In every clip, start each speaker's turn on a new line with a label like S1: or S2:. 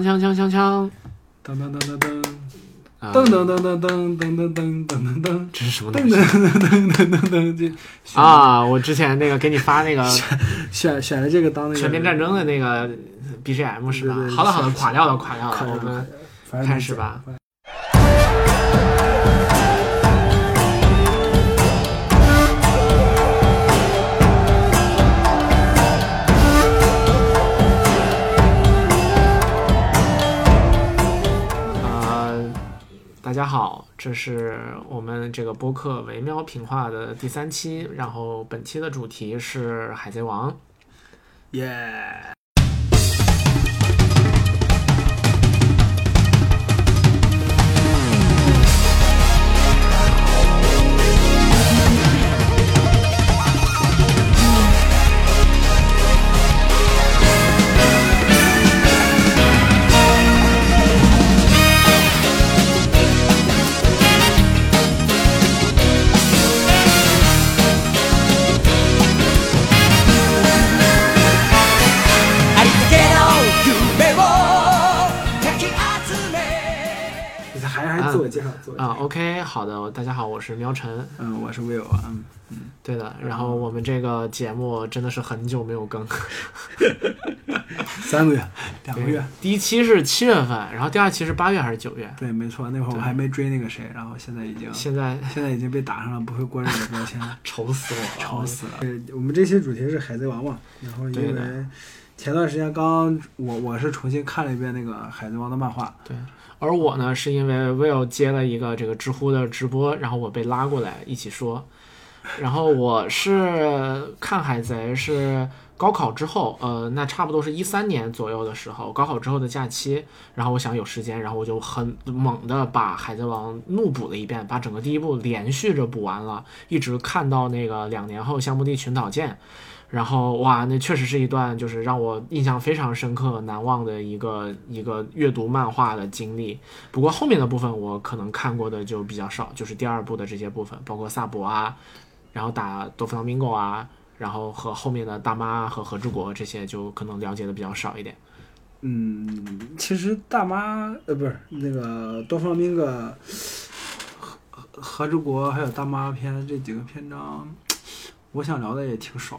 S1: 锵锵锵锵锵！
S2: 噔噔噔噔噔
S1: 啊
S2: 噔噔噔噔噔噔噔噔噔噔
S1: 这是什么东
S2: 噔
S1: 西
S2: 噔噔噔噔噔，这
S1: 啊？我之前那个给你发 那个
S2: 选选了这个当那个
S1: 全面战争的那个 BGM 是吧
S2: 对对？对
S1: 好了好了，
S2: 是
S1: 垮掉了垮掉
S2: 快
S1: 了，我们
S2: 反正
S1: 开始吧。呃，大家好，这是我们这个播客《惟妙评话》的第三期，然后本期的主题是《海贼王》。
S2: 耶！
S3: ありかけの夢をかき集め
S2: 你还还自我介绍，自我介绍。
S1: 啊、o k 好的，大家好，我是喵晨。
S2: 嗯，我是 Will 啊。嗯
S1: 对的，然后我们这个节目真的是很久没有更，
S2: 三个月，两个月。
S1: 第一期是七月份，然后第二期是八月还是九月？
S2: 对，没错，那会儿我还没追那个谁，然后现在已经
S1: 现在，
S2: 现在已经被打上了不会过日子的标签了
S1: 愁死我了，
S2: 愁死了。对，呃我们这期主题是《海贼王》嘛，然后
S1: 对
S2: 因
S1: 的
S2: 为前段时间刚我我是重新看了一遍那个《海贼王》的漫画，
S1: 对，而我呢，是因为 Will 接了一个这个知乎的直播，然后我被拉过来一起说。然后我是看海贼是高考之后，呃，那差不多是一三年左右的时候，高考之后的假期，然后我想有时间，然后我就很猛的把《海贼王》怒补了一遍，把整个第一部连续着补完了，一直看到那个两年后香木地群岛见。然后哇，那确实是一段就是让我印象非常深刻、难忘的一个一个阅读漫画的经历。不过后面的部分我可能看过的就比较少，就是第二部的这些部分，包括萨博啊，然后打多弗朗明狗啊，然后和后面的大妈和和之国这些就可能了解的比较少一点。
S2: 嗯，其实大妈呃不是那个多方明哥，和和和之国还有大妈篇这几个篇章，我想聊的 也挺少，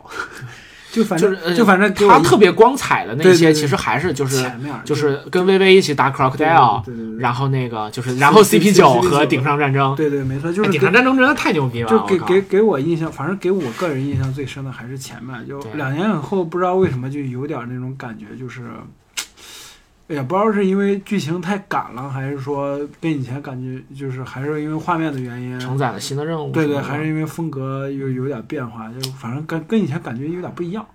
S2: 就反正
S1: 就是呃
S2: 就反正给我
S1: 他特别光彩的那
S2: 对对
S1: 些，
S2: 对
S1: 其实还是就是
S2: 前面
S1: 就是跟薇薇一起打 crocodile，
S2: 对对对对
S1: 然后那个就是然后 CP 九和顶上战争，
S2: 对对没错，就是
S1: 哎顶
S2: 给
S1: 上战争真的太牛逼了，
S2: 就给
S1: 我靠
S2: 给给我印象，反正给我个人印象最深的还是前面，就
S1: 对
S2: 两年以后不知道为什么就有点那种感觉，就是。也不知道是因为剧情太赶了，还是说跟以前感觉就是还是因为画面的原因，
S1: 承载了新的任务什么
S2: 对
S1: 的，
S2: 对，还是因为风格有有点变化，就反正跟跟以前感觉有点不一样。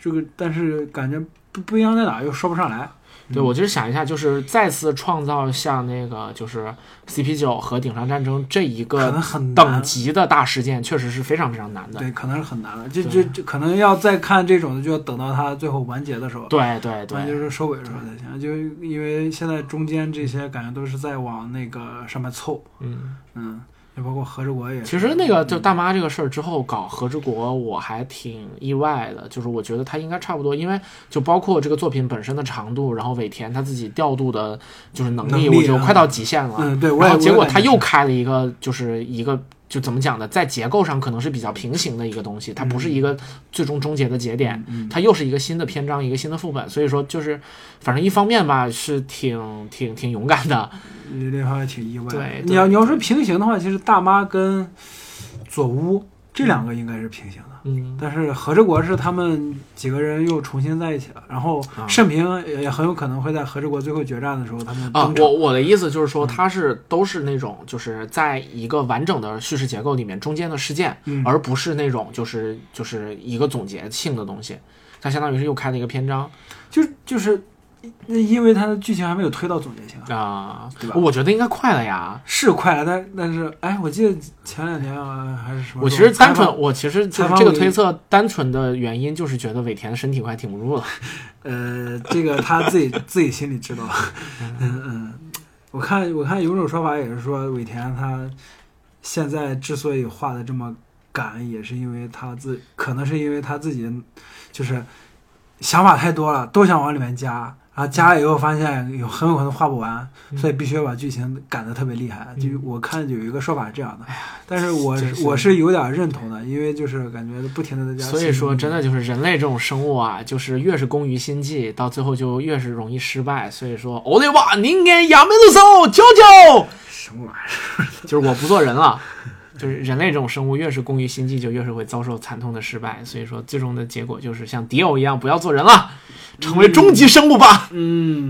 S2: 这个但是感觉不不一样在哪又说不上来。
S1: 对，我就是想一下，就是再次创造像那个就是 CP 九和顶上战争这一
S2: 可能
S1: 个
S2: 很
S1: 等
S2: 难，
S1: 级的大事件，确实是非常非常难的。
S2: 对，可能是很难了。这这
S1: 对
S2: 这可能要再看这种的，就要等到它最后完结的时候，
S1: 对对
S2: 完结
S1: 对
S2: 是收尾的时候才行。就因为现在中间这些感觉都是在往那个上面凑，
S1: 嗯，
S2: 嗯，也包括和之国也是。
S1: 其实那
S2: 嗯
S1: 个就大妈这个事儿之后搞和之国，我还挺意外的，就是我觉得他应该差不多，因为就包括这个作品本身的长度，然后尾田他自己调度的就是能力，
S2: 能力啊
S1: 我觉得快到极限了。
S2: 嗯，对，我
S1: 然
S2: 也
S1: 后结果他
S2: 他
S1: 又开了一个，就是一个就怎么讲呢，在结构上可能是比较平行的一个东西，它不
S2: 嗯
S1: 是一个最终终结的节点，它又是一个新的篇章，一个新的副本，所以说就是反正一方面吧是挺挺挺勇敢的，
S2: 你这方面挺意外的。
S1: 对对
S2: 你要你要说平行的话，其实大妈跟佐乌这两个应该是平行的。
S1: 嗯，
S2: 但是和之国是他们几个人又重新在一起了，然后
S1: 啊
S2: 慎平也也很有可能会在和之国最后决战的时候他们
S1: 啊
S2: 登，场。嗯
S1: 我我的意思就是说，它是都是那种就是在一个完整的叙事结构里面中间的事件，
S2: 嗯
S1: 而不是那种就是就是一个总结性的东西，它相当于是又开了一个篇章。
S2: 就就是因为它的剧情还没有推到总结性啊，
S1: 啊、
S2: 对吧
S1: 我觉得应该快了呀，
S2: 是快了，但但是哎，我记得前两年啊还是什么时候，
S1: 我其实单
S2: 采
S1: 纯，
S2: 访
S1: 我其实就
S2: 采
S1: 是
S2: 访
S1: 这个
S2: 我一
S1: 推测，单纯的原因就是觉得尾田的身体快挺不住了。
S2: 呃，这个他自己自己心里知道， 嗯嗯，我看我看有种说法也是说尾田他现在之所以画的这么赶，也是因为他自可能是因为他自己就是想法太多了，都想往里面加，然后加了以后发现有很有可能画不完，
S1: 嗯
S2: 所以必须要把剧情赶得特别厉害。就我看有一个说法是这样的，
S1: 嗯
S2: 但是我
S1: 真是
S2: 我是有点认同的，因为就是感觉不停的在加新
S1: 所
S2: 东西。
S1: 以说，真的就是人类这种生物啊，就是越是工于心计，到最后就越是容易失败。所以说，我的哇，您给亚美的手教教，
S2: 什么玩意儿？
S1: 就是我不做人了。就是人类这种生物，越是工于心计，就越是会遭受惨痛的失败。所以说，最终的结果就是像迪欧一样，不要做人了，成为终极生物吧。
S2: 嗯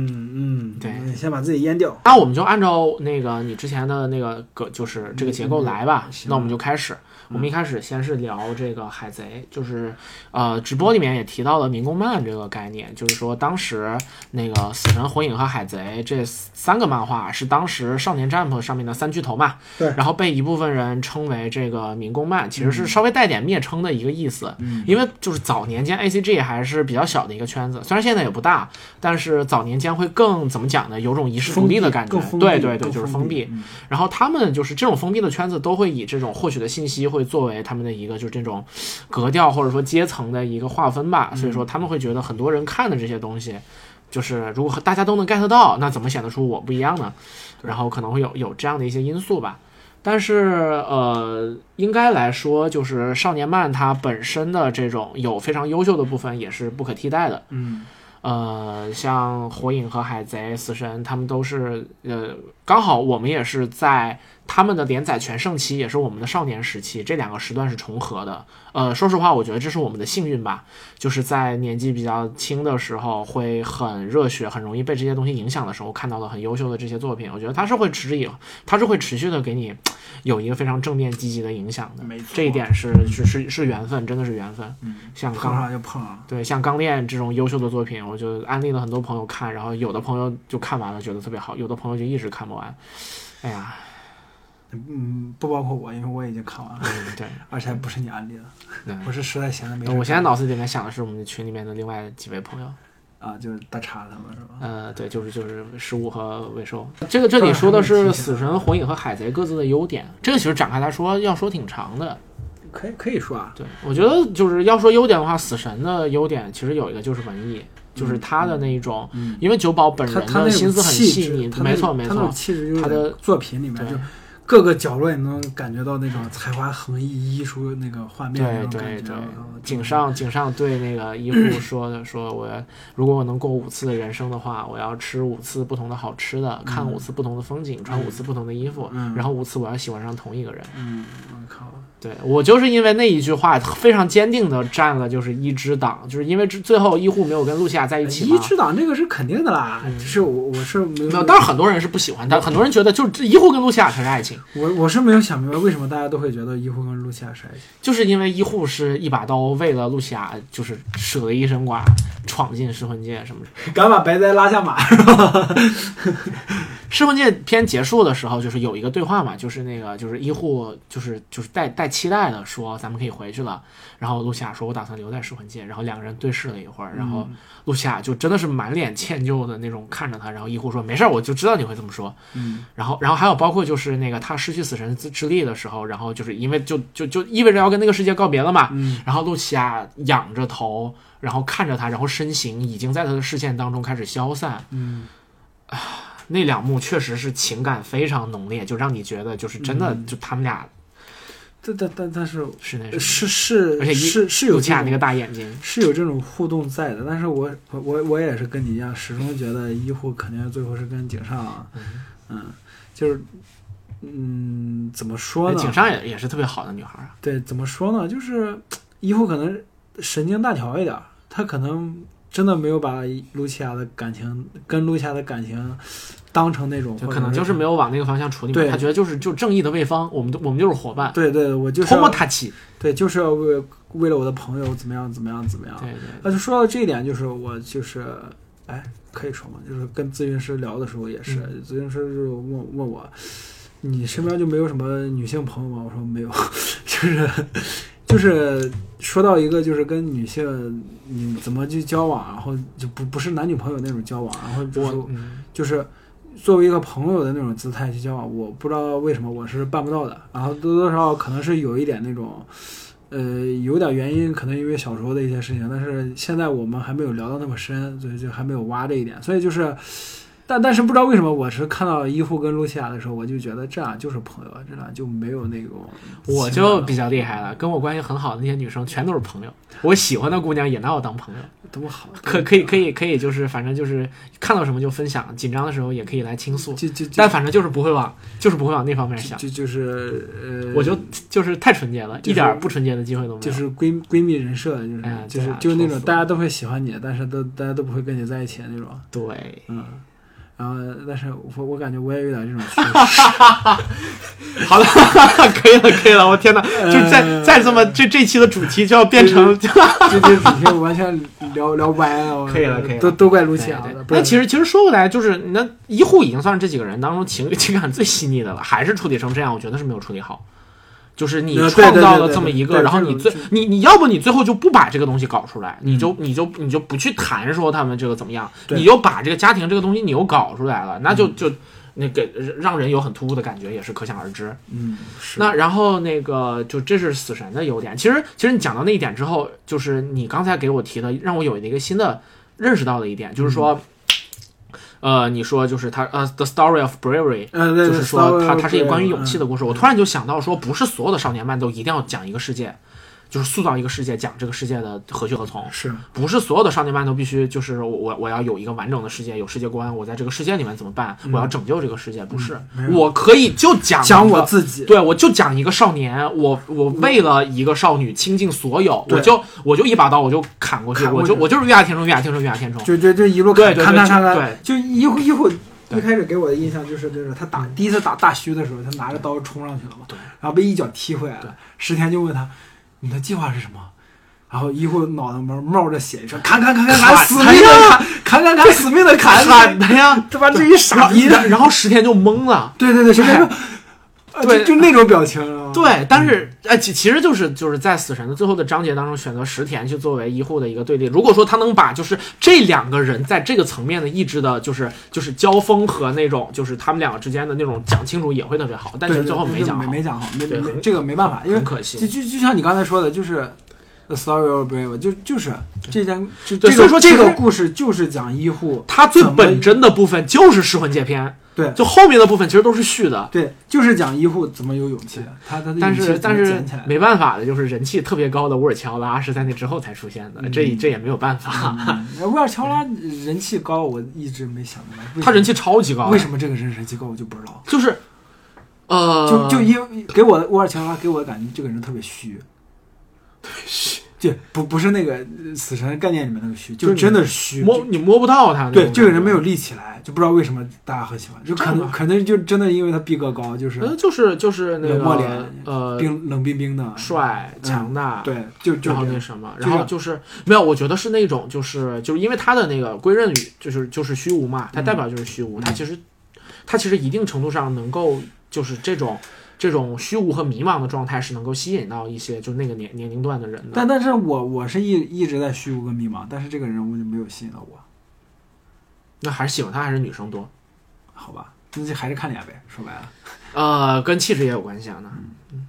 S2: 嗯，
S1: 对，
S2: 先把自己淹掉。
S1: 那我们就按照那个你之前的那个个，就是这个结构来吧
S2: 嗯。行
S1: 那我们就开始。我们一开始先是聊这个海贼，就是呃，直播里面也提到了民工漫这个概念，就是说当时那个死神、火影和海贼这三个漫画是当时少年 Jump 上面的三巨头嘛，
S2: 对
S1: 然后被一部分人称为这个民工漫，其实
S2: 嗯
S1: 是稍微带点蔑称的一个意思，因为就是早年间 ACG 还是比较小的一个圈子，虽然现在也不大，但是早年间会更怎么讲呢？有种一世独立的感觉
S2: 更，封闭
S1: 对对对，
S2: 更
S1: 就是
S2: 封
S1: 封
S2: 闭
S1: 闭。然后他们就是这种封闭的圈子，都会以这种获取的信息会作为他们的一个就是这种格调或者说阶层的一个划分吧。所以说他们会觉得很多人看的这些东西，就是如果大家都能 get 到，那怎么显得出我不一样呢？然后可能会有有这样的一些因素吧。但是呃，应该来说，就是少年漫它本身的这种有非常优秀的部分，也是不可替代的。
S2: 嗯，
S1: 呃，像火影和海贼、死神，他们都是呃，刚好我们也是在他们的连载全盛期，也是我们的少年时期，这两个时段是重合的。呃，说实话，我觉得这是我们的幸运吧，就是在年纪比较轻的时候，会很热血，很容易被这些东西影响的时候，看到了很优秀的这些作品，我觉得它是会持之以，它是会持续的给你有一个非常正面积极的影响的。
S2: 没错
S1: 这一点是是是是缘分，真的是缘分。嗯，像刚
S2: 碰上就碰上了。
S1: 对，像《钢炼》这种优秀的作品，我就安利了很多朋友看，然后有的朋友就看完了，觉得特别好，有的朋友就一直看不完。哎呀，
S2: 嗯，不包括我，因为我已经看完了，
S1: 嗯，对，
S2: 而且不是你安利的，
S1: 对。
S2: 我是实在闲 的没事干。
S1: 嗯我现在脑子里面想的是我们群里面的另外几位朋友，
S2: 啊，就是大叉他们是吧？
S1: 呃，对，就是就是十五和尾兽。这个这里说的是死神、火影和海贼各自的优点，这个其实展开来说要说挺长的。
S2: 可以可以说啊，
S1: 对，我觉得就是要说优点的话，死神的优点其实有一个就是文艺，就是他的那一种，
S2: 嗯
S1: 因为九保本
S2: 他
S1: 人
S2: 他
S1: 的
S2: 那
S1: 心
S2: 种
S1: 思很
S2: 气
S1: 细
S2: 质，
S1: 腻，
S2: 他那
S1: 没错
S2: 种
S1: 没
S2: 他那
S1: 错
S2: 种，气质就是
S1: 他
S2: 在
S1: 的
S2: 作品里面
S1: 对
S2: 就各个角落你能感觉到那种才华横溢溢出那个画面那
S1: 对
S2: 种
S1: 对
S2: 感觉
S1: 对
S2: 然后，就
S1: 井上井上对那个医护说的，说我如果我能过五次的人生的话，我要吃五次不同的好吃的，看五次不同的风景，穿五次不同的衣服，
S2: 嗯
S1: 然后五次我要喜欢上同一个人。
S2: 嗯，我靠，
S1: 对我就是因为那一句话，非常坚定的站了就是一支党，就是因为之最后医护没有跟露西亚在一起
S2: 哎一
S1: 嘛。
S2: 之党这个是肯定的啦，就是我我是没
S1: 没
S2: 有
S1: 有，当然很多人是不喜欢，但很多人觉得就是医护跟露西亚才是爱情，
S2: 我我是没有想明白为什么大家都会觉得伊护跟露西亚是爱情。
S1: 就是因为医护是一把刀为了露西亚就是舍了一身剐，闯进噬魂界什么的。
S2: 敢把白哉拉下马是吧？
S1: 噬魂界篇结束的时候，就是有一个对话嘛，就是那个就是医护就是就是带带期待的说咱们可以回去了，然后露西亚说我打算留在噬魂界，然后两个人对视了一会儿，然后露西亚就真的是满脸歉疚的那种看着他，然后医护说没事儿，我就知道你会这么说，
S2: 嗯，
S1: 然后然后还有包括就是那个他失去死神之之力的时候，然后就是因为就就就意味着要跟那个世界告别了嘛，
S2: 嗯
S1: 然后露西亚仰着头，然后看着他，然后身形已经在他的视线当中开始消散，
S2: 嗯，
S1: 那两幕确实是情感非常浓烈，就让你觉得就是真
S2: 嗯
S1: 的，就他们俩
S2: 但但但但是
S1: 是那什
S2: 是是
S1: 而且伊
S2: 是是有
S1: 么，
S2: 这
S1: 架那个
S2: 种
S1: 大眼睛，
S2: 是有这种互动在的，但是我我我我也是跟你一样，始终觉得医护肯定最后是跟井上，嗯，就是嗯怎么说呢？
S1: 哎井上也也是特别好的女孩啊，
S2: 对，怎么说呢？就是医护可能神经大条一点儿，他可能真的没有把露西亚的感情跟露西亚的感情当成那种，
S1: 就
S2: 或
S1: 可
S2: 者
S1: 能就是没有往那个方向处理嘛，
S2: 对
S1: 她觉得就是就正义的卫方，我们都我们就是伙伴，
S2: 对对，我就是
S1: 通
S2: 要
S1: 过他起，
S2: 对就是要为为了我的朋友怎么样怎么样怎么样。
S1: 对对，
S2: 那就说到这一点，就是我就是哎，可以说吗？就是跟咨询师聊的时候也是，咨询师就是问问我，你身边就没有什么女性朋友吗？我说没有， 就是就是说到一个就是跟女性你怎么去交往，然后就不不是男女朋友那种交往，然后就是
S1: 我嗯
S2: 就是。作为一个朋友的那种姿态去交往，我不知道为什么我是办不到的。然后多多少少可能是有一点那种，呃，有点原因，可能因为小时候的一些事情，但是现在我们还没有聊到那么深，所以就还没有挖这一点。所以就是，但但是不知道为什么，我是看到伊护跟露西亚的时候，我就觉得这俩就是朋友，啊这俩就没有那种情感了。
S1: 我就比较厉害了，跟我关系很好的那些女生全都是朋友，我喜欢的姑娘也拿我当朋友，
S2: 多好，
S1: 可可以
S2: 啊
S1: 可以可以，就是反正就是看到什么就分享，紧张的时候也可以来倾诉，
S2: 嗯就就就
S1: 但反正就是不会往就是不会往那方面
S2: 就
S1: 想，
S2: 就就是呃，
S1: 我就就是太纯洁了，
S2: 就是
S1: 一点儿不纯洁的机会都没有。
S2: 就是闺闺蜜人设，就是、
S1: 哎呀
S2: 就是
S1: 对啊
S2: 就是那种
S1: 愁死
S2: 大家都会喜欢你，但是都大家都不会跟你在一起的那种，
S1: 对，
S2: 嗯。然后，但是我我感觉我也有点这种趋势，
S1: 好了， 可以了，可以了，我天哪，
S2: 呃
S1: 就是再再这么这这期的主题就要变成
S2: 这这主题完全聊聊歪了。我
S1: 可以了可以了
S2: 都都怪卢
S1: 对
S2: 奇亚
S1: 对
S2: 了。啊不
S1: 那
S2: 是
S1: 其实其实说回来，就是那医护已经算是这几个人当中情 情感最细腻的了，还是处理成这样，我觉得是没有处理好。就是你
S2: 呃对
S1: 创造
S2: 对对
S1: 了
S2: 对
S1: 这么一
S2: 对
S1: 个，然后
S2: 这
S1: 你
S2: 种
S1: 最
S2: 这种
S1: 你你要不你最后就不把这个东西搞出来，你就你就你就不去谈说他们这个怎么样，
S2: 对嗯
S1: 你又把这个家庭这个东西你又搞出来了，那就就那个让人有很突兀的感觉，也是可想而知。
S2: 嗯，是
S1: 那然后那个就这是死神的优点。其实其实你讲到那一点之后，就是你刚才给我提的，让我有一个新的认识到的一点，就是说，呃，你说就是他呃，《The Story of Bravery》。
S2: 嗯，对
S1: 就
S2: 对
S1: 是说，
S2: 稍微
S1: 它它是一个关于
S2: 对
S1: 勇气的故事。我突然就想到，说不是所有的少年漫都一定要讲一个世界，就是塑造一个世界，讲这个世界的何去何从
S2: 嗯。是
S1: 不是所有的少年漫都必须就是我我我要有一个完整的世界，有世界观，我在这个世界里面怎么办？我要拯救这个世界，不是
S2: 嗯没，有
S1: 我可以就讲
S2: 讲
S1: 一个
S2: 我自己，
S1: 对，我就讲一个少年，我我为了一个少女倾尽所有，
S2: 对
S1: 我就我就一把刀，我就砍过去，
S2: 砍过
S1: 我
S2: 去
S1: 就我就是月牙天冲，月牙天冲，月牙天冲。
S2: 就就就一路
S1: 对
S2: 看
S1: 对
S2: 看
S1: 对
S2: 看看
S1: 就
S2: 看，就一会一会一
S1: 对
S2: 开始给我的印象就是那种他打第一次打大虚的时候，他拿着刀冲上去了嘛，
S1: 对
S2: 然后被一脚踢回来
S1: 对
S2: 了。石田就问他：“你的计划是什么？”然后一会脑袋冒冒着血，说：“砍砍砍砍
S1: 砍
S2: 死命的砍，砍砍砍死命的砍，
S1: 喊的呀！
S2: 他妈这一 傻
S1: 然后
S2: 逼的。”嗯
S1: 然后十天就懵了。
S2: 对对对，石田说
S1: 哎：“
S2: 呃
S1: 对
S2: 就就那种表情，知道吗，
S1: 对，但是哎，其其实就是就是在死神的最后的章节当中，选择石田去作为一护的一个对立。如果说他能把就是这两个人在这个层面的意志的，就是就是交锋和那种就是他们两个之间的那种讲清楚，也会特别好。但其实
S2: 对对
S1: 最后
S2: 对
S1: 没
S2: 就
S1: 讲
S2: 没
S1: 好，
S2: 没讲好，没
S1: 对
S2: 没
S1: 很
S2: 这个没办法，因为
S1: 很可惜
S2: 就。就就像你刚才说的，就是 The Story of Brave，就就是这件就
S1: 对
S2: 这
S1: 所
S2: 个
S1: 以说其
S2: 这
S1: 实
S2: 个故事就是讲医护，
S1: 他最本真的部分就是失魂界篇，
S2: 对
S1: 就后面的部分其实都是续的。
S2: 对，就是讲医护怎么有勇气，他他的
S1: 但
S2: 勇气
S1: 是
S2: 怎
S1: 但
S2: 么
S1: 是
S2: 捡起来。
S1: 没办法的，就是人气特别高的乌尔乔拉是在那之后才出现的，这这也没有办法。
S2: 嗯威尔乔拉人气高，我一直没想明白为什 么
S1: 他人气超级高，啊
S2: 嗯为什么这个人人气高，我就不知道。
S1: 就是呃，
S2: 就就因为给我的威尔乔拉给我的感觉，这个人特别虚，特别虚，对，不不是那个呃死神概念里面那个虚，就
S1: 就是
S2: 真的是虚，
S1: 摸你摸不到他。
S2: 对，这个人没有。立起来，就不知道为什么大家很喜欢，就可
S1: 这
S2: 能
S1: 样吧
S2: 可能就真的因为他逼格高，就是
S1: 呃，就是就是那
S2: 冷漠脸
S1: 个呃，
S2: 冰冷冰冰的，
S1: 帅强大，
S2: 对，啊就就
S1: 然后
S2: 这
S1: 那
S2: 样
S1: 什么，
S2: 就
S1: 然后就是没有，我觉得是那种就是就是因为他的那个归谶语就是就是虚无嘛，它
S2: 嗯
S1: 代表就是虚无，它其实它其实一定程度上能够就是这种这种虚无和迷茫的状态是能够吸引到一些就那个年年龄段的人的。
S2: 但但是我我是一一直在虚无跟迷茫，但是这个人物就没有吸引到我，
S1: 那还是喜欢他还是女生多，
S2: 好吧，那就还是看脸呗，说白了，
S1: 呃，跟气质也有关系啊
S2: 嗯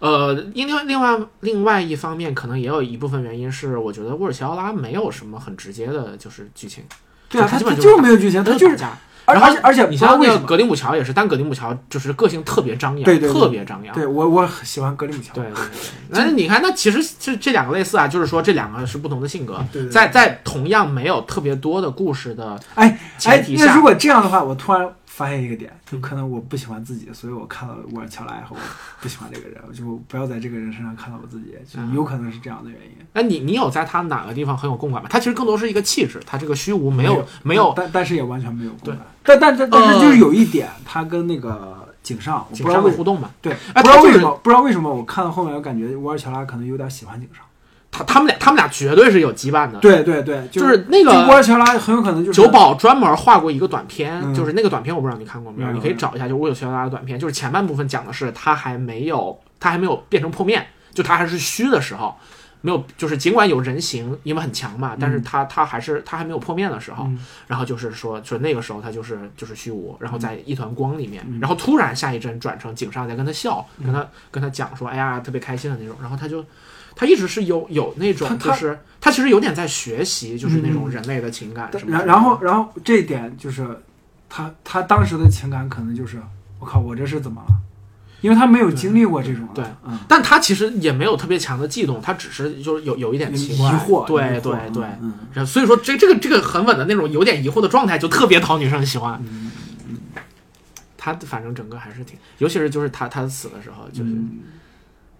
S1: 那。呃，另另另外另外一方面，可能也有一部分原因是，我觉得沃尔乔拉没有什么很直接的，就是剧情，
S2: 对啊，
S1: 就他
S2: 他
S1: 基本
S2: 就
S1: 就是
S2: 没有剧情，他就
S1: 打
S2: 是，
S1: 架
S2: 而
S1: 然后
S2: 而且而且
S1: 你
S2: 不知道
S1: 像
S2: 为
S1: 那
S2: 什
S1: 个
S2: 么，
S1: 格林姆乔也是，但格林姆乔就是个性特别张扬，
S2: 对对对
S1: 特别张扬。
S2: 对我我喜欢格林姆乔，
S1: 对对对但是你看，那其实这这两个类似啊，就是说这两个是不同的性格，
S2: 对对对
S1: 在在同样没有特别多的故事的
S2: 哎
S1: 前
S2: 哎，
S1: 提
S2: 那
S1: 下嗯
S2: 如，果这样的话，我突然发现一个点，就可能我不喜欢自己，所以我看到我乔拉以后，我不喜欢这个人，我就不要在这个人身上看到我自己，就
S1: 嗯
S2: 有可能是这样的原因，
S1: 那你你有在他哪个地方很有共感吗？他其实更多是一个气质，他这个虚无没有没有
S2: 但但是也完全没有共
S1: 对
S2: 感，但但但但是
S1: 呃
S2: 就是有一点，他跟那个井上，我不
S1: 紧
S2: 知道
S1: 张的
S2: 为什么
S1: 互。动嘛。
S2: 对，
S1: 哎
S2: 不知道
S1: 他就
S2: 为
S1: 是
S2: 什么，不知道为什么，我看到后面我感觉沃尔乔拉可能有点喜欢井上。
S1: 他他们俩他们俩绝对是有羁绊的，
S2: 对对对，
S1: 嗯就是是那
S2: 就沃
S1: 个。
S2: 尔乔拉很有可能就是
S1: 九保专门画过一个短片，
S2: 嗯
S1: 就是那个短片，我不知道你看过没有，
S2: 没有
S1: 你可以找一下，就我有学拉的短片，就是前半部分讲的是他还没有他还没有变成破面，就他还是虚的时候，没有，就是尽管有人形，因为很强嘛，但是他他还是他还没有破面的时候，
S2: 嗯
S1: 然后就是说说那个时候他就是就是虚无，然后在一团光里
S2: 嗯
S1: 面，然后突然下一帧转成井上在跟他笑，跟他跟他讲说哎呀特别开心的那种，然后他就他一直是有有那种
S2: 他
S1: 就
S2: 他
S1: 是他其实有点在学习，就是那种
S2: 嗯
S1: 人类的情感什么的
S2: 然然后然后这一点就是他他当时的情感可能就是我靠我这是怎么了？因为他没有经历过这种
S1: 对
S2: 嗯
S1: 但他其实也没有特别强的悸动，他只是就是有有一点
S2: 疑
S1: 奇怪，
S2: 惑疑
S1: 对
S2: 惑
S1: 对对。
S2: 嗯
S1: 然后所以说这这个这个很稳的那种有点疑惑的状态，就特别讨女生喜欢。
S2: 嗯
S1: 他反正整个还是挺，尤其是就是他他死的时候，就是、
S2: 嗯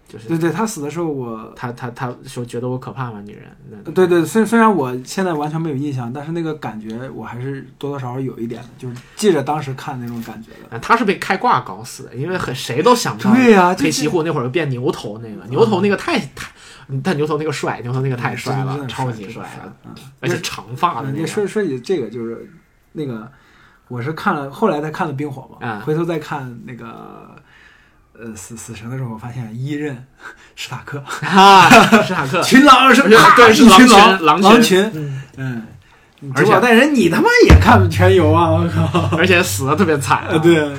S1: 就
S2: 对
S1: 是
S2: 对，他死的时候我
S1: 他他他说觉得我可怕吗？女人，那
S2: 对对，虽虽然我现在完全没有印象，但是那个感觉我还是多多少少有一点的，就是记着当时看那种感觉的。
S1: 啊，他是被开挂搞死的，因为很谁都想不到。
S2: 对啊呀、这
S1: 黑崎啊护那会儿变牛头那个，牛头那个太太，但牛头那个帅，牛头那个太帅了，超级帅了，
S2: 嗯，
S1: 而且长发的
S2: 嗯
S1: 那
S2: 你
S1: 个。
S2: 说说起这个，就是那个，我是看了，后来才看的《冰火》嘛，
S1: 嗯
S2: 回头再看那个，呃，死死神的时候，我发现一刃史塔 克
S1: 啊，史塔克，
S2: 群狼 是吧？
S1: 对是
S2: 一
S1: 狼
S2: 群
S1: 群
S2: 狼
S1: 狼群
S2: 群，嗯，
S1: 而且
S2: 九保带人，你他妈也看全游啊！我 靠，
S1: 而且死的特别惨、啊
S2: 呃，，对，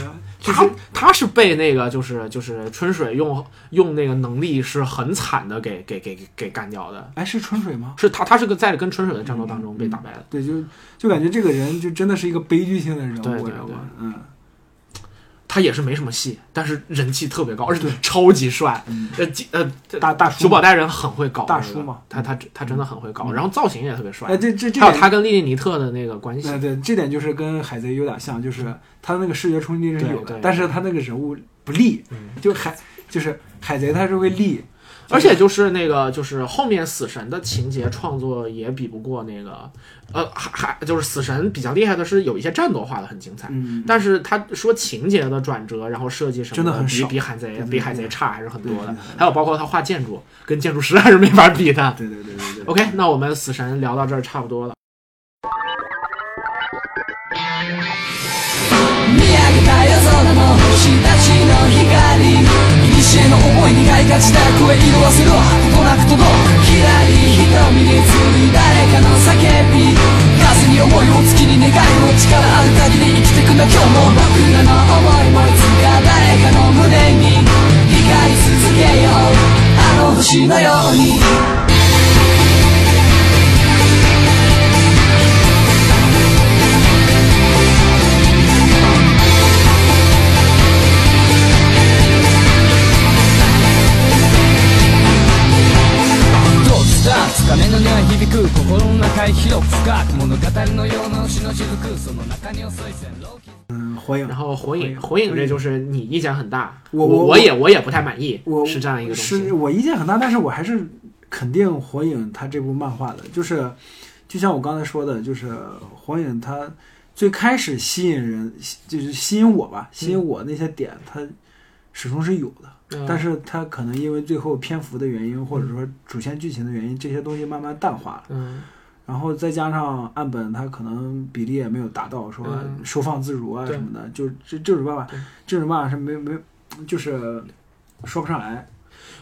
S1: 他他是被那个就是就是春水用用那个能力是很惨的给给给给干掉的，
S2: 哎，是春水吗？
S1: 是他他是个在跟春水的战斗当中被打败的。
S2: 对，就就感觉这个人就真的是一个悲剧性的人物，
S1: 对对
S2: 我知道
S1: 对
S2: 吗？嗯，
S1: 他也是没什么戏，但是人气特别高，而且超级帅。
S2: 嗯
S1: 呃，几呃，这
S2: 大大叔
S1: 九保带人很会搞
S2: 大
S1: 那个
S2: 叔嘛
S1: 他他他真的很会搞，
S2: 嗯
S1: 然后造型也特别帅
S2: 哎，。这这这
S1: 还有
S2: 点
S1: 他跟莉莉尼特的那个关系
S2: 呃，，对，这点就是跟海贼有点像，就是他那个视觉冲击力是
S1: 对
S2: 有的
S1: 对，
S2: 但是他那个人物不立，
S1: 嗯
S2: 就海就是海贼他是会立，
S1: 而且就是那个就是后面死神的情节创作也比不过那个，呃，还还就是死神比较厉害的是有一些战斗画的很精彩，
S2: 嗯，
S1: 但是他说情节的转折，然后设计什么
S2: 真的很
S1: 比
S2: 少
S1: 比海贼
S2: 对对
S1: 比海贼差还是很多
S2: 对
S1: 的
S2: 对对。
S1: 还有包括他画建筑，跟建筑师 还是没法比的。
S2: 对对对对对
S1: OK，那我们死神聊到这儿差不多了。
S3: 見上げた夜空の星立ちの光古の思いに駆り立ちた声色褪せろことなくとどひらり瞳に紡い誰かの叫び風に思いを月に願いを力ある限り生きてくな今日も僕らの思いもいつか誰かの胸に光り続けようあの星のようにドッツダンツ鐘の音は響く心の中へ広く深く物語のような星の雫その中に遅い線路
S2: 嗯，火影
S1: 然，后火影，
S2: 火
S1: 火
S2: 影
S1: 影这就是你意见很大，
S2: 我我
S1: 我也我也不太满意
S2: 我，
S1: 是这样一个东
S2: 是
S1: 西。
S2: 我意见很大，但是我还是肯定火影他这部漫画的，就是就像我刚才说的，就是火影他最开始吸引人，就是吸引我吧，吸引我那些点，他始终是有的。
S1: 嗯
S2: 但是它可能因为最后篇幅的原因，或者说主线剧情的原因，这些东西慢慢淡化了。
S1: 嗯，
S2: 然后再加上岸本他可能比例也没有达到，说
S1: 嗯
S2: 收放自如啊
S1: 对
S2: 什么的，就这这种办法
S1: 对，
S2: 这种办法是没没，就是说不上来。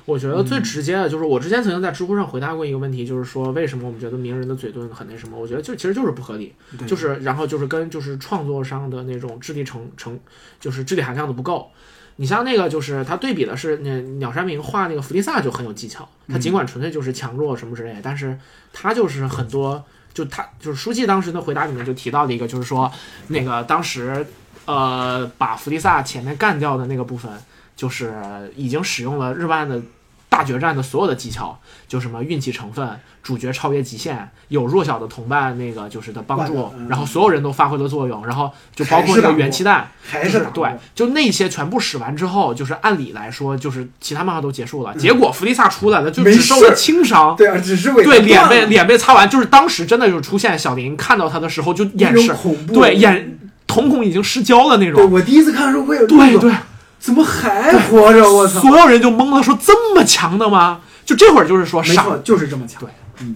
S1: 我觉得最直接的就是我之前曾经在知乎上回答过一个问题，就是说为什么我们觉得名人的嘴遁很那什么？我觉得就其实就是不合理。
S2: 对，
S1: 就是然后就是跟就是创作上的那种智力成成，就是智力含量的不够。你像那个就是他对比的是那鸟山明画那个弗利萨就很有技巧，他尽管纯粹就是强弱什么之类的，但是他就是很多就他就是书记当时的回答里面就提到了一个，就是说那个当时呃把弗利萨前面干掉的那个部分，就是已经使用了日漫的。大决战的所有的技巧，就什么运气成分、主角超越极限、有弱小的同伴那个就是的帮助
S2: 哇，嗯
S1: 然后所有人都发挥了作用，然后就包括那个元气弹，
S2: 还
S1: 就是
S2: 打不过
S1: 对，就那些全部使完之后，就是按理来说，就是其他漫画都结束了，结果弗利萨出来了，就
S2: 嗯没
S1: 只受了
S2: 事
S1: 轻伤，
S2: 对啊，只是为
S1: 对，
S2: 了
S1: 脸
S2: 断
S1: 被
S2: 了
S1: 脸被擦完，就是当时真的就是出现小林看到他的时候就
S2: 那
S1: 眼
S2: 种
S1: 神，
S2: 恐怖，
S1: 对眼瞳孔已经失焦了那
S2: 对，
S1: 种，
S2: 我第一次看的时候会有
S1: 对对，
S2: 怎么还活着？我操！
S1: 所有人就懵了，说这么强的吗？就这会儿就是说
S2: 没
S1: 傻
S2: 错，就是这么强。
S1: 对，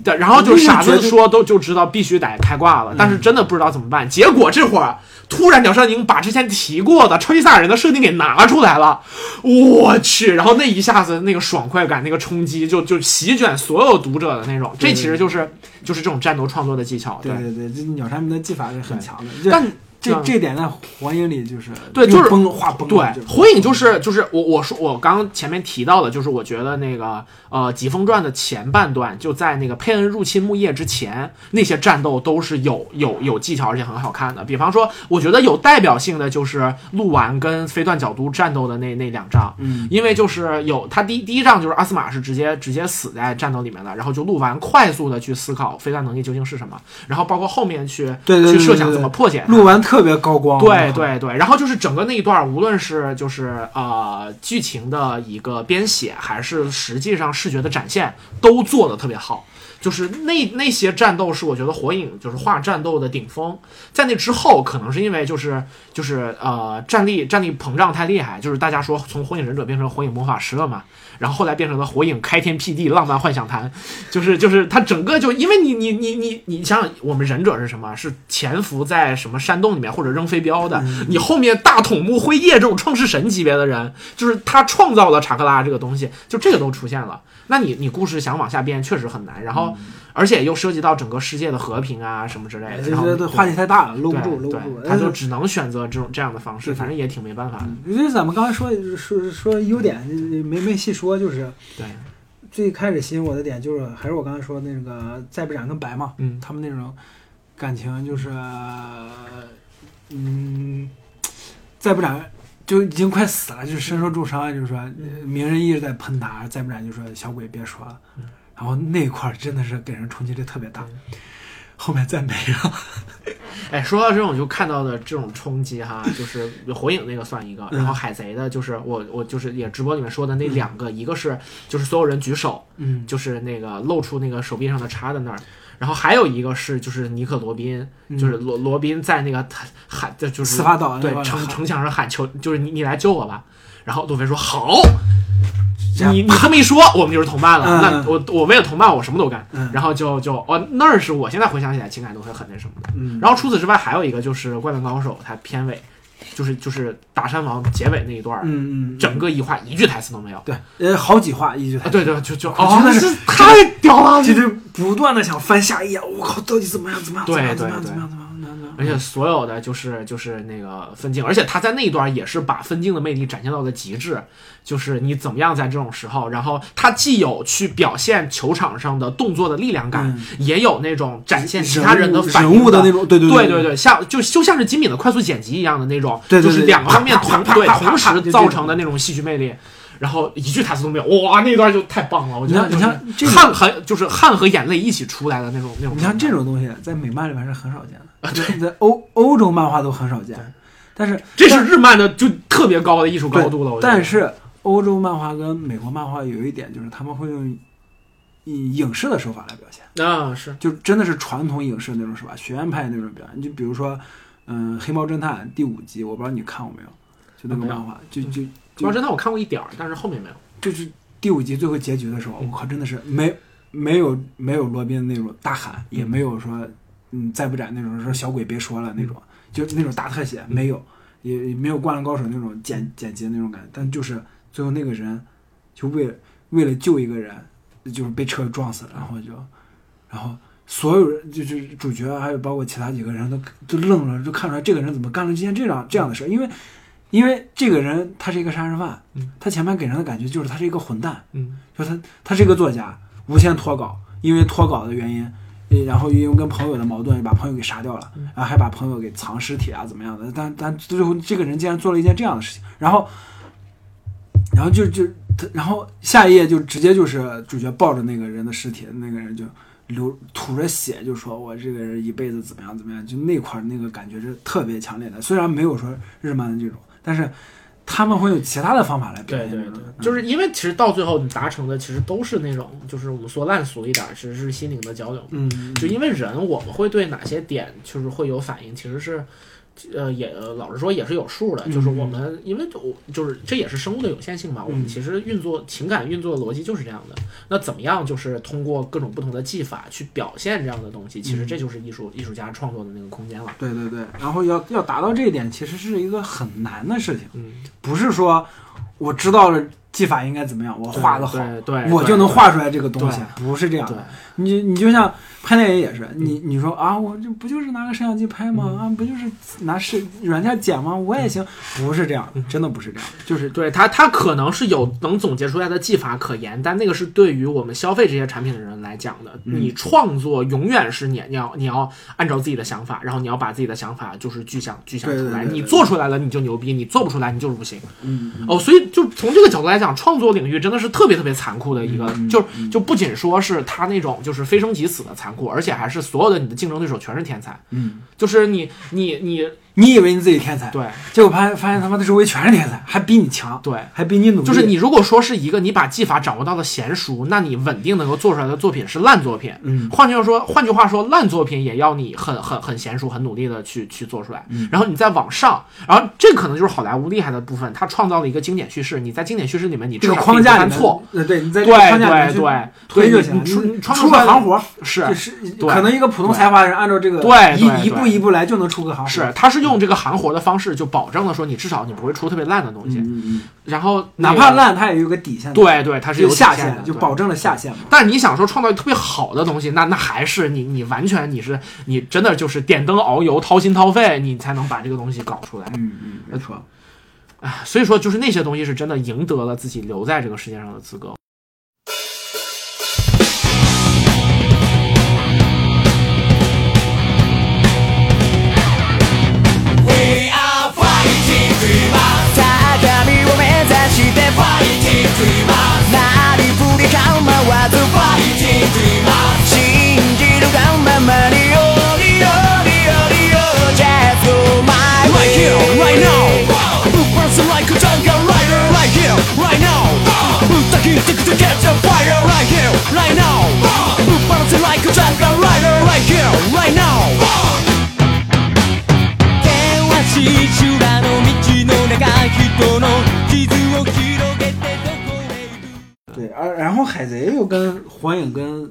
S1: 对，然后就傻子说都就知道必须得开挂了，但
S2: 嗯
S1: 是真的不知道怎么办。结果这会儿突然鸟山明把之前提过的超级赛亚人的设定给拿出来了，我去！然后那一下子那个爽快感、那个冲击就就席卷所有读者的那种。这其实就是就是这种战斗创作的技巧。
S2: 对对对，这鸟山明的技法是很强的，这
S1: 但
S2: 这
S1: 嗯
S2: 这点在火影里就是
S1: 对就是
S2: 又崩画崩了
S1: 对，火影就是就是我我说我刚前面提到的，就是我觉得那个呃《疾风传》的前半段，就在那个佩恩入侵木叶之前，那些战斗都是有有有技巧，而且很好看的。比方说，我觉得有代表性的就是鹿丸跟飞段角都战斗的那那两仗，
S2: 嗯，
S1: 因为就是有他第一第一仗就是阿斯玛是直接直接死在战斗里面的，然后就鹿丸快速的去思考飞段能力究竟是什么，然后包括后面去
S2: 对对对
S1: 去设想
S2: 对
S1: 怎么破解它
S2: 录完特别高光，
S1: 对对对，然后就是整个那一段儿，无论是就是呃剧情的一个编写，还是实际上视觉的展现，都做得特别好。就是那那些战斗是我觉得火影就是画战斗的顶峰，在那之后可能是因为就是就是呃战力战力膨胀太厉害，就是大家说从火影忍者变成火影魔法师了嘛，然后后来变成了火影开天辟地浪漫幻想坛，就是就是它整个就因为你你你你你想想，我们忍者是什么？是潜伏在什么山洞里面或者扔飞镖的。
S2: 嗯
S1: 你后面大筒木辉夜这种创世神级别的人，就是他创造了查克拉这个东西，就这个都出现了。那你你故事想往下编确实很难，然
S2: 嗯
S1: 后、而且又涉及到整个世界的和平啊什么之类
S2: 哎，
S1: 的，
S2: 这
S1: 然后
S2: 这这话题太大了，搂不呃
S1: 对
S2: 住，搂不
S1: 对
S2: 住，，嗯
S1: 他
S2: 但是
S1: 就只能选择这种这样的方式，
S2: 对对
S1: 反正也挺没办法的。
S2: 因啊为咱们刚才说说说优点，没没细说，就是
S1: 对，
S2: 最开始吸引我的点就是还是我刚才说的那个再不染跟白嘛，
S1: 嗯
S2: 他们那种感情就是，嗯，再不染就已经快死了，就是身受重伤，就是说鸣人一直在喷他，再不染就说小鬼别说了，
S1: 嗯
S2: 然后那一块儿真的是给人冲击力特别大，后面再没了，
S1: 哎，说到这种就看到的这种冲击哈，就是火影那个算一个，
S2: 嗯
S1: 然后海贼的就是我我就是也直播里面说的那两个，一个是就是所有人举手，
S2: 嗯，
S1: 就是那个露出那个手臂上的叉在那儿，然后还有一个是就是尼克罗宾，就是罗罗宾在那个喊就就是
S2: 斯巴嗯岛
S1: 对
S2: 那块儿
S1: 城
S2: 喊
S1: 城墙上喊求，就是你你来救我吧，然后路飞说好。
S2: 这样
S1: 你你这么一说，我们就是同伴了。
S2: 嗯嗯
S1: 那我我为了同伴，我什么都干。
S2: 嗯
S1: 然后就就哦，那儿是我现在回想起来情感都会很那什么的。
S2: 嗯
S1: 然后除此之外，还有一个就是《灌篮高手》，它片尾就是就是打山王结尾那一段儿，
S2: 嗯嗯，
S1: 整个一话一句台词都没有。
S2: 对，呃，好几话一句台
S1: 啊，对对，就就
S2: 我
S1: 哦
S2: 觉，得
S1: 这
S2: 是
S1: 太屌了！
S2: 其实不断的想翻下一页，我靠，到底怎么样？怎么样？怎么
S1: 对
S2: 样？怎么样？
S1: 对
S2: 怎么样？怎么样？怎么样？哎
S1: 而且所有的就是就是那个分镜，而且他在那一段也是把分镜的魅力展现到了极致，就是你怎么样在这种时候，然后他既有去表现球场上的动作的力量感，
S2: 嗯
S1: 也有那种展现其他人的反
S2: 人
S1: 应
S2: 物的那种，对对
S1: 对
S2: 对，
S1: 像就就像是金敏的快速剪辑一样的那种，
S2: 对对对
S1: 就是两个方面同
S2: 啪啪啪
S1: 对
S2: 啪啪
S1: 同
S2: 啪
S1: 时
S2: 就这
S1: 造
S2: 种
S1: 成的那种戏剧魅力。然后一句台词都没有，哇，那段就太棒了！我觉得
S2: 你像
S1: 就是
S2: 你像
S1: 汗
S2: 这种
S1: 和就是汗和眼泪一起出来的那种那种。
S2: 你像这种东西，在美漫里面是很少见的，在在欧 欧洲漫画都很少见，但是
S1: 这是日漫的就特别高的艺术
S2: 对
S1: 高度了。我觉得
S2: 但是欧洲漫画跟美国漫画有一点就是他们会用以影视的手法来表现，
S1: 啊是
S2: 就真的是传统影视那种手法，学院派那种表现。你就比如说，嗯，《黑猫侦探》第五集，我不知道你看过没有，就那
S1: 啊
S2: 个
S1: 没有
S2: 漫画，就就
S1: 《猫侦探》我看过一点儿，但是后面没有。
S2: 就是第五集最后结局的时候，我靠，真的是没没有没有罗宾那种大喊，也没有说嗯再不斩那种说小鬼别说了那种，就那种大特写没有，也也没有灌篮高手那种剪剪辑那种感觉，但就是最后那个人就为为了救一个人，就是被车撞死了，然后就然后。所有人就是主角，还有包括其他几个人都都愣了，就看出来这个人怎么干了这件这样这样的事儿，因为因为这个人他是一个杀人犯，
S1: 嗯
S2: 他前面给人的感觉就是他是一个混蛋，
S1: 嗯
S2: 就他他是一个作家，无限脱稿，因为脱稿的原因，呃然后因为跟朋友的矛盾把朋友给杀掉
S1: 嗯
S2: 了，然后还把朋友给藏尸体啊怎么样的，但但最后这个人竟然做了一件这样的事情，然后然后就就他然后下一页就直接就是主角抱着那个人的尸体，那个人就。流吐着血就说：“我这个人一辈子怎么样怎么样？”就那块儿那个感觉是特别强烈的，虽然没有说日漫的这种，但是他们会有其他的方法来表
S1: 对
S2: 现这
S1: 对嗯
S2: 种。
S1: 对，就是因为其实到最后你达成的其实都是那种，就是我们说烂俗一点儿，其实是心灵的交流。
S2: 嗯，嗯
S1: 就因为人，我们会对哪些点就是会有反应，其实是呃，也呃老实说也是有数的，就是我们因为就就是这也是生物的有限性嘛，我们其实运作情感运作的逻辑就是这样的。那怎么样就是通过各种不同的技法去表现这样的东西，其实这就是艺术艺术家创作的那个空间了。
S2: 对对对，然后要要达到这一点，其实是一个很难的事情，
S1: 嗯，
S2: 不是说我知道了技法应该怎么样，我画的好，
S1: 对对，
S2: 我
S1: 对
S2: 就能画出来这个东西，
S1: 对
S2: 不是这样
S1: 对
S2: 的。你你就像拍电影也是，你你说啊，我这不就是拿个摄像机拍
S1: 嗯
S2: 吗？啊，不就是拿摄软件剪吗？我也行，
S1: 嗯
S2: 不是这样的，真的不是这样的，就是
S1: 对他，他可能是有能总结出来的技法可言，但那个是对于我们消费这些产品的人来讲的。
S2: 嗯
S1: 你创作永远是你你要你要按照自己的想法，然后你要把自己的想法就是具象具象
S2: 对
S1: 出
S2: 对
S1: 来。
S2: 对
S1: 你
S2: 对
S1: 做出来了你就牛逼，你做不出来你就是不行。
S2: 嗯，
S1: 哦，所以就从这个角度来讲，创作领域真的是特别特别残酷的一个，
S2: 嗯
S1: 就就不仅说是他那种就是非生即死的残酷，而且还是所有的你的竞争对手全是天才。
S2: 嗯，
S1: 就是你你你
S2: 你以为你自己天才，
S1: 对。
S2: 结果发现发现他妈的周围全是天才，还比你强，
S1: 对
S2: 还比你努力，
S1: 就是你如果说是一个你把技法掌握到了娴熟，那你稳定能够做出来的作品是烂作品。
S2: 嗯
S1: 换句话说，换句话说，烂作品也要你很很很娴熟、很努力的去去做出来。
S2: 嗯
S1: 然后你再往上，然后这可能就是好莱坞厉害的部分，它创造了一个经典叙事。你在经典叙事里面，你
S2: 这
S1: 至
S2: 个
S1: 少
S2: 框
S1: 可以
S2: 架里
S1: 不
S2: 面
S1: 犯错。，
S2: 呃对，你在这个
S1: 对
S2: 框架里面
S1: 对
S2: 去
S1: 对，
S2: 推就
S1: 对
S2: 行，
S1: 你出
S2: 你
S1: 你
S2: 出
S1: 出
S2: 个
S1: 个
S2: 行活儿
S1: 是
S2: 就是
S1: 对
S2: 可能一个普通财阀人按照这个
S1: 对对
S2: 一一
S1: 对
S2: 步一步来就能出个行活，
S1: 是，他是用这个行活的方式，就保证了说你至少你不会出特别烂的东西。
S2: 嗯，
S1: 然后那
S2: 哪
S1: 个
S2: 怕，烂它也有个底线的，
S1: 对对，它是有
S2: 就
S1: 底
S2: 下
S1: 线
S2: 限
S1: 的，
S2: 就
S1: 对
S2: 保证了下限嘛。
S1: 但是你想说创造一个特别好的东西，那那还是你你完全你是你真的就是点灯熬油、掏心掏肺，你才能把这个东西搞出来。
S2: 嗯嗯，没错。
S1: 啊所以说，就是那些东西是真的赢得了自己留在这个世界上的资格。
S3: We are fighting dreamers
S4: さあ神を目指して
S3: Fighting dreamers
S4: なりふり構わず
S3: Fighting dreamers
S4: 信じるがままによりよりよりよ Just go my
S3: Right
S4: way
S3: here, right now Who burns like a jungle rider Right here, right now Who taking stick to catch a fire Right here, right now Who burns like a jungle rider Right here, right now
S4: 険しい修羅の道の中人の傷を広げてどこへ行く
S2: 对，而然后海贼又跟火影跟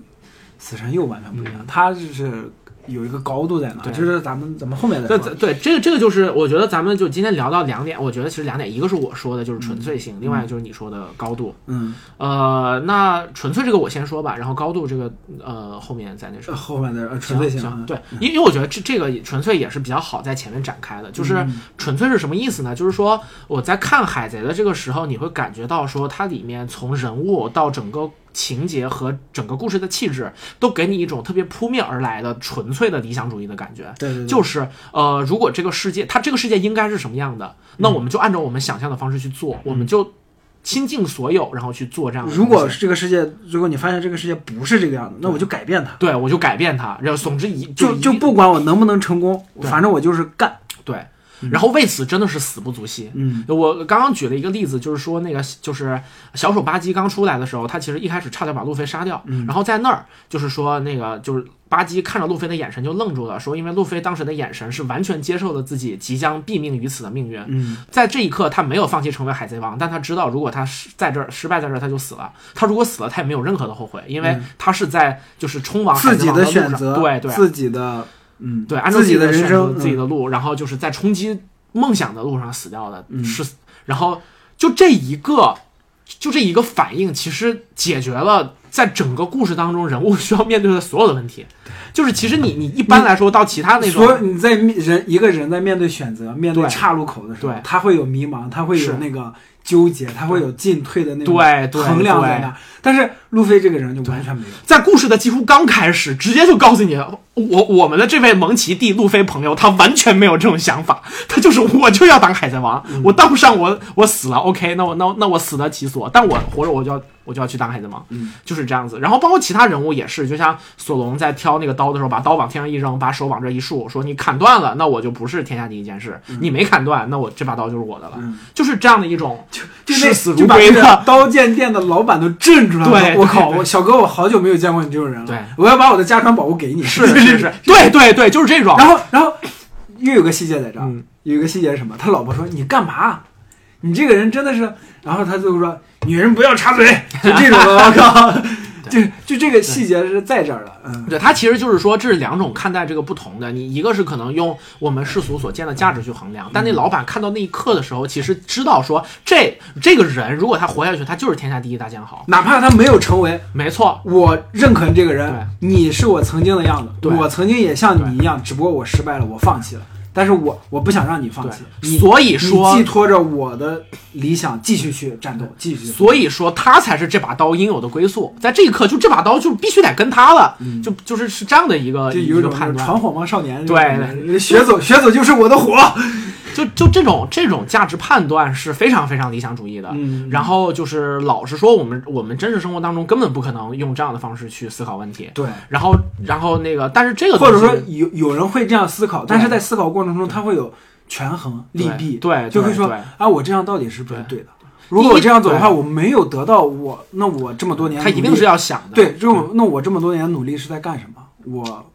S2: 死神又完全不一样，它就是有一个高度在那，
S1: 嗯对
S2: 就是咱们咱们后面再
S1: 对
S2: 说。
S1: 对，这个这个就是我觉得咱们就今天聊到两点，我觉得其实两点，一个是我说的就是纯粹性，另外就是你说的高度。
S2: 嗯，
S1: 呃，那纯粹这个我先说吧，然后高度这个呃后面再那
S2: 呃
S1: 说。
S2: 后面的纯粹性
S1: 行
S2: 啊，
S1: 对，因因为我觉得这这个也纯粹也是比较好在前面展开的，就是
S2: 嗯
S1: 纯粹是什么意思呢？就是说我在看《海贼》的这个时候，你会感觉到说它里面从人物到整个。情节和整个故事的气质都给你一种特别扑面而来的纯粹的理想主义的感觉，
S2: 对对对
S1: 就是呃，如果这个世界它这个世界应该是什么样的，那我们就按照我们想象的方式去做，我们就倾尽所有，然后去做这样的东西。
S2: 嗯如果是这个世界，如果你发现这个世界不是这个样子，那我就改变它，
S1: 对我就改变它，然后总之一
S2: 就
S1: 一
S2: 就不管我能不能成功，
S1: 对
S2: 反正我就是干。
S1: 对，然后为此真的是死不足惜。
S2: 嗯，
S1: 我刚刚举了一个例子，就是说那个就是小手巴基刚出来的时候，他其实一开始差点把路飞杀掉，
S2: 嗯
S1: 然后在那儿就是说那个就是巴基看着路飞的眼神就愣住了，说因为路飞当时的眼神是完全接受了自己即将毙命于此的命运，
S2: 嗯，
S1: 在这一刻他没有放弃成为海贼王，但他知道如果他失在这儿失败在这儿他就死了，他如果死了他也没有任何的后悔，因为他是在就是冲往海
S2: 嗯自
S1: 贼
S2: 己
S1: 王路
S2: 选
S1: 上
S2: 择，
S1: 对对，
S2: 自己的，嗯，
S1: 对，按照
S2: 自己
S1: 的
S2: 人
S1: 选择
S2: 生，嗯
S1: 自己的路，然后就是在冲击梦想的路上死掉的，
S2: 嗯
S1: 是，然后就这一个，就这一个反应，其实解决了在整个故事当中人物需要面对的所有的问题。就是其实你你一般来说到其他
S2: 嗯
S1: 那
S2: 所有
S1: 种，
S2: 你在面人一个人在面对选择、面对
S1: 对
S2: 岔路口的时候
S1: 对，
S2: 他会有迷茫，他会有
S1: 是
S2: 那个纠结，他会有进退的那种
S1: 对对
S2: 衡量在
S1: 对
S2: 那儿。但是路飞这个人就完全没有，
S1: 在故事的几乎刚开始，直接就告诉你，我我们的这位蒙奇 D 路飞朋友，他完全没有这种想法，他就是我就要当海贼王，
S2: 嗯
S1: 我当不上我我死了，OK，那我那我那我死得其所，但我活着我就要我就要去当海贼王，
S2: 嗯
S1: 就是这样子。然后包括其他人物也是，就像索隆在挑那个刀的时候，把刀往天上一扔，把手往这一竖，说你砍断了，那我就不是天下第一剑士，
S2: 嗯
S1: 你没砍断，那我这把刀就是我的了，就是这样的一种
S2: 就
S1: 视
S2: 那
S1: 死
S2: 就
S1: 如
S2: 把
S1: 归
S2: 这个
S1: 的。
S2: 刀剑店的老板都震住了。
S1: 对
S2: 我靠，
S1: 对对
S2: 我小哥，我好久没有见过你这种人了。
S1: 对
S2: 我要把我的家传宝物给你。
S1: 是是是，对对对，就是这种。
S2: 然后，然后又有个细节在这儿，
S1: 嗯
S2: 有一个细节是什么？他老婆说：“你干嘛？你这个人真的是……”然后他最后说：“女人不要插嘴。” 就这种的，我靠！就就这个细节是在这儿的，嗯，
S1: 对，它其实就是说，这是两种看待这个不同的。你一个是可能用我们世俗所见的价值去衡量，但那
S2: 嗯
S1: 老板看到那一刻的时候，其实知道说这这个人如果他活下去，他就是天下第一大富豪。
S2: 哪怕他没有成为
S1: 没错，
S2: 我认可这个人，你是我曾经的样子，
S1: 对
S2: 我曾经也像你一样，只不过我失败了，我放弃了，但是我我不想让你放弃，
S1: 对，
S2: 你
S1: 所以
S2: 你
S1: 说
S2: 寄，托着我的理想继续去战斗，继续去。
S1: 所以说他才是这把刀应有的归宿。在这一刻，就这把刀就必须得跟他了，就就是是这样的一个
S2: 就
S1: 一
S2: 嗯有一
S1: 个
S2: 种
S1: 判断
S2: 传。火吗少年？
S1: 对
S2: 对，学走学走就是我的火。
S1: 就就这种这种价值判断是非常非常理想主义的。
S2: 嗯
S1: 然后就是老实说，我们我们真实生活当中根本不可能用这样的方式去思考问题。
S2: 对，
S1: 然后然后那个，但是这个
S2: 或者说
S1: 东西
S2: 有有人会这样思考，但是在思考过程中，他会有权衡利弊，
S1: 对对
S2: 就会说
S1: 对
S2: 啊，我这样到底是不是
S1: 对
S2: 对的？如果我这样走的话，
S1: 对
S2: 我没有得到我，那我这么多年
S1: 他一
S2: 努力
S1: 定是要想的。嗯
S2: 对，这种那我这么多年努力是在干什么？我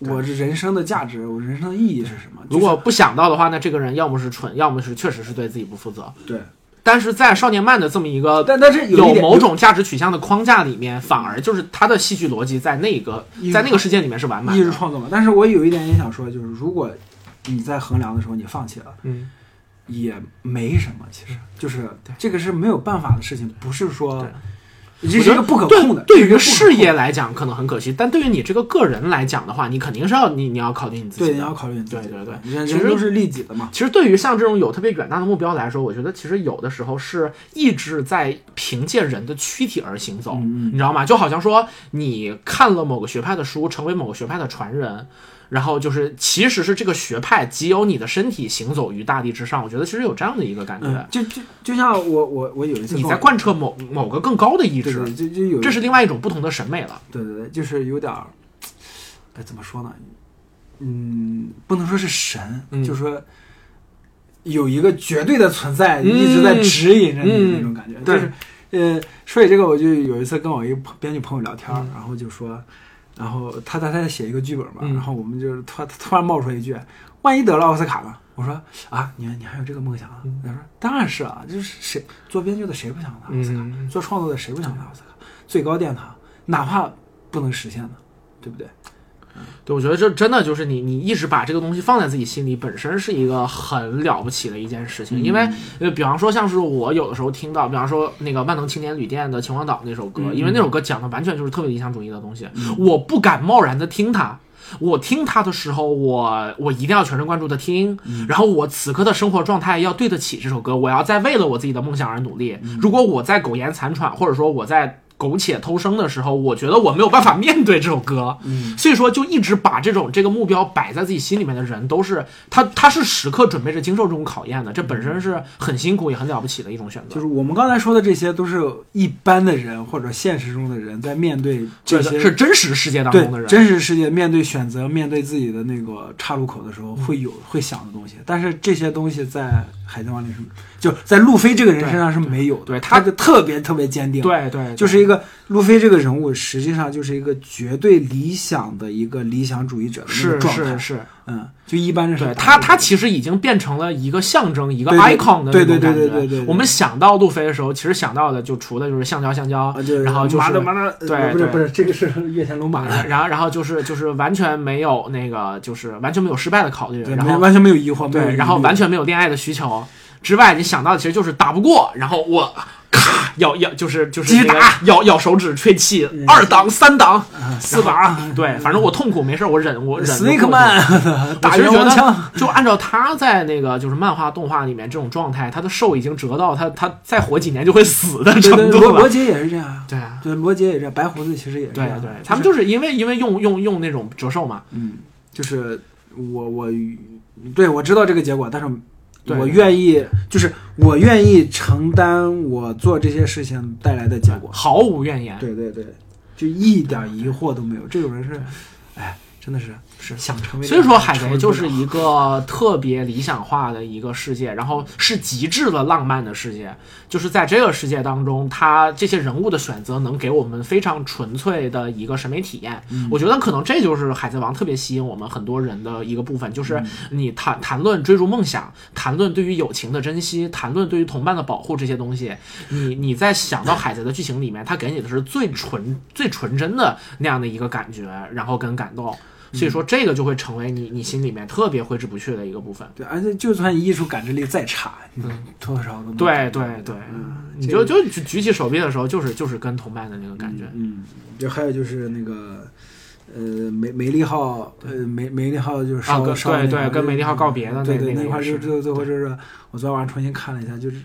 S2: 我这人生的价值，我人生的意义是什么？
S1: 如果不想到的话，那这个人要么是蠢，要么是确实是对自己不负责。
S2: 就是对，
S1: 但是在少年漫的这么一个
S2: 但但是有一
S1: 有
S2: 点
S1: 某种价值取向的框架里面，反而就是他的戏剧逻辑在那个
S2: 艺术
S1: 在那个世界里面是完满
S2: 艺术
S1: 的。
S2: 创作嘛。但是我有一点也想说，就是如果你在衡量的时候你放弃了，
S1: 嗯，
S2: 也没什么，其实就是这个是没有办法的事情，不是说这
S1: 我觉
S2: 是一
S1: 得
S2: 个不可
S1: 对
S2: 控的。
S1: 对
S2: 这是一
S1: 于
S2: 个不可
S1: 事
S2: 控
S1: 业，来讲可能很可惜，但对于你这个个人来讲的话，你肯定是要你你要考虑你自己的。
S2: 对你要考虑你自己
S1: 对对对
S2: 人
S1: 其
S2: 人
S1: 实
S2: 都是利己的嘛。
S1: 其实对于像这种有特别远大的目标来说，我觉得其实有的时候是意志在凭借人的躯体而行走，
S2: 嗯嗯
S1: 你知道吗？就好像说你看了某个学派的书，成为某个学派的传人。然后就是，其实是这个学派即由你的身体行走于大地之上。我觉得其实有这样的一个感觉，
S2: 嗯，就就就像我我我有一次
S1: 你
S2: 跟
S1: 在
S2: 我
S1: 贯彻某某个更高的意
S2: 对
S1: 志，
S2: 对，就就有一
S1: 这是另外一种不同的审美了。
S2: 对对对，就是有点儿，哎，怎么说呢？嗯，不能说是神，
S1: 嗯
S2: 就是说有一个绝对的存在、
S1: 嗯
S2: 一直在指引着你
S1: 嗯
S2: 那种感觉。
S1: 对
S2: 就是呃，说起这个，我就有一次跟我一个朋编剧朋友聊天儿，然后就说，然后他他他在写一个剧本嘛，
S1: 嗯
S2: 然后我们就是突突然冒出一句：“万一得了奥斯卡呢？”我说啊，你你还有这个梦想啊？
S1: 嗯
S2: 他说当然是啊，就是谁做编剧的谁不想拿奥斯卡，
S1: 嗯
S2: 做创作的谁不想拿奥斯卡？最高殿堂，哪怕不能实现呢，对不对？
S1: 对，我觉得这真的就是你，你一直把这个东西放在自己心里，本身是一个很了不起的一件事情。因为，呃，比方说像是我有的时候听到，比方说那个万能青年旅店的《秦皇岛》那首歌，因为那首歌讲的完全就是特别理想主义的东西，我不敢贸然的听它。我听它的时候，我我一定要全神贯注的听，然后我此刻的生活状态要对得起这首歌，我要在为了我自己的梦想而努力。如果我在苟延残喘，或者说我在苟且偷生的时候，我觉得我没有办法面对这首歌，所以说就一直把这种这个目标摆在自己心里面的人，都是他他是时刻准备着经受这种考验的，这本身是很辛苦也很了不起的一种选择。
S2: 就是我们刚才说的这些，都是一般的人或者现实中的人在面对
S1: 这
S2: 这些
S1: 个是真实世界当
S2: 对
S1: 中的人，
S2: 真实世界面对选择、面对自己的那个岔路口的时候，
S1: 嗯
S2: 会有会想的东西。但是这些东西在《海贼王》里是，就在路飞这个人身上是没有的。
S1: 对对
S2: 他就特别特别坚定。，
S1: 对对，对
S2: 就是一个路飞这个人物，实际上就是一个绝对理想的一个理想主义者的那个
S1: 是
S2: 状
S1: 是
S2: 态。
S1: 是，
S2: 嗯，就一般人是
S1: 对
S2: 达
S1: 他
S2: 不
S1: 他
S2: 到
S1: 其实已经变成了一个象征，一个
S2: 对对
S1: icon 的
S2: 对
S1: 那
S2: 对
S1: 种感
S2: 对对对对
S1: 觉
S2: 对。
S1: 我们想到路飞的时候，其实想到的就除了就是呃橡胶橡胶
S2: 啊，对，
S1: 然后就
S2: 马
S1: 是
S2: 的马的，
S1: 对
S2: 呃不是
S1: 对嗯
S2: 不是，这个是月前龙马的，
S1: 然后然后就是就是完全没有那个就是完全没有失败的考虑，
S2: 对，
S1: 然
S2: 没
S1: 后
S2: 完全没有疑惑，没有疑
S1: 对，
S2: 虑
S1: 然后完全没有恋爱的需求之外，你想到的其实就是打不过，然后我咔咬咬，就是就是
S2: 继续
S1: 那个
S2: 打
S1: 咬咬手指吹气
S2: 嗯，
S1: 二档三档四把
S2: 档，
S1: 对，反正我痛苦没事，我忍我忍着过去。
S2: Snake Man 打
S1: 我其实
S2: 人
S1: 觉
S2: 王
S1: 得
S2: 枪，，
S1: 就按照他在那个就是漫画动画里面这种状态，他的寿已经折到他他再活几年就会死的
S2: 对
S1: 程
S2: 对，
S1: 度
S2: 罗罗
S1: 了。
S2: 杰也是这样啊，
S1: 对啊，
S2: 对，罗杰也是这样，白胡子其实也是这
S1: 对
S2: 样，
S1: 对，他们就是因为因为用用用那种折寿嘛，
S2: 嗯，就是我我对我知道这个结果，但是
S1: 对
S2: 我愿意，就是我愿意承担我做这些事情带来的结果，
S1: 毫无怨言。
S2: 对对对，就一点疑惑都没有，这种人是，哎，真的是
S1: 是
S2: 想成为。
S1: 所以说，海贼就是一个特别理想化的一个世界，然后是极致的浪漫的世界。就是在这个世界当中，他这些人物的选择能给我们非常纯粹的一个审美体验。
S2: 嗯
S1: 我觉得可能这就是《海贼王》特别吸引我们很多人的一个部分，就是
S2: 嗯
S1: 你谈谈论追逐梦想，谈论对于友情的珍惜，谈论对于同伴的保护这些东西。你你在想到海贼的剧情里面，他给你的是最纯最纯真的那样的一个感觉，然后跟感动。所以
S2: 嗯
S1: 说这个就会成为你你心里面特别挥之不去的一个部分。
S2: 对，而且就算艺术感知力再差，你多多少少都能
S1: 对
S2: 感觉
S1: 对
S2: 到
S1: 对，啊
S2: 嗯
S1: 你
S2: 这
S1: 就
S2: 个
S1: 就举举起手臂的时候，就是就是跟同伴的那个感觉。
S2: 嗯，就还有就是那个。呃，梅梅利号，呃，梅梅利号就是
S1: 啊
S2: 烧
S1: 跟
S2: 烧
S1: 对
S2: 那
S1: 对
S2: 个
S1: 跟梅利号告别的
S2: 对
S1: 那
S2: 对，
S1: 那个
S2: 那块
S1: 也
S2: 就是最最后就是我昨天晚上重新看了一下，就是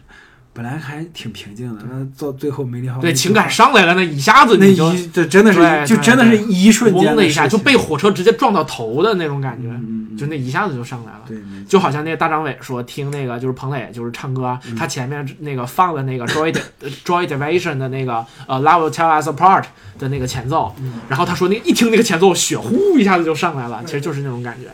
S2: 本来还挺平静的，那到最后梅利号
S1: 对，
S2: 那
S1: 情感上来了，那一下子
S2: 嗯那
S1: 你就
S2: 一这真的
S1: 对
S2: 是就
S1: 对
S2: 真的是
S1: 对
S2: 一瞬间
S1: 嗡的一下
S2: 事
S1: 就
S2: 情
S1: 被火车直接撞到头的那种感觉，
S2: 嗯嗯嗯
S1: 就那一下子就上来了。
S2: 对没
S1: 就好像那个大张伟说听那个就是彭磊就是唱歌，啊他前面那个放了那个 Joy 呃 Joy Division 的那个呃 Love Will Tear Us Apart 的那个前奏，然后他说那一听那个前奏，血呼一下子就上来了，其实就是那种感觉。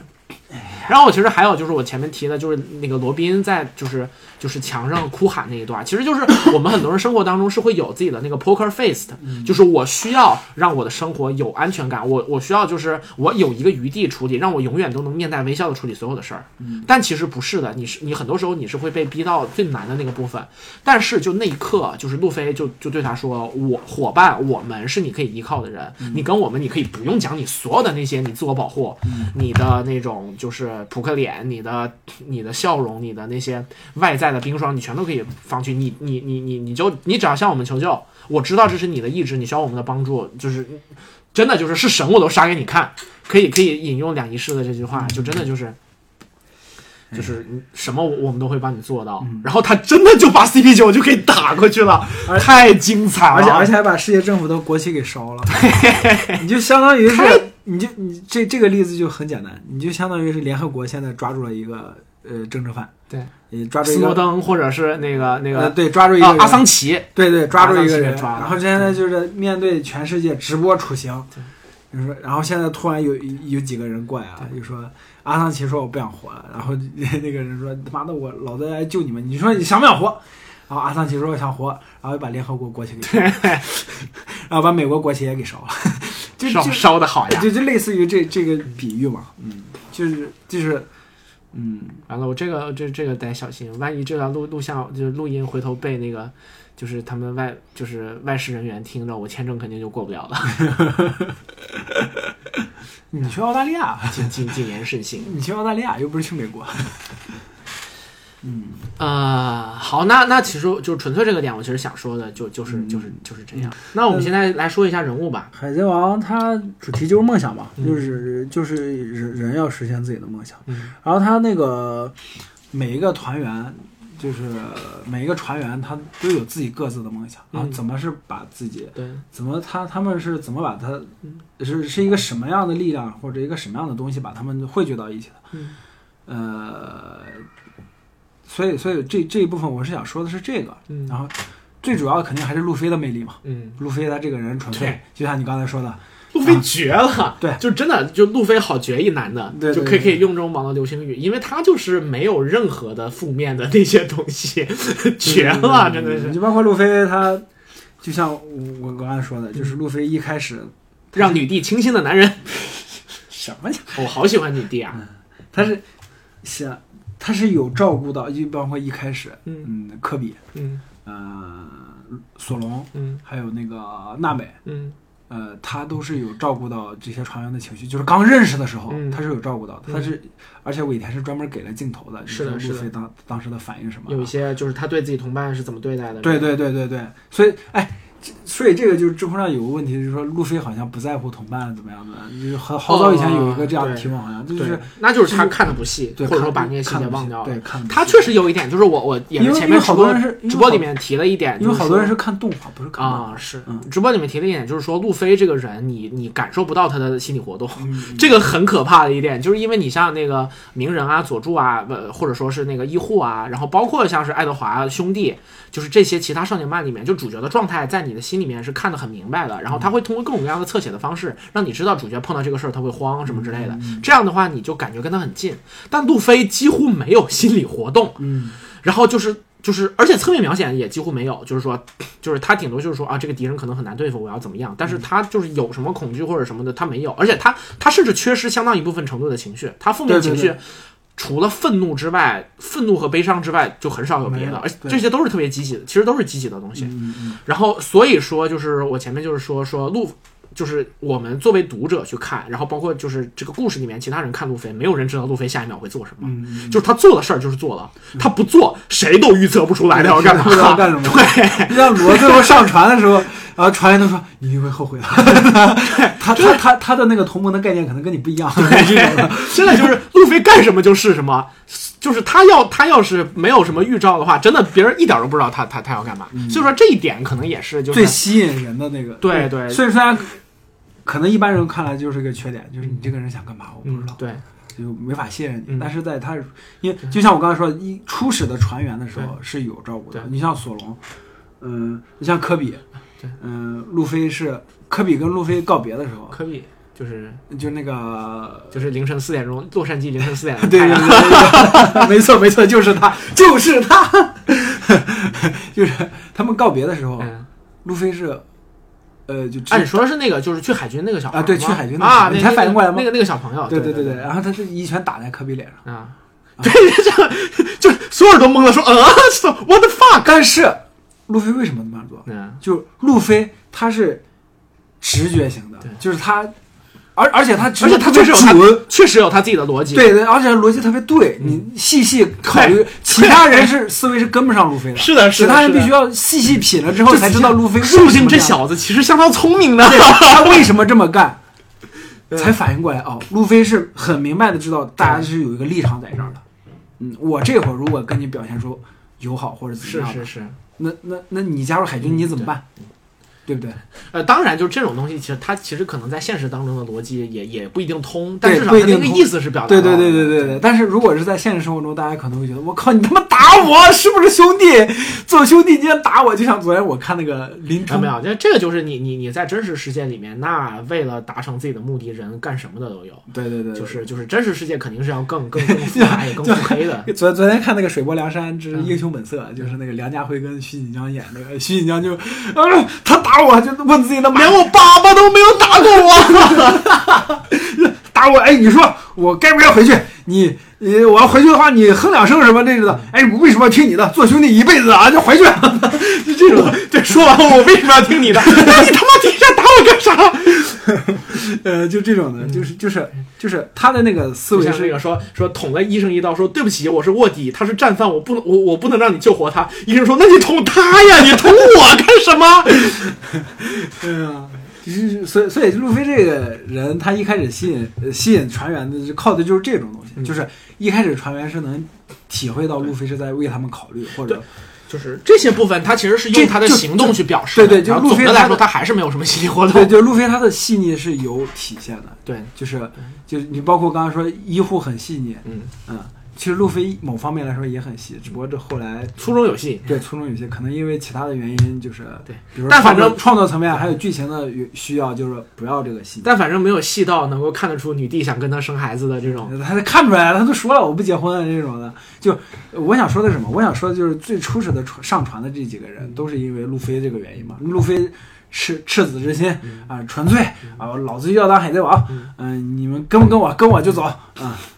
S1: 然后我其实还有就是我前面提的，就是那个罗宾在就是就是墙上哭喊那一段，其实就是 我们很多人生活当中是会有自己的那个 poker face 的，就是我需要让我的生活有安全感，我我需要就是我有一个余地处理，让我永远都能面带微笑的处理所有的事儿。但其实不是的，你是你很多时候你是会被逼到最难的那个部分，但是就那一刻，啊就是路飞就就对他说：“我伙伴，我们是你可以依靠的人，你跟我们，你可以不用讲你所有的那些你自我保护，你的那种就是扑克脸，你的你的笑容，你的那些外在的冰霜，你全都可以放弃。你你你你你就你只要向我们求救，我知道这是你的意志，你需要我们的帮助，就是真的就是是神我都杀给你看。”可以可以引用两仪式的这句话，就真的就是。
S2: 嗯
S1: 就是你什么我我们都会帮你做到。然后他真的就把 CP 九就给打过去了，
S2: 而
S1: 太精彩了！啊
S2: 而且而且还把世界政府的国旗给烧了，你就相 当于是
S1: 太，
S2: 你就你这这个例子就很简单，你就相当于是联合国现在抓住了一个呃政治犯，
S1: 对
S2: 也抓住
S1: 斯
S2: 一
S1: 诺
S2: 个
S1: 登或者是那个那个
S2: 呃对抓住一个
S1: 啊
S2: 人
S1: 阿桑奇，
S2: 对对抓住一
S1: 阿
S2: 个
S1: 桑奇
S2: 人，
S1: 被抓了
S2: 然后现在就是面对全世界直播处刑，就说然后现在突然有有几个人过来啊，就说阿桑奇说我不想活了，然后 那个人说他妈的我老子来救你们，你说你想不想活？然后阿桑奇说我想活，然后就把联合国国旗给烧了，然后把美国国旗也 给烧了，就
S1: 烧
S2: 就
S1: 烧的好呀！
S2: 就就类似于这这个比喻嘛，嗯，就是就是，嗯，
S1: 完了，我这个这这个得小心，万一这段录录像就是录音回头被那个就是他们外就是外事人员听着，我签证肯定就过不了 了。嗯
S2: 你去澳大利亚，
S1: 谨谨谨言慎行。
S2: 你去澳大利亚又不是去美国，
S1: 啊、好，那那其实就纯粹这个点，我其实想说的就就是就是就是这样。那我们现在来说一下人物吧。
S2: 海贼王它主题就是梦想嘛，就是就是人人要实现自己的梦想。
S1: 嗯
S2: 然后它那个每一个团员，就是每一个船员，他都有自己各自的梦想。然后
S1: 嗯
S2: 怎么是把自己，
S1: 对，
S2: 怎么他他们是怎么把他，
S1: 嗯
S2: 是是一个什么样的力量或者一个什么样的东西把他们汇聚到一起的？
S1: 嗯
S2: 呃，所以所以这这一部分我是想说的是这个，
S1: 嗯
S2: 然后最主要肯定还是路飞的魅力嘛。
S1: 嗯，
S2: 路飞他这个人纯
S1: 对
S2: 粹，就像你刚才说的，
S1: 路飞绝了，
S2: 对
S1: 就真的就路飞好绝一男的，
S2: 对对
S1: 就可以
S2: 对
S1: 可以用这种网络流行语，因为他就是没有任何的负面的那些东西， 绝了，真的是
S2: 就包括路飞他，就像我我刚才说的，就是路飞一开始
S1: 让女帝倾心的男 人，
S2: 什么呀？
S1: 我好喜欢女帝
S2: 嗯
S1: 啊，
S2: 他是想他是有照顾到，就包括一开始，
S1: 嗯
S2: 嗯，科比，
S1: 嗯
S2: 呃，索隆，
S1: 嗯
S2: 还有那个娜美，
S1: 嗯
S2: 呃，他都是有照顾到这些船员的情绪，就是刚认识的时候，
S1: 嗯
S2: 他是有照顾到的，他是，而且尾田是专门给了镜头的，
S1: 是的
S2: 就是路
S1: 的
S2: 飞当当时的反应什么
S1: 嗯
S2: 的，
S1: 有一些就是他对自己同伴是怎么对待的，
S2: 对对对对对，所以哎，这所以这个就是知乎上有个问题，就是说路飞好像不在乎同伴怎么样的，就是好好早以前有一个这样的提问，好像这
S1: 对，
S2: 就是
S1: 那就是他看的不细，
S2: 对
S1: 哦或者说
S2: 看
S1: 把那些细
S2: 看
S1: 节
S2: 得不
S1: 忘
S2: 细
S1: 掉了，
S2: 对，看得不
S1: 他
S2: 细
S1: 确实有一点，就是我我也
S2: 因
S1: 是
S2: 为
S1: 前
S2: 因为
S1: 面直
S2: 好
S1: 播
S2: 多人是因为
S1: 直播
S2: 好
S1: 里面提了一点，
S2: 因为好多人
S1: 就是说
S2: 看动画，不是看漫
S1: 啊
S2: 画，
S1: 是
S2: 嗯
S1: 直播里面提了一点，就是说路飞这个人，你你感受不到他的心理活动，嗯
S2: 嗯
S1: 这个很可怕的一点，就是因为你像那个鸣人啊、佐助啊，呃，或者说是那个啊医护啊，然后包括像是爱德华兄弟，就是这些其他少年漫里面，就主角的状态在你的心里面是看得很明白的，然后他会通过各种各样的侧写的方式，让你知道主角碰到这个事儿他会慌什么之
S2: 嗯
S1: 类的。这样的话，你就感觉跟他很近。但路飞几乎没有心理活动，
S2: 嗯，
S1: 然后就是就是，而且侧面描写也几乎没有，就是说，就是他顶多就是说啊，这个敌人可能很难对付，我要怎么样？但是他就是有什么恐惧或者什么的，他没有，而且他他甚至缺失相当一部分程度的情绪，他负面
S2: 对对
S1: 情
S2: 对
S1: 绪。除了愤怒之外，愤怒和悲伤之外，就很少有别
S2: 没
S1: 的，
S2: 有
S1: 而且
S2: 对
S1: 这些都是特别积极的，其实都是积极的东西。
S2: 嗯嗯
S1: 然后所以说，就是我前面就是说说路，就是我们作为读者去看，然后包括就是这个故事里面其他人看路飞，没有人知道路飞下一秒会做什么，
S2: 嗯
S1: 就是他做的事儿就是做了，他不做谁都预测不出来他要 干嘛，
S2: 不知道干什么
S1: 对。
S2: 嗯让罗最后上船的时候，然后船员都说你一定会后悔的。 他他他他的那个同盟的概念可能跟你不一样，是这种的。
S1: 真的就是路飞干什么就是什么，就是他要他要是没有什么预兆的话，真的别人一点都不知道他他他要干嘛。所以说这一点可能也是就是嗯
S2: 嗯最吸引人的那个。
S1: 对对
S2: 所以虽然可能一般人看来就是个缺点，就是你这个人想干嘛，我不
S1: 嗯
S2: 知道，
S1: 对
S2: 就没法信任
S1: 嗯
S2: 你。但是在他，因为就像我刚才说，一初始的船员的时候
S1: 对
S2: 是有照顾的
S1: 对。
S2: 你像索隆，嗯，你像科比
S1: 对，
S2: 嗯，路飞是科比跟路飞告别的时候，
S1: 科比就是
S2: 就那个
S1: 就是凌晨四点钟，洛杉矶凌晨四点钟
S2: 对
S1: 太
S2: 对
S1: 阳，
S2: 对对，没错没错，就是他，就是他，就是他 们告别的时候，
S1: 嗯。
S2: 路飞是，呃，就直
S1: 按理啊说是那个，就是去海军那个小朋友
S2: 啊对
S1: 吗
S2: 去海军那个
S1: 啊，
S2: 小朋友
S1: 那
S2: 你才反应过来吗
S1: 那个那个小朋友，
S2: 对
S1: 啊对
S2: 对
S1: 对
S2: 对，然后他是一拳打在科比脸上，
S1: 啊， 对，这就是所有人都懵了，说啊是，what the fuck？
S2: 但是路飞为什么那么做？
S1: 嗯，
S2: 就是路飞他是直觉型的
S1: 对，
S2: 就是他，而而且他直
S1: 而
S2: 觉
S1: 且他
S2: 特
S1: 确
S2: 别
S1: 实有他
S2: 准。，
S1: 确实有他自己的逻辑，
S2: 对对，而且逻辑特别对，你细细考
S1: 嗯
S2: 虑
S1: 对，
S2: 其他人是思维是跟不上路飞的，
S1: 是的是的
S2: 其他人
S1: 是的
S2: 必须要细细品了之后
S1: 这
S2: 才知道路飞为什
S1: 说
S2: 么
S1: 不定
S2: 这
S1: 这
S2: 样
S1: 小子其实相当聪明的，
S2: 他为什么这么干，才反应过来哦，路飞是很明白的知道大家是有一个立场在这儿的。嗯，我这会儿如果跟你表现出友好或者怎么
S1: 是
S2: 样的，
S1: 是是，
S2: 那那那你加入海
S1: 嗯
S2: 军你怎么办？对不对？
S1: 呃，当然就是这种东西，其实他其实可能在现实当中的逻辑也也不一定通，但
S2: 对
S1: 至少
S2: 不一
S1: 他那
S2: 定
S1: 个
S2: 通
S1: 意思是表达
S2: 对对
S1: 到
S2: 对
S1: 的
S2: 对对对。但是如果是在现实生活中，大家可能会觉得我靠，你他妈打我是不是兄弟？做兄弟你竟然打我，就像昨天我看那个林
S1: 看
S2: 冲
S1: 到没有？这这个就是你你你在真实世界里面，那为了达成自己的目的，人干什么的都有。
S2: 对对对，对
S1: 就是就是真实世界肯定是要更更更复杂也更腹黑的。
S2: 昨昨天看那个《水泊梁山
S1: 嗯
S2: 之英雄本色》，就是那个梁家辉跟徐锦江演那个，徐锦江就，啊，他打我就问自己的妈，
S1: 连我爸爸都没有打过我。
S2: 打我，哎，你说我该不该回去？你你我要回去的话，你哼两声什么这个的，哎，我为什么要听你的？做兄弟一辈子啊，就回去， 就这种，
S1: 对，说完我为什么要听 你的？那你他妈底下打我干啥？
S2: 呃，就这种的，就是就是就是他的那个思
S1: 就
S2: 维
S1: 像
S2: 是
S1: 那个说说捅了医生一刀，说对不起，我是卧底，他是战犯，我不能我我不能让你救活他。医生说那你捅他呀，你捅我干什么？
S2: 对啊，就是所以所以路飞这个人，他一开始吸引呃吸引船员的，就靠的就是这种东
S1: 嗯
S2: 西，就是一开始船员是能体会到路飞是在为他们考虑，或者
S1: 就是这些部分，他其实是
S2: 这
S1: 用他的
S2: 就
S1: 行动去表示的。
S2: 对对就
S1: 然后总
S2: 路飞
S1: 的
S2: 他
S1: 来
S2: 的
S1: 说，他还是没有什么心理活
S2: 对，
S1: 动。
S2: 就路飞他的细腻是有体现的，
S1: 对，
S2: 就是就是你包括刚刚说医护很细腻，
S1: 嗯，
S2: 嗯，其实路飞某方面来说也很细，只不过这后来。
S1: 粗中有细。
S2: 对，初中有些可能因为其他的原因，就是
S1: 对
S2: 比如说
S1: 但反
S2: 创作
S1: 正
S2: 创作层面还有剧情的需要，就是不要这个细腻。
S1: 但反正没有细到能够看得出女帝想跟他生孩子的这种，
S2: 他都看出来了，他都说了我不结婚啊这种的。就呃我想说的是什么？我想说的就是最初始的传上传的这几个人，都是因为路飞这个原因嘛。路飞赤赤子之心啊、纯粹啊，老子就要当海贼王。嗯、你们跟不跟我？跟我就走啊、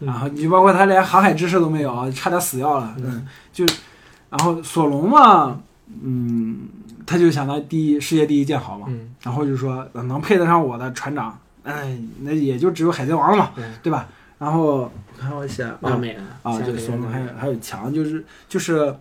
S2: 然后你包括他连航海知识都没有，啊差点死掉了。嗯，就然后索隆嘛，嗯，他就想到第一世界第一剑豪嘛，
S1: 嗯
S2: 然后就说呃能配得上我的船长，哎，那也就只有海贼王了嘛，
S1: 对
S2: 对吧？然后看我写啊
S1: 完美的
S2: 啊，
S1: 下
S2: 这
S1: 面
S2: 个索隆
S1: 的
S2: 还有还有强，就是就是，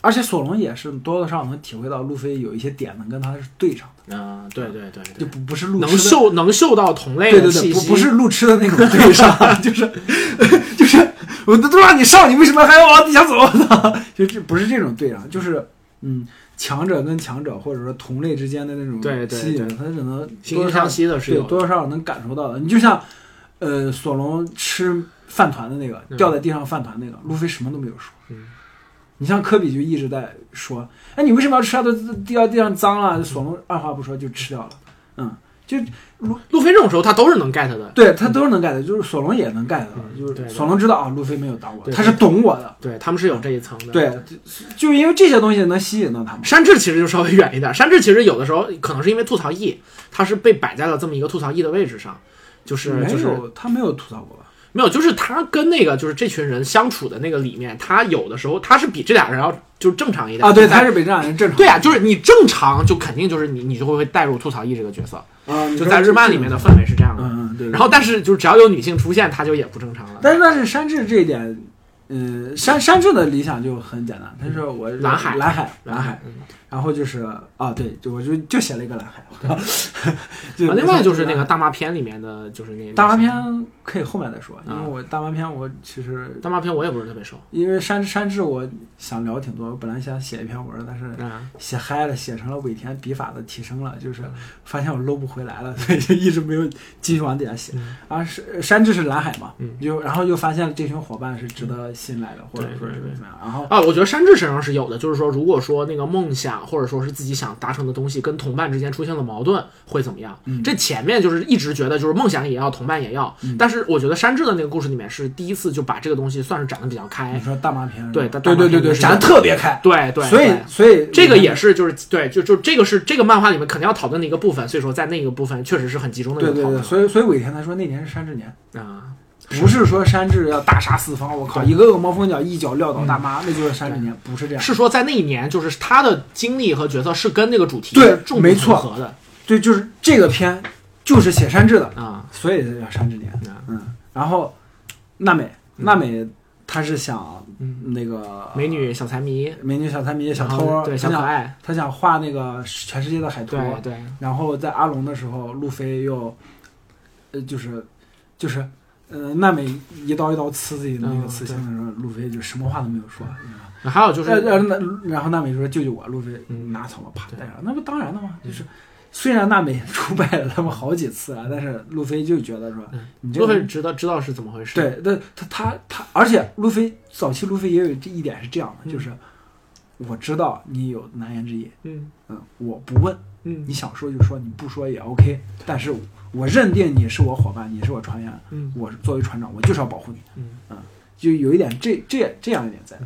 S2: 而且索隆也是多多少少能体会到路飞有一些点能跟他是对上的，
S1: 嗯，对对对
S2: 就
S1: 对，
S2: 不不是路
S1: 能
S2: 痴的
S1: 嗅能嗅到同类
S2: 对
S1: 的
S2: 对
S1: 气
S2: 对，不
S1: 息，
S2: 不是路痴的那种对 上，就是 就是我都让你上，你为什么还要往底下走呢？ 就这不是这种对上，就是嗯，强者跟强者或者说同类之间的那种
S1: 对对
S2: 吸引
S1: 对，
S2: 他只能
S1: 惺惺
S2: 多少
S1: 相惜的是
S2: 对
S1: 有
S2: 多多少少能感受到的。你就像呃索隆吃饭团的那个
S1: 嗯
S2: 掉在地上饭团那个，路飞什么都没有说，
S1: 嗯
S2: 你像科比就一直在说，哎，你为什么要吃它都掉到地上脏了？
S1: 嗯
S2: 索隆二话不说就吃掉了，嗯，就
S1: 路飞这种时候他都是能 get 的，
S2: 对他都是能 get 的，就是索隆也能 get 的，就
S1: 嗯对
S2: 是
S1: 的
S2: 索隆知道啊，路飞没有打我，
S1: 对
S2: 他是懂我的，
S1: 对他们是有这一层的。
S2: 对，，就因为这些东西能吸引到他们，
S1: 山治其实就稍微远一点。山治其实有的时候可能是因为吐槽 E，他是被摆在了这么一个吐槽 E 的位置上，就是
S2: 没
S1: 就是
S2: 有他没有吐槽过吧？
S1: 没有，就是他跟那个就是这群人相处的那个里面，他有的时候他是比这俩人要就是正常一点
S2: 啊，对，
S1: 他
S2: 他是北站人正常，
S1: 对啊，就是你正常就肯定就是你你就会会带入吐槽 E 这个角色，
S2: 啊，你
S1: 就
S2: 说
S1: 在
S2: 这
S1: 日漫里面的，氛围是这样的。
S2: 嗯嗯对，
S1: 然后但是就是只要有女性出现，他就也不正常了。
S2: 但是但是山治这一点，嗯，山山治的理想就很简单，他说我是
S1: 嗯蓝海
S2: 蓝海蓝海
S1: 海，，嗯
S2: 然后就是啊，对，就我就就写了一个蓝海， 就
S1: 啊，另外就是那个大妈片里面的，就是那
S2: 大麻篇可以后面再说，
S1: 啊
S2: 因为我大麻篇我其实
S1: 大妈片我也不是特别熟。
S2: 因为山山治我想聊挺多，我本来想写一篇文儿，但是
S1: 啊，
S2: 写嗨了，写成了尾田笔法的提升了，就是
S1: 嗯
S2: 发现我搂不回来了， 所以就一直没有继续往底下写。
S1: 嗯
S2: 啊，是山治是蓝海嘛，
S1: 嗯
S2: 就然后就发现这群伙伴是值得信赖的，或者说是怎么样，然后
S1: 啊，我觉得山治身上是有的，就是说，如果说那个梦想或者说是自己想达成的东西跟同伴之间出现了矛盾，会怎么样？
S2: 嗯
S1: 这前面就是一直觉得就是梦想也要，同伴也要，
S2: 嗯
S1: 但是我觉得山治的那个故事里面是第一次就把这个东西算是展得比较开
S2: 你，说大麻篇，
S1: 对
S2: 对
S1: 大
S2: 对对
S1: 大
S2: 对
S1: 麻篇
S2: 对，
S1: 是
S2: 展得特别开，
S1: 对对，
S2: 嗯所以
S1: 对
S2: 所以
S1: 这个也是就是对，就就这个是这个漫画里面肯定要讨论的一个部分，所以说在那个部分确实是很集中的一个
S2: 对对
S1: 讨
S2: 对，
S1: 论
S2: 所以所以尾田他说那年是山治年，
S1: 啊。
S2: 不是说山治要大杀四方，我靠，一个恶魔蜂鸟一脚撂倒大妈，那就是山治年，不是这
S1: 嗯
S2: 样，
S1: 是说在那一年，就是他的经历和角色是跟那个主题
S2: 对
S1: 是重
S2: 没
S1: 度
S2: 错
S1: 重合的
S2: 对，就是这个片就是写山治的，
S1: 啊。
S2: 所以它叫山之年
S1: 啊。
S2: 嗯，然后娜美，娜美她是想
S1: 嗯，
S2: 那个
S1: 美女小财迷，
S2: 美女小财迷小
S1: 然后
S2: 偷，
S1: 对小
S2: 她
S1: 可
S2: 想
S1: 爱，
S2: 她想画那个全世界的海图。
S1: 对对，
S2: 然后在阿龙的时候，路飞又呃就是就是呃娜美一刀一刀刺自己的那个
S1: 嗯
S2: 刺青的时候，路飞就什么话都没有说，你知道吗？
S1: 还有就是
S2: 呃呃那然后娜美说救救我，路飞
S1: 嗯
S2: 拿草帽啪
S1: 对嗯
S2: 戴上，那不当然的吗？就是。虽然娜美 出卖了他们好几次啊，但是路飞就觉得说
S1: 嗯，
S2: 你这
S1: 都
S2: 个
S1: 会知道知道是怎么回事。，
S2: 对，那他他他，而且路飞早期路飞也有这一点是这样
S1: 嗯
S2: 的，就是我知道你有难言之隐，
S1: 嗯
S2: 嗯，我不问，
S1: 嗯
S2: 你想说就说，你不说也 OK，但是我认定你是我伙伴，你是我船员，
S1: 嗯
S2: 我是作为船长，我就是要保护你，
S1: 嗯
S2: 就有一点这这这样一点在。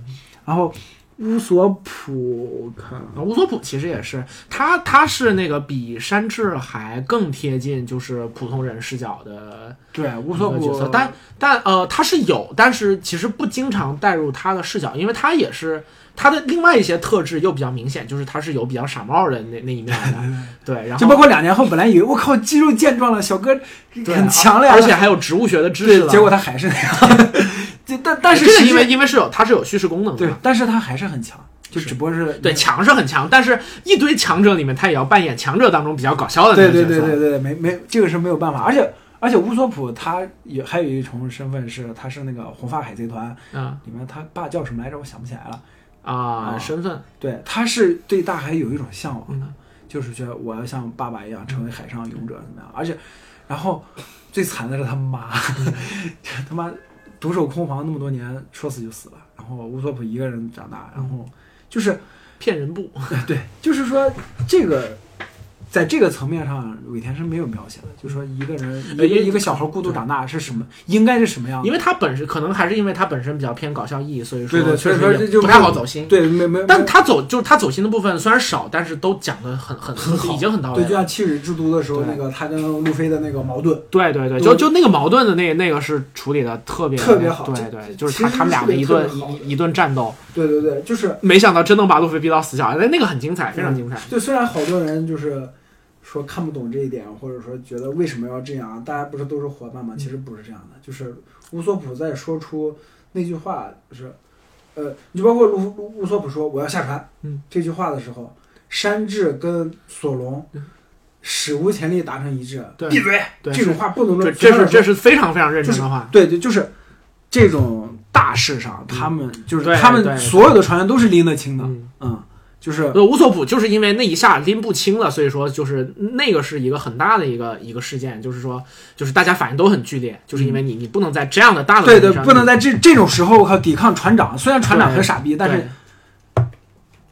S2: 然后乌索普，我看
S1: 啊乌索普其实也是，他他是那个比山治还更贴近就是普通人视角的
S2: 对乌
S1: 一
S2: 索
S1: 个角
S2: 普
S1: 色，，但但呃他是有，但是其实不经常带入他的视角，因为他也是他的另外一些特质又比较明显，就是他是有比较傻帽的那那一面 的，对，然后
S2: 就包括两年后，本来以为我靠肌肉健壮了，小哥
S1: 对啊
S2: 很强了呀，
S1: 而且还有植物学的知识
S2: 对，
S1: 了，
S2: 结果他还是那 样。就但但是
S1: 这个
S2: 实际
S1: 因为因为是有它是有叙事功能的
S2: 对
S1: 嘛。，
S2: 但是他还是很强，就只不过是
S1: 嗯对，强是很强，但是一堆强者里面，他也要扮演强者当中比较搞笑的那个
S2: 对
S1: 角
S2: 对
S1: 色。
S2: 对对对，没没这个是没有办法，而且而且乌索普他也还有一重身份是他是那个红发海贼团
S1: 啊
S2: 里面他爸叫什么来着，我想不起来了。
S1: 啊，
S2: 哦
S1: 身份
S2: 对，他是对大海有一种向往的，
S1: 嗯
S2: 就是觉得我要像爸爸一样成为海上勇者怎
S1: 嗯
S2: 么样，而且然后最惨的是他妈， 他妈独守空房那么多年，说死就死了，然后乌索普一个人长大，然后
S1: 嗯
S2: 就是。
S1: 骗人不？
S2: 对，就是说这个，在这个层面上，尾田是没有描写的，就说一个人一个
S1: 呃因为
S2: 一个小孩孤独长大是什么，应该是什么样
S1: 因
S2: 的。
S1: 为他本身可能还是因为他本身比较偏搞笑意义，所以说
S2: 对对，所
S1: 确
S2: 以说
S1: 实
S2: 这
S1: 也
S2: 就
S1: 不太好走心。，
S2: 对，没没，
S1: 但
S2: 没
S1: 他走就是他走心的部分虽然少，但是都讲的很很
S2: 很好
S1: 已经很到位
S2: 对，就
S1: 了。
S2: 像《七日之都》的时候，
S1: 对
S2: 那个他跟路飞的那个矛盾，
S1: 对对对，
S2: 嗯
S1: 就就那个矛盾的那那个是处理的特别
S2: 特别好
S1: 对对，就是
S2: 其
S1: 他
S2: 实
S1: 他们俩
S2: 是
S1: 的一
S2: 特别
S1: 顿
S2: 好的
S1: 一一顿战斗，
S2: 对对对，就是
S1: 没想到真能把路飞逼到死角，那那个很精
S2: 嗯
S1: 彩，非常精彩。
S2: 就虽然好多人就是说看不懂这一点，或者说觉得为什么要这样，啊大家不是都是伙伴吗？
S1: 嗯
S2: 其实不是这样的，就是乌索普在说出那句话是，呃，你就包括卢卢乌索普说我要下船，
S1: 嗯，
S2: 这句话的时候，山治跟索隆
S1: 嗯
S2: 史无前例达成一致，
S1: 对
S2: 闭嘴，
S1: 对
S2: 这种话不能
S1: 这
S2: 说，
S1: 这是这
S2: 是
S1: 是非常非常认真的话，
S2: 对对，就是这种大事上，他们就是
S1: 对
S2: 他
S1: 对
S2: 们所有的船员都是拎得清的，
S1: 嗯。
S2: 嗯，就是
S1: 呃，乌索普就是因为那一下拎不清了，所以说就是那个是一个很大的一个一个事件，就是说就是大家反应都很剧烈，就是因为你你不能在这样的大的
S2: 嗯对
S1: 问题
S2: 对，
S1: 上
S2: 不能在这这种时候我靠抵抗船长。虽然船长很傻逼，
S1: 对
S2: 但是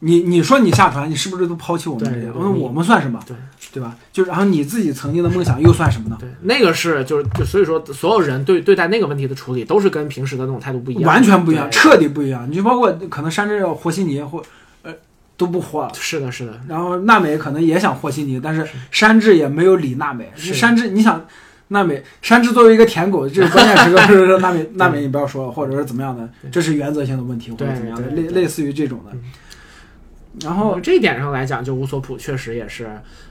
S2: 你你说你下船，你是不是都抛弃我们
S1: 对
S2: 这些？
S1: 对
S2: 那
S1: 你
S2: 我们算什么？
S1: 对
S2: 对吧？就是然后你自己曾经的梦想又算什么呢？
S1: 对，那个是就是就所以说，所有人对对待那个问题的处理都是跟平时的那种态度不一样，
S2: 完全不一样，
S1: 对
S2: 彻底不一样。你就包括可能山治要和稀泥或呃都不和了。
S1: 是的，是的，
S2: 然后娜美可能也想和稀泥，但是山治也没有理娜美。
S1: 是
S2: 山治，你想，娜美，山治作为一个舔狗，这个关键时刻是说娜美，娜美你不要说，或者是怎么样的，这是原则性的问题，或者
S1: 对
S2: 怎么样的，
S1: 对
S2: 类
S1: 对
S2: 类似于这种的
S1: 嗯。
S2: 然
S1: 然后
S2: 后
S1: 这一点上来讲，就乌索普确实也是，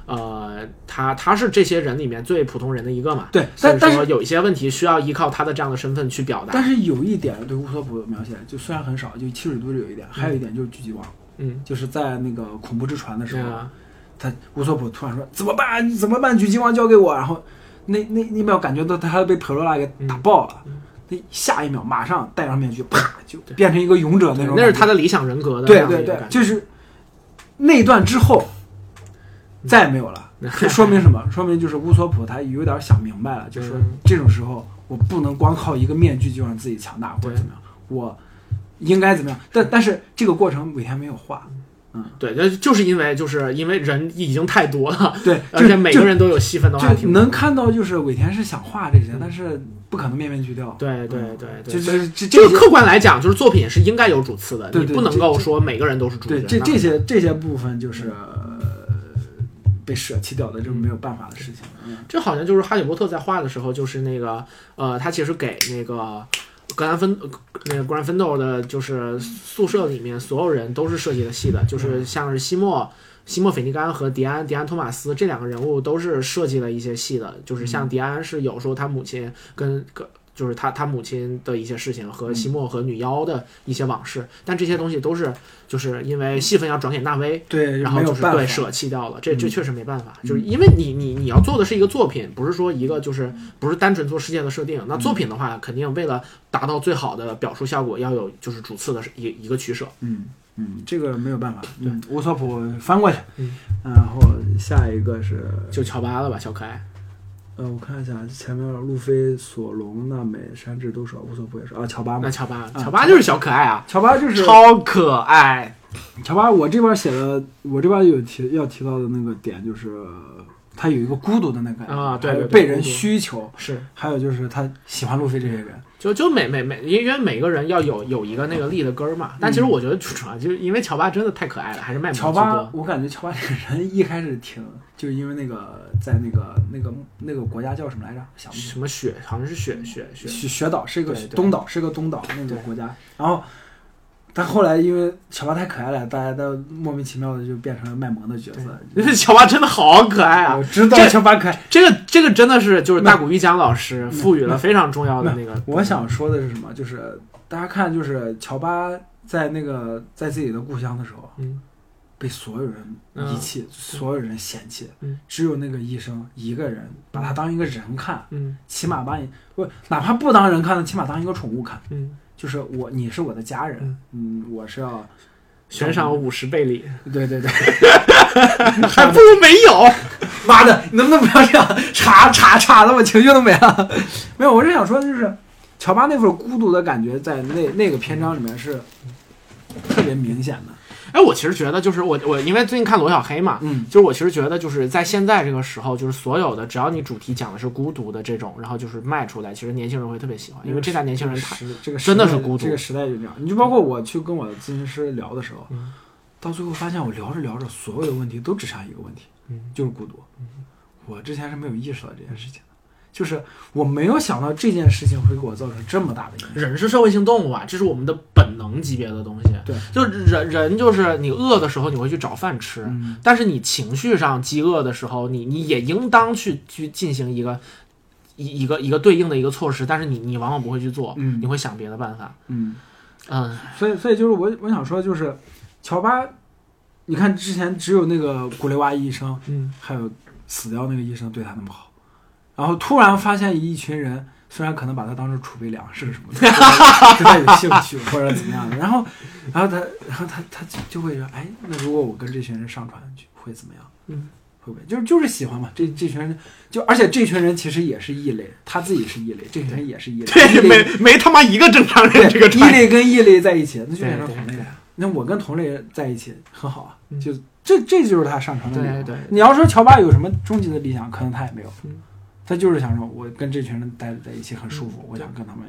S1: 呃，他他是这些人里面最普通人的一个嘛。
S2: 对，
S1: 所
S2: 但
S1: 以
S2: 但
S1: 说
S2: 是
S1: 有一些问题需要依靠他的这样的身份去表达。
S2: 但是有一点对乌索普的描写，就虽然很少，就清水都里有一点，还有一点就是狙击王，
S1: 嗯，
S2: 就是在那个恐怖之船的时
S1: 对
S2: 候，
S1: 啊，
S2: 他乌索普突然说：“怎么办？怎么办？狙击王交给我。”然后那那那一秒感觉到他被佩罗拉给
S1: 嗯
S2: 打爆了，那下一秒马上戴上面具，啪就变成一个勇者那种。
S1: 那是他。的理想人格的那
S2: 对
S1: 样的
S2: 对
S1: 一个
S2: 对
S1: 感，觉。
S2: 就是那一段之后
S1: 嗯
S2: 再也没有 了。这说明什么？说明就是乌索普他有点想明白了，就是说
S1: 嗯
S2: 这种时候我不能光靠一个面具就让自己强大或者
S1: 对
S2: 怎么样，我应该怎么样？但但是这个过程尾田没 有画，
S1: 对，那就是因为就是因为人已经太多了，
S2: 对，
S1: 而
S2: 就
S1: 且每
S2: 就
S1: 个人都有戏份的话，
S2: 就
S1: 挺
S2: 能看到，就是尾田是想画这些，但是不可能面面俱到。
S1: 对对
S2: 嗯
S1: 对对
S2: 就
S1: 所
S2: 是这
S1: 这
S2: 这
S1: 个客观来讲，就是作品是应该有主次的，
S2: 对对
S1: 你不能
S2: 这
S1: 够
S2: 这
S1: 说每个人都是主角
S2: 对。这
S1: 那
S2: 这些这些部分就是呃被舍弃掉的，这是没有办法的事情。嗯，
S1: 这好像就是哈利波特在画的时候，就是那个呃，他其实给那个格兰芬那个格兰芬豆的，就是宿舍里面所有人都是设计了戏的，就是像是西莫。西莫·斐尼甘和迪安·迪安·托马斯这两个人物都是设计了一些戏的，就是像迪安是有时候他母亲跟跟就是他他母亲的一些事情和西莫和女妖的一些往事，但这些东西都是就是因为戏份要转给纳威，
S2: 对，
S1: 然后
S2: 没有
S1: 就是
S2: 办
S1: 对
S2: 法。
S1: 舍弃掉了，这这
S2: 嗯
S1: 确实没办法，就是因为你你你要做的是一个作品，不是说一个就是不是单纯做世界的设定。那作
S2: 嗯
S1: 品的话，肯定为了达到最好的表述效果，要有就是主次的一一个取舍。
S2: 嗯嗯，这个没有办法。嗯，乌索普翻过去，
S1: 嗯
S2: 然后下一个是
S1: 就乔巴了吧，小可爱，
S2: 呃，我看一下前面路飞、索隆、娜美、山治都说，乌索普也说啊，乔巴
S1: 那
S2: 嘛，
S1: 乔巴，乔巴就是小可爱啊，
S2: 乔巴就是
S1: 超可爱。
S2: 乔巴，我这边写的，我这边有提要提到的那个点就是，他有一个孤独的那个感觉
S1: 啊对对
S2: 还有
S1: 对
S2: 被人
S1: 孤独
S2: 需求，
S1: 是，
S2: 还有就是他喜欢路飞这些人，
S1: 就就每每每，因为每个人要有有一个那个立的根儿嘛。但其实我觉得主要就是因为乔巴真的太可爱了，还是卖萌
S2: 嗯乔
S1: 居
S2: 巴
S1: 多，。
S2: 我感觉乔巴这个人一开始挺，就是因为那个在那个那个那个国家叫什么来着，想不起来
S1: 什么雪，好像是雪雪雪，
S2: 雪雪岛是一个
S1: 对对
S2: 东岛，是一个东岛那个
S1: 对
S2: 国家。然后，但后来因为小巴太可爱了，大家都莫名其妙的就变成了卖萌的角色。哎
S1: 因为 乔巴真的好可爱啊
S2: 我。知道
S1: 这
S2: 小巴可爱。
S1: 这个这个真的是就是大谷一江老师赋予了非常重要嗯的那个。
S2: 我想说的是什么？就是大家看，就是乔巴在那个在自己的故乡的时候，
S1: 嗯，
S2: 被所有人遗弃，所有人嫌弃，
S1: 嗯
S2: 只有那个医生一个人把他当一个人看，
S1: 嗯
S2: 起码把你不哪怕不当人看的，起码当一个宠物看。
S1: 嗯，
S2: 就是我，你是我的家人，嗯，我是要
S1: 悬赏五十倍礼，
S2: 对对对，
S1: 还不如没有。
S2: 妈的，你能不能不要这样查查查的，我情绪都没 了。没有，我是想说，就是乔巴那份孤独的感觉，在那那个篇章里面是特别明显的。
S1: 哎，我其实觉得就是我我因为最近看罗小黑嘛，
S2: 嗯，
S1: 就是我其实觉得就是在现在这个时候，就是所有的只要你主题讲的是孤独的这种，然后就是卖出来，其实年轻人会特别喜欢，因为这代年轻人太
S2: 时这个时
S1: 真的
S2: 代
S1: 是孤独
S2: 这个时代就这样。你就包括我去跟我的咨询师聊的时候，
S1: 嗯
S2: 到最后发现我聊着聊着，所有的问题都指向一个问题，
S1: 嗯
S2: 就是孤独。我之前是没有意识到这件事情的，就是我没有想到这件事情会给我造成这么大的影响。
S1: 人是社会性动物啊，这是我们的本能级别的东西。
S2: 对，
S1: 就是人人就是你饿的时候你会去找饭吃，
S2: 嗯
S1: 但是你情绪上饥饿的时候，你你也应当去去进行一个一一个一个对应的一个措施，但是你你往往不会去做，
S2: 嗯
S1: 你会想别的办法。
S2: 嗯。
S1: 嗯，
S2: 所以，所以就是我我想说，就是乔巴，你看之前只有那个古雷娃医生，
S1: 嗯，
S2: 还有死掉那个医生对他那么好，然后突然发现一群人虽然可能把他当成储备粮食什么的，对他有兴趣或者怎么样的，然后，然后他，然后他他就就会说，哎，那如果我跟这群人上船去会怎么样？
S1: 嗯。
S2: 会不会就是就是喜欢嘛？这这群人就，而且这群人其实也是异类，他自己是异类，这群人也是异类。异类
S1: 没没他妈一个正常
S2: 对，异类跟异类在一起，那就变成同类了。那我跟同类在一起很好啊，
S1: 嗯
S2: 就这这就是他上乘的理由。
S1: 对对
S2: 你要说乔巴有什么终极的理想，可能他也没有，
S1: 嗯
S2: 他就是想说，我跟这群人待在一起很舒服，
S1: 嗯
S2: 我想跟他们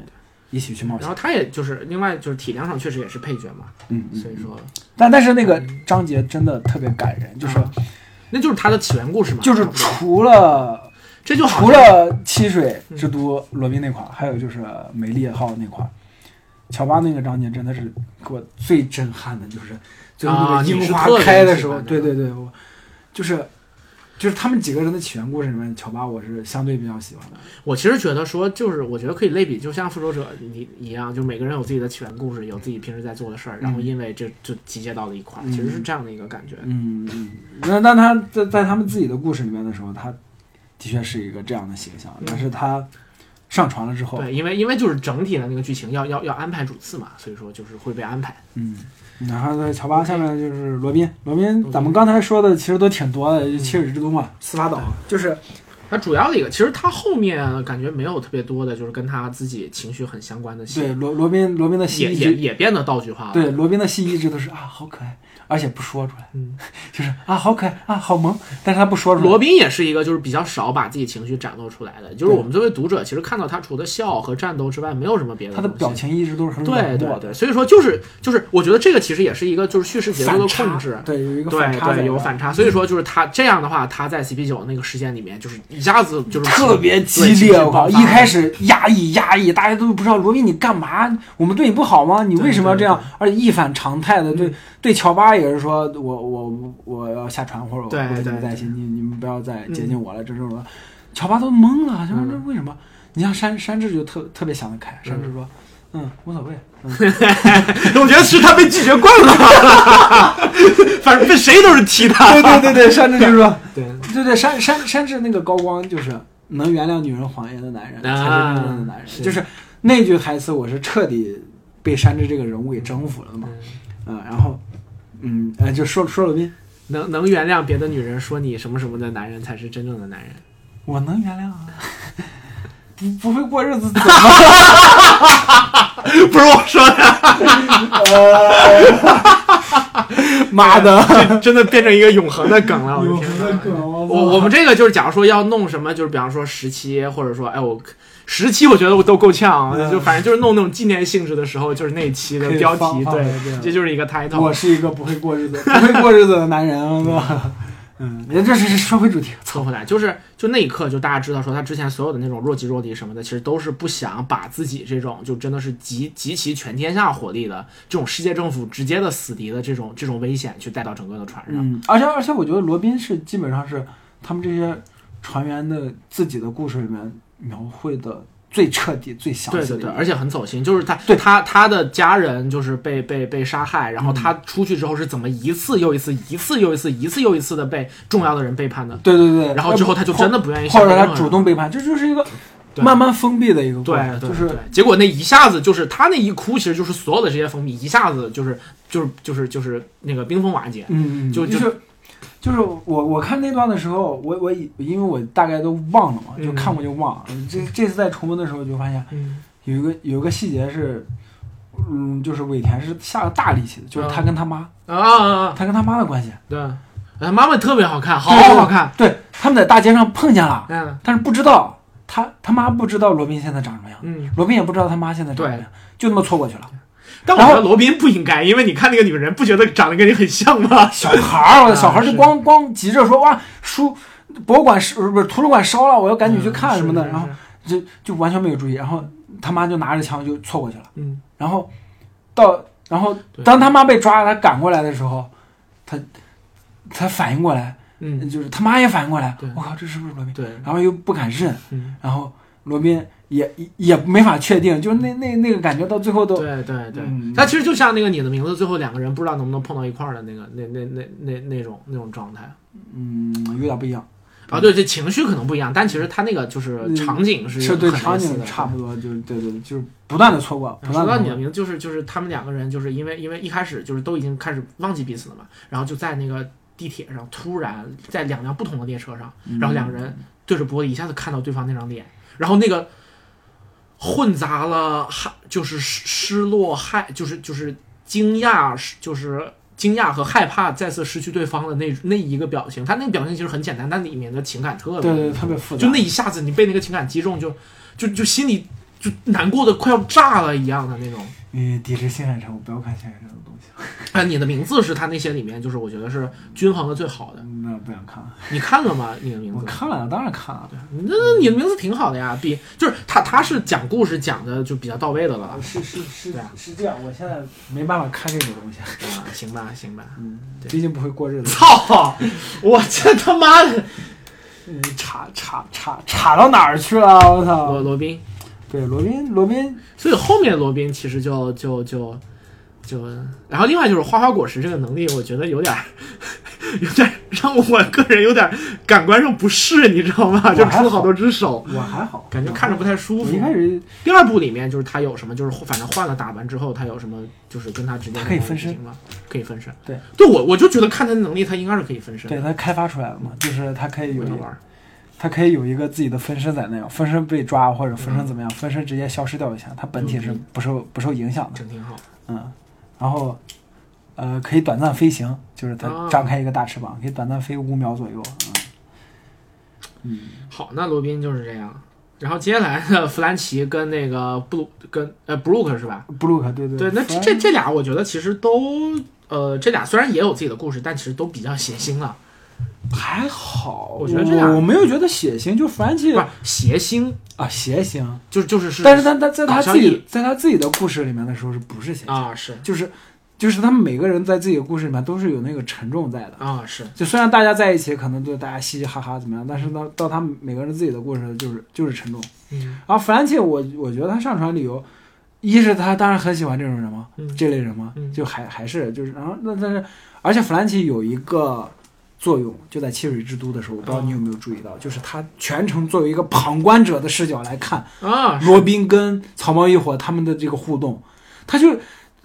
S2: 一起去冒
S1: 然
S2: 险
S1: 后。他也就是另外就是体量上确实也是配角嘛，
S2: 嗯，嗯
S1: 所以说
S2: 但但是那个章节真的特别感人，就是、
S1: 嗯那就是他的起源故事嘛，
S2: 就是
S1: 差不多
S2: 除了
S1: 这就好
S2: 除
S1: 像
S2: 了七水之都罗宾那款，还有就是美丽号那款，乔巴那个章节真的是给我最震撼的，就是最后那
S1: 啊
S2: 个
S1: 你
S2: 樱
S1: 是
S2: 花
S1: 特别
S2: 开的
S1: 喜
S2: 时候，
S1: 欢那
S2: 对
S1: 个
S2: 对对，我就是就是他们几个人的起源故事里面，乔巴我是相对比较喜欢的。
S1: 我其实觉得说，就是我觉得可以类比，就像复仇者你一样，就每个人有自己的起源故事，有自己平时在做的事儿，然后因为这就集结到了一块儿，
S2: 嗯
S1: 其实是这样的一个感觉。
S2: 嗯，嗯，那但他在在他们自己的故事里面的时候，他的确是一个这样的形象，
S1: 嗯
S2: 但是他上传了之后，
S1: 对，因为因为就是整体的那个剧情要要要安排主次嘛，所以说就是会被安排。
S2: 嗯，然后呢，乔巴下面就是罗宾，罗宾
S1: 嗯宾嗯
S2: 咱们刚才说的其实都挺多的，就七水之都嘛，司法岛就是
S1: 它主要的一个，其实它后面感觉没有特别多的，就是跟他自己情绪很相关的
S2: 对
S1: 戏，
S2: 罗罗宾罗宾的戏
S1: 也
S2: 一
S1: 也
S2: 直
S1: 也变得道具化了。
S2: 对罗宾的戏一直都是啊好可爱，而且不说出来，
S1: 嗯，
S2: 就是啊好可爱啊好萌，但是他不说出来，
S1: 罗宾也是一个就是比较少把自己情绪展露出来的，就是
S2: 对
S1: 我们作为读者，其实看到他除了笑和战斗之外，没有什么别的
S2: 他
S1: 东
S2: 的
S1: 西。
S2: 表情一直都是很
S1: 对
S2: 冷
S1: 对
S2: 漠的
S1: 对，所以说就是就是，我觉得这个其实也是一个就是叙事节奏
S2: 反
S1: 的
S2: 差
S1: 控制，
S2: 对有一个反
S1: 对
S2: 差在
S1: 对有
S2: 的
S1: 反差，所以说就是他这样的话，他在 CP 九那个事件里面就是一下子就是
S2: 特别激烈，我靠！一开始压抑压抑，大家都不知道罗宾你干嘛？我们对你不好吗？你为什么要这样？而且一反常态的对对乔巴也是说，我我我要下船或者我
S1: 对
S2: 不跟你们
S1: 对
S2: 在一起，
S1: 对
S2: 你你们不要再
S1: 嗯
S2: 接近我了，这种的。乔巴都懵了，就是
S1: 嗯
S2: 这为什么？你像山山治就特特别想得开，山治说，嗯，无所谓，嗯，
S1: 我觉得是他被拒绝惯了， 反正被谁都是踢他。
S2: 对对对对，山治就说，
S1: 对
S2: 对对，山山山治那个高光就是能原谅女人谎言的男人才是真正的男
S1: 啊
S2: 人，
S1: 是
S2: 就是那句台词，我是彻底被山治这个人物给征服了嘛。嗯，然后，嗯，呃，就说说罗宾，
S1: 能能原谅别的女人说你什么什么的男人才是真正的男人。
S2: 我能原谅啊，不不会过日子怎么？
S1: 不是我说哎的，
S2: 妈的，
S1: 这真的变成一个永恒的梗哎了。我的
S2: 有
S1: 天
S2: 何
S1: 哪！
S2: 可
S1: 我
S2: 我
S1: 我们这个就是，假如说要弄什么，就是比方说十七，或者说哎我十七，我觉得我都够呛，啊
S2: 嗯
S1: 就反正就是弄那种纪念性质的时候，就是那一期的
S2: 可以
S1: 标
S2: 放
S1: 题，
S2: 放在这
S1: 对
S2: 样，
S1: 这就是一个
S2: 我
S1: title。
S2: 是一个不会过日子、不会过日子的男人，我操！嗯，也这是说回主题，
S1: 凑合来，就是就那一刻，就大家知道说他之前所有的那种若即若离什么的，其实都是不想把自己这种就真的是集集齐全天下火力的这种世界政府直接的死敌的这种这种危险去带到整个的船上。
S2: 嗯，而且而且我觉得罗宾是基本上是他们这些船员的自己的故事里面描绘的最彻底、最详
S1: 对
S2: 细
S1: 对
S2: 的一
S1: 对，
S2: 个。
S1: 而且很走心，就是他
S2: 对
S1: 他他的家人就是被被被杀害，然后他
S2: 嗯
S1: 出去之后是怎么一次又一次、一次又一次、一次又一次的被重要的人背叛的，
S2: 对对对，
S1: 然后之后他就真的不愿意
S2: 呃或
S1: 相
S2: 者
S1: 信
S2: 他
S1: 任何
S2: 主
S1: 人
S2: 动背叛，这就是一个
S1: 对
S2: 慢慢封闭的一个过
S1: 对
S2: 程，
S1: 对，
S2: 就是
S1: 对结果那一下子就是他那一哭，其实就是所有的这些封闭一下子就是就是就是就是那个冰封瓦解，
S2: 嗯，嗯
S1: 就就
S2: 就
S1: 是
S2: 就是我我看那段的时候，我我以因为我大概都忘了嘛，就
S1: 嗯
S2: 看过就忘了。这这次在重温的时候就发现
S1: 嗯
S2: 有一个有一个细节是，嗯，就是尾田是下了大力气的，就是他跟他妈，
S1: 啊啊啊，
S2: 他跟他妈的关系，
S1: 对，哎他妈妈特别好看，好
S2: 对
S1: 好看，。
S2: 对，对他们在大街上碰见了，
S1: 嗯
S2: 但是不知道他他妈不知道罗宾现在长什么样，
S1: 嗯，
S2: 罗宾也不知道他妈现在长什么样，就那么错过去了。
S1: 但我觉
S2: 然
S1: 得罗宾不应该，因为你看那个女人，不觉得长得跟你很像吗？
S2: 小孩儿，我
S1: 啊
S2: 的小孩儿就是光光急着说哇，书博物馆是不是图书馆烧了，我要 赶紧去看什么的，
S1: 嗯是
S2: 然后
S1: 是
S2: 就就完全没有注意，然后他妈就拿着枪就错过去了，
S1: 嗯，
S2: 然后到然后
S1: 对
S2: 当他妈被抓他赶过来的时候，他他反应过来，
S1: 嗯，
S2: 就是他妈也反应过来
S1: 对，
S2: 我靠，这是不是罗宾？
S1: 对，
S2: 然后又不敢认，
S1: 嗯。
S2: 然后罗宾也也也没法确定，就是那那那个感觉到最后都
S1: 对对对
S2: 嗯，
S1: 它其实就像那个你的名字，最后两个人不知道能不能碰到一块儿的那个那那那那那种那种状态
S2: 嗯有点不一样，
S1: 啊，对，这情绪可能不一样，但其实它那个就是场景是
S2: 嗯是对
S1: 很
S2: 场
S1: 类似
S2: 景
S1: 的嗯
S2: 差不多，就是对对，对就是不断的错过，不
S1: 说
S2: 断的
S1: 到你的名字，就是就是他们两个人，就是因为因为一开始就是都已经开始忘记彼此了嘛，然后就在那个地铁上，突然在两辆不同的列车上，然后两个
S2: 嗯
S1: 人对着玻璃一下子看到对方那张脸，然后那个混杂了害就是失失落害，就是就是惊讶，就是惊讶和害怕再次失去对方的那那一个表情。他那个表情其实很简单，但里面的情感特别
S5: 对对，特别复杂。
S1: 就那一下子你被那个情感击中，就就就心里就难过的快要炸了一样的那种。
S2: 你抵制新海诚，我不要看新海诚的东西，
S1: 啊，你的名字是他那些里面，就是我觉得是均衡的最好的。
S2: 嗯那不想看了。
S1: 你看了吗？你的名
S2: 我
S1: 字？
S2: 看了，当然看了。
S1: 那那你的名字挺好的呀，比就是他他是讲故事讲的就比较到位的了啦。
S2: 是是是
S1: 对啊
S2: 是这样，我现在没办法看这种东西，嗯
S1: 啊，行吧，行吧。对
S2: 毕竟不会过日 子。
S1: 操！我这他妈的，
S2: 你嗯查查查查到哪儿去了？我
S1: 罗
S2: 操！
S1: 罗宾。
S2: 对，罗宾，罗宾，
S1: 所以后面罗宾其实就就就就，然后另外就是花花果实这个能力，我觉得有点儿 有点儿让我个人有点儿感官上不适，你知道吗？就
S2: 我还
S1: 出了好多只手，
S2: 我还好，
S1: 感觉看着不太舒
S2: 我
S1: 服
S2: 一。开始
S1: 第二部里面就是他有什么，就是反正换了打扮之后，他有什么就是跟他直接
S2: 他可以分身
S1: 吗？可以分身。
S2: 对，
S1: 对我我就觉得看他的能力，他应该是可以分身。
S2: 对，他开发出来了嘛，就是他可以有
S1: 我
S2: 一
S1: 就玩儿。
S2: 他可以有一个自己的分身在那样，分身被抓或者分身怎么样，分身直接消失掉一下，他本体是
S1: 嗯
S2: 不受不受影响的，
S1: 真挺好。
S2: 嗯，然后呃可以短暂飞行，就是他
S1: 啊
S2: 张开一个大翅膀，可以短暂飞五秒左右，嗯，
S1: 好，那罗宾就是这样。然后接下来的弗兰奇跟那个布鲁跟呃布鲁克是吧？
S2: 嗯，布鲁克对对
S1: 对，那这这这俩我觉得其实都呃，这俩虽然也有自己的故事，但其实都比较啊血腥了，
S2: 还好，
S1: 我觉得这样
S2: 我没有觉得血腥，就弗兰奇
S1: 不是邪腥，
S2: 啊邪腥，
S1: 就就是是，
S2: 但是他他在他
S1: 搞笑
S2: 自己
S1: 力
S2: 在他自己的故事里面的时候是不是邪腥？
S1: 啊是
S2: 就是就是他们每个人在自己的故事里面都是有那个沉重在的。
S1: 啊是，
S2: 就虽然大家在一起，可能对大家嘻嘻哈哈怎么样，但是到到他们每个人自己的故事，就是就是沉重。
S1: 嗯
S2: 然后弗兰切，我我觉得他上船旅游，一是他当然很喜欢这种人嘛，
S1: 嗯
S2: 这类人嘛，
S1: 嗯
S2: 就还还是就是，然后那但是，而且弗兰切有一个作用，就在汽水之都的时候，我不知道你有没有注意到，就是他全程作为一个旁观者的视角来看
S1: 啊是
S2: 罗宾跟草帽一伙他们的这个互动，他就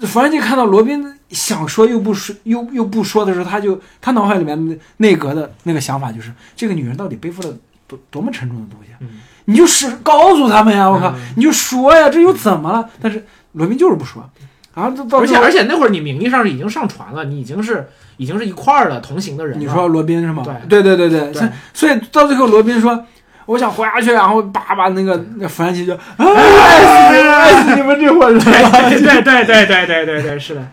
S2: 弗兰切看到罗宾想说又不说又又不说的时候，他就他脑海里面内阁的那个想法就是这个女人到底背负了多多么沉重的东西啊，
S1: 嗯
S2: 你就是告诉他们呀，我靠，
S1: 嗯
S2: 你就说呀，这又怎么了？但是罗宾就是不说，然后到
S1: 而且而
S2: 且
S1: 且那会儿你名义上是已经上船了，你已经是已经是一块儿的同行的人了。
S2: 你说罗宾是吗？
S1: 对
S2: 对对对
S1: 对，
S2: 所以到最后罗宾说。我想活下去，然后叭叭那个那弗兰奇就，哎，爱死你们这伙人
S1: 对
S2: 了！
S1: 对对对对对对对，是的，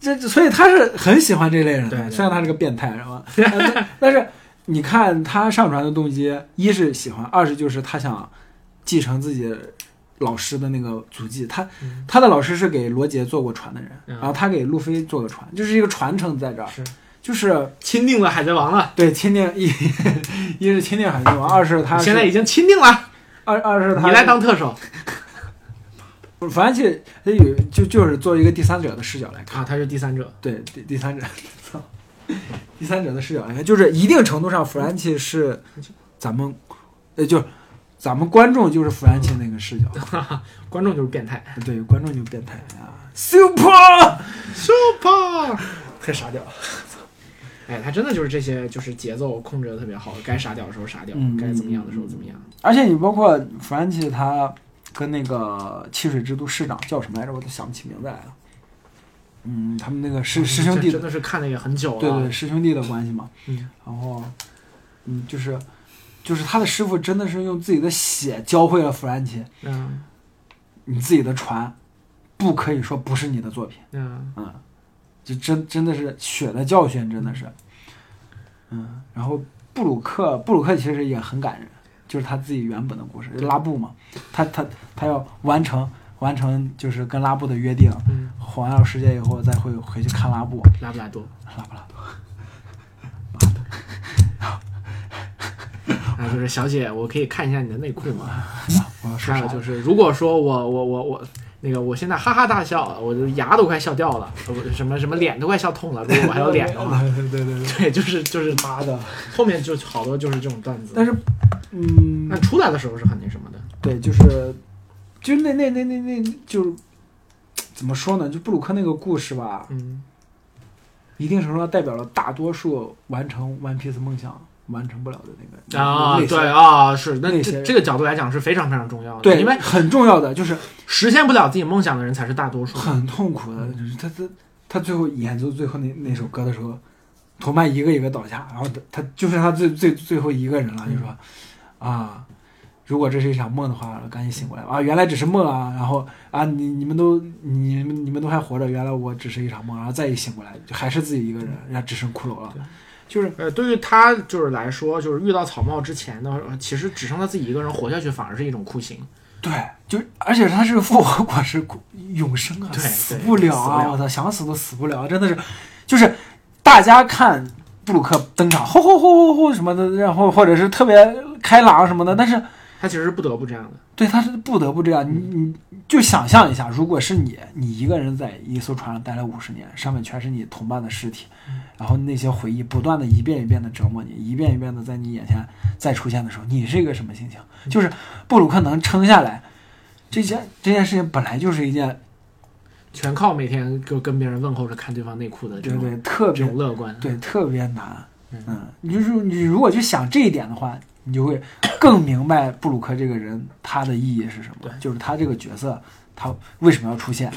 S2: 这这所以他是很喜欢这类人的，
S1: 对对
S2: 虽然他是个变态，是吧？但但是你看他上船的动机，一是喜欢，二是就是他想继承自己老师的那个足迹。他、
S1: 嗯
S2: 他的老师是给罗杰做过船的人，
S1: 嗯
S2: 然后他给路飞做个船，就是一个传承在这儿，
S1: 是
S2: 就是
S1: 钦定了海贼王了，
S2: 对钦定一一是钦定海贼王，二是他是
S1: 现在已经钦定了，
S2: 二二是他
S1: 你来当特首
S2: 反正其实他有就就是作为一个第三者的视角来看。
S1: 啊，他是第三者，
S2: 对第第三者，操，第三者的视角来看，就是一定程度上，弗兰奇是咱们，呃，就是咱们观众就是弗兰奇那个视角，
S1: 观众就是变态
S2: 对，观众就变态啊，super，
S1: ，super。
S2: 太傻屌了，
S1: 哎，他真的就是这些，就是节奏控制的特别好，该傻屌的时候傻屌，
S2: 嗯
S1: 该怎么样的时候怎么样。
S2: 而且你包括弗兰奇他跟那个汽水之都市长叫什么来着，我都想不起名字来了，嗯，他们那个师师兄
S1: 哦这
S2: 弟
S1: 真的是看的也很久了。
S2: 对对，师兄弟的关系嘛。
S1: 嗯，
S2: 然后，嗯，就是，就是他的师傅真的是用自己的血教会了弗兰奇，
S1: 嗯
S2: 你自己的船，不可以说不是你的作品，
S1: 嗯，
S2: 嗯，就真真的是血的教训，真的是，嗯，然后布鲁克，布鲁克其实也很感人，就是他自己原本的故事，拉布嘛，他他他要完成完成就是跟拉布的约定，
S1: 嗯，
S2: 环绕世界以后再会回去看拉布，
S1: 拉布拉多，
S2: 拉布拉多，
S1: 啊，就是小姐，我可以看一下你的内裤吗？
S2: 我要说
S1: 还有
S2: 啥
S1: 就？是，如果说我我我我那个，我现在哈哈大笑了，我的牙都快笑掉了，呃我什么什么脸都快笑痛了，如果我还有脸 的话，
S2: 对对对对，
S1: 对，就是就是
S2: 妈的！
S1: 后面就好多就是这种段子。
S2: 但是，嗯
S1: 那，出来的时候是很那什么的，
S2: 对，就是，就是那那那那那，就是怎么说呢？就布鲁克那个故事吧，
S1: 嗯
S2: 一定程度上代表了大多数完成 One Piece 梦想完成不了的那个
S1: 啊，
S2: 类似
S1: 对啊，是那
S2: 那些
S1: 这
S2: 人
S1: 这个角度来讲是非常非常重要的，
S2: 对，
S1: 啊因为
S2: 很重要的就是
S1: 实现不了自己梦想的人才是大多数。
S2: 很痛苦的，就是他他他最后演奏最后那那首歌的时候，托曼一个一个倒下，然后他他就剩他最最最后一个人了，就说啊，如果这是一场梦的话，赶紧醒过来吧啊，原来只是梦啊，然后啊你你们都你们你们都还活着，原来我只是一场梦，然后再一醒过来就还是自己一个人，然后只剩骷髅了，就是
S1: 呃，对于他就是来说，就是遇到草帽之前呢，呃其实只剩他自己一个人活下去，反而是一种酷刑。
S2: 对，就而且他是复活果实永生啊，
S1: 对
S2: 死
S1: 对
S2: 不了
S1: 死不
S2: 啊！
S1: 了
S2: 我操，想死都死不了，啊真的是，就是大家看布鲁克登场，吼吼吼吼吼什么的，然后或者是特别开朗什么的，但是
S1: 他其实是不得不这样的。
S2: 对他是不得不这样。你你就想象一下，如果是你，你一个人在一艘船上待了五十年，上面全是你同伴的尸体，然后那些回忆不断的一遍一遍的折磨你，一遍一遍的在你眼前再出现的时候，你是一个什么心情？就是布鲁克能撑下来，这件这件事情本来就是一件
S1: 全靠每天就跟别人问候着看对方内裤的这
S2: 对
S1: 种
S2: 对特
S1: 这
S2: 别
S1: 种乐观。
S2: 对特别难，
S1: 嗯
S2: 嗯，你就是你如果去想这一点的话，你就会更明白布鲁克这个人他的意义是什么
S1: 对，
S2: 就是他这个角色他为什么要出现。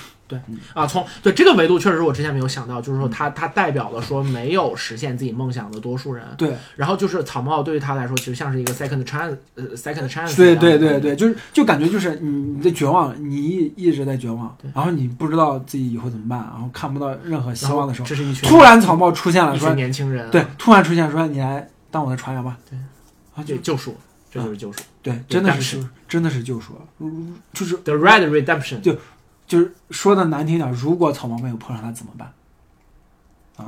S1: 啊，从对这个维度确实是我之前没有想到，就是说
S2: 嗯
S1: 他他代表了说没有实现自己梦想的多数人。
S2: 对，
S1: 然后就是草帽对于他来说，其实像是一个 second chance，呃，second chance 一
S2: 对
S1: 样的
S2: 对对对，就是就感觉就是你你的绝望，你一一直在绝望，然后你不知道自己以后怎么办，然后看不到任何希
S1: 然后
S2: 望的时候，
S1: 这是一群
S2: 突然草帽出现了，
S1: 一
S2: 说
S1: 群年轻人，
S2: 对，，突然出现说你来当我的船员吧，
S1: 对，
S2: 啊就
S1: 就救赎，这就是救赎。
S2: 对，真的
S1: 但
S2: 是
S1: 是
S2: 救真的是救赎了，嗯就是
S1: The Red Redemption，
S2: 就是说的难听点，如果草帽没有碰上他怎么办？啊，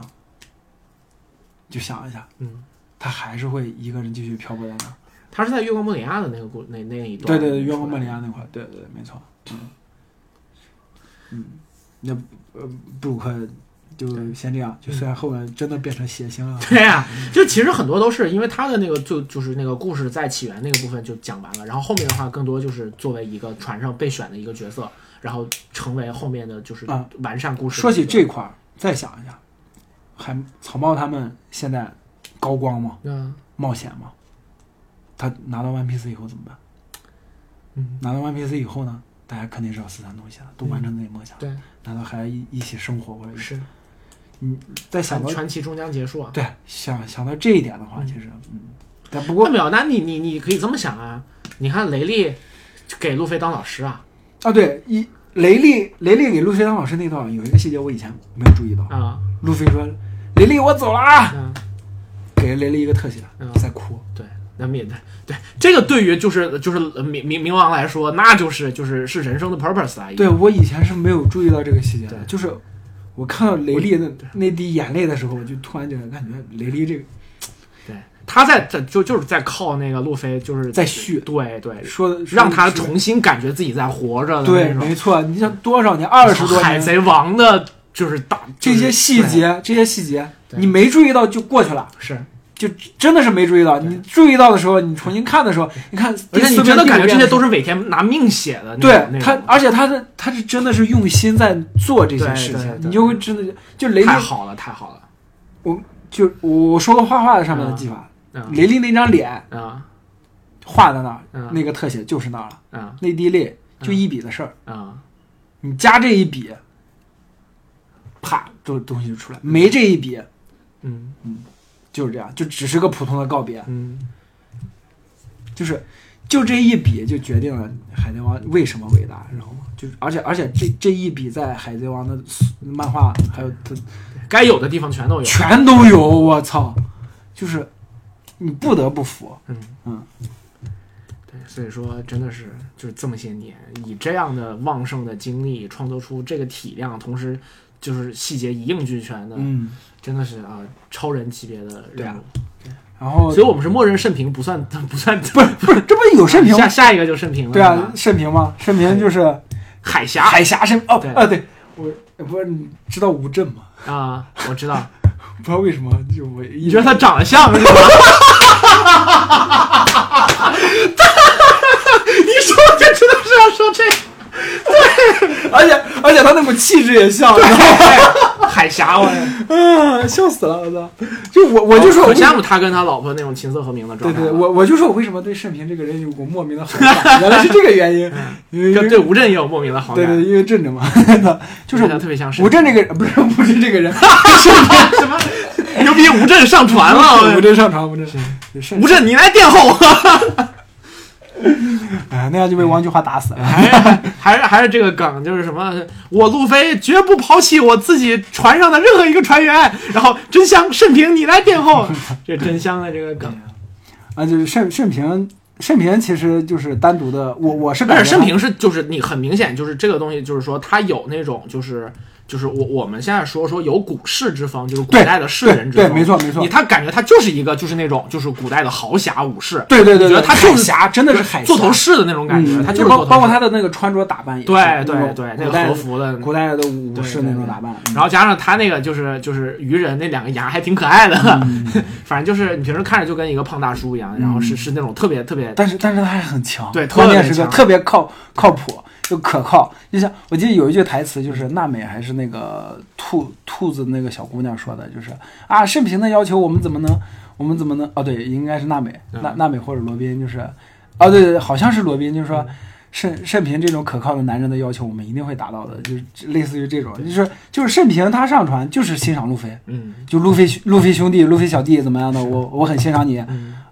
S2: 就想一下，
S1: 嗯，
S2: 他还是会一个人继续漂泊在那儿。
S1: 他是在月光莫里亚的那个故那那一
S2: 对
S1: 段，
S2: 对对，约莫曼利啊亚那块儿，对对对，没错。嗯，嗯，那呃，布鲁克就先这样，就虽然后面真的变成血腥了，
S1: 对呀、就其实很多都是因为他的那个就就是那个故事在起源那个部分就讲完了，然后后面的话更多就是作为一个船上备选的一个角色，然后成为后面的就是
S2: 啊
S1: 完善故事的
S2: 说
S1: 一个。
S2: 起这块儿，再想一下，还草帽他们现在高光吗？
S1: 嗯，
S2: 冒险吗？他拿到 One Piece 以后怎么办？
S1: 嗯，
S2: 拿到 One Piece 以后呢，大家肯定是要撕散东西了，都完成自己梦想，
S1: 嗯对，
S2: 难道还要一一起生活或者一起
S1: 是
S2: 再想到
S1: 传奇终将结束啊。
S2: 对想想到这一点的话，其实嗯，但不
S1: 那
S2: 过
S1: 没有，那你你你可以这么想啊，你看雷利就给路飞当老师啊
S2: 啊，对一雷利雷利给路飞当老师那段有一个细节我以前没有注意到，
S1: 啊
S2: 路飞说雷利我走了啊，
S1: 嗯。
S2: 给雷利一个特写
S1: 嗯，
S2: 在哭，
S1: 对，那冥对对，这个对于就是就是呃冥冥冥王来说，那就是就是是人生的 purpose 啊。
S2: 对我以前是没有注意到这个细节的
S1: 对，
S2: 就是我看到雷利的那滴眼泪的时候，我就突然就感觉雷利这个
S1: 对，他在在就就是在靠那个路飞，就是
S2: 在续
S1: 对对，
S2: 说的
S1: 让他
S2: 说
S1: 重新感觉自己在活着的
S2: 对，
S1: 那种
S2: 没错，你像多少年，二十多
S1: 海
S2: 年，
S1: 贼王的，就是大
S2: 这些细。
S1: 就是对
S2: 节，这些细节，
S1: 对
S2: 你没注意到就过去了，
S1: 是，
S2: 就真的是没注意到。你注意到的时候，你重新看的时候，你看，
S1: 而且
S2: 第
S1: 你
S2: 四
S1: 真
S2: 遍
S1: 的感觉这些都
S2: 第
S1: 是尾田拿命写的那种，
S2: 五遍
S1: 那
S2: 的时候
S1: 种
S2: 对他，而且他的他是真的是用心在做这些
S1: 对
S2: 事
S1: 对
S2: 情，
S1: 对
S2: 你就会真的就雷利
S1: 太，好了，太好了，
S2: 我就我说过画画的上面的
S1: 嗯
S2: 技法，
S1: 嗯
S2: 雷利那张脸
S1: 啊
S2: 画在那儿，
S1: 嗯
S2: 那个特写就是那儿了，
S1: 啊
S2: 那滴泪就一笔的事儿，
S1: 啊，
S2: 你加这一笔，啪，这东西就出来，没这一笔。
S1: 嗯
S2: 就是这样，就只是个普通的告别，
S1: 嗯，
S2: 就是就这一笔就决定了海贼王为什么伟大，知道吗？就是而且而且这这一笔在海贼王的漫画还有它
S1: 该有的地方全都有，
S2: 全都有，我操！就是你不得不服，
S1: 嗯
S2: 嗯，
S1: 对，所以说真的是就是这么些年，以这样的旺盛的精力创作出这个体量，同时就是细节一应俱全的，
S2: 嗯。
S1: 真的是啊、超人级别的
S2: 对
S1: 任
S2: 啊
S1: 务。
S2: 然后
S1: 所以我们是默认慎评，不算不算
S2: 不是不是，这不是有盛平
S1: 下
S2: 吗？
S1: 下一个就慎评了，
S2: 对
S1: 是
S2: 啊
S1: 吧，
S2: 盛平吗？盛平就是
S1: 海峡
S2: 海峡盛哦
S1: 对
S2: 啊，对我不是你知道吴镇吗？
S1: 啊、我知 道，
S2: 不知道为什么就我一
S1: 你
S2: 直
S1: 觉得 他长得像是吧？ 你说这真的是要说这个？
S2: 而且而且他那股气质也像，
S1: 哎海峡我
S2: 啊，笑死了，我操！就我我就说，
S1: 很
S2: 我
S1: 羡慕他跟他老婆那种琴瑟和鸣的状态。
S2: 对对，我我就说我为什么对盛平这个人有股莫名的好感，原来是这个原 因，因为
S1: 跟对吴镇也有莫名的好
S2: 对
S1: 感，
S2: 对，因为正着嘛， 就是
S1: 因为他特别像沈
S2: 吴镇这个人不是不是这个人，
S1: 什么牛逼吴镇上船
S2: 吴
S1: 了，哎
S2: 镇上床，吴镇是
S1: 吴镇你来殿 后，
S2: 哎，那样就被王菊花打死了。
S1: 还是 还是还是这个梗，就是什么我路飞绝不抛弃我自己船上的任何一个船员，然后真香盛平你来殿 后，这真香的这个梗，
S2: 啊，就是盛盛平，盛平其实就是单独的，我我是
S1: 但
S2: 感觉啊
S1: 是盛平是就是你很明显就是这个东西就是说他有那种就是。就是我我们现在说说有古士之风，就是古
S2: 对
S1: 代的士人之
S2: 对
S1: 风，
S2: 对没错没错
S1: 你他感觉他就是一个就是那种就是古代的豪侠武士，
S2: 对对对，
S1: 你觉得
S2: 对
S1: 他就是
S2: 海峡，真的是海峡
S1: 座头市的那种感觉，
S2: 嗯
S1: 他就是
S2: 包
S1: 座头市
S2: 包括他的那个穿着打扮也是
S1: 对对
S2: 那种
S1: 对，那个
S2: 古代
S1: 和服的，
S2: 古代的武士那种打扮，嗯
S1: 然后加上他那个就是就是鱼人那两个牙还挺可爱的，
S2: 嗯
S1: 反正就是你平时看着就跟一个胖大叔一样，然后是是那种特别特别
S2: 但是但是他还很强，
S1: 对
S2: 关键是
S1: 特别强
S2: 个特别靠靠谱又可靠。就像我记得有一句台词，就是娜美还是那个兔兔子那个小姑娘说的，就是啊，盛平的要求我们怎么能我们怎么能哦对，应该是娜美，
S1: 嗯
S2: 娜娜美或者罗宾就是，哦对对，好像是罗宾，就是说。盛盛平这种可靠的男人的要求，我们一定会达到的，就是类似于这种，就是就是盛平他上船就是欣赏路飞，
S1: 嗯
S2: 就路飞路飞兄弟、路飞小弟怎么样的，我我很欣赏你。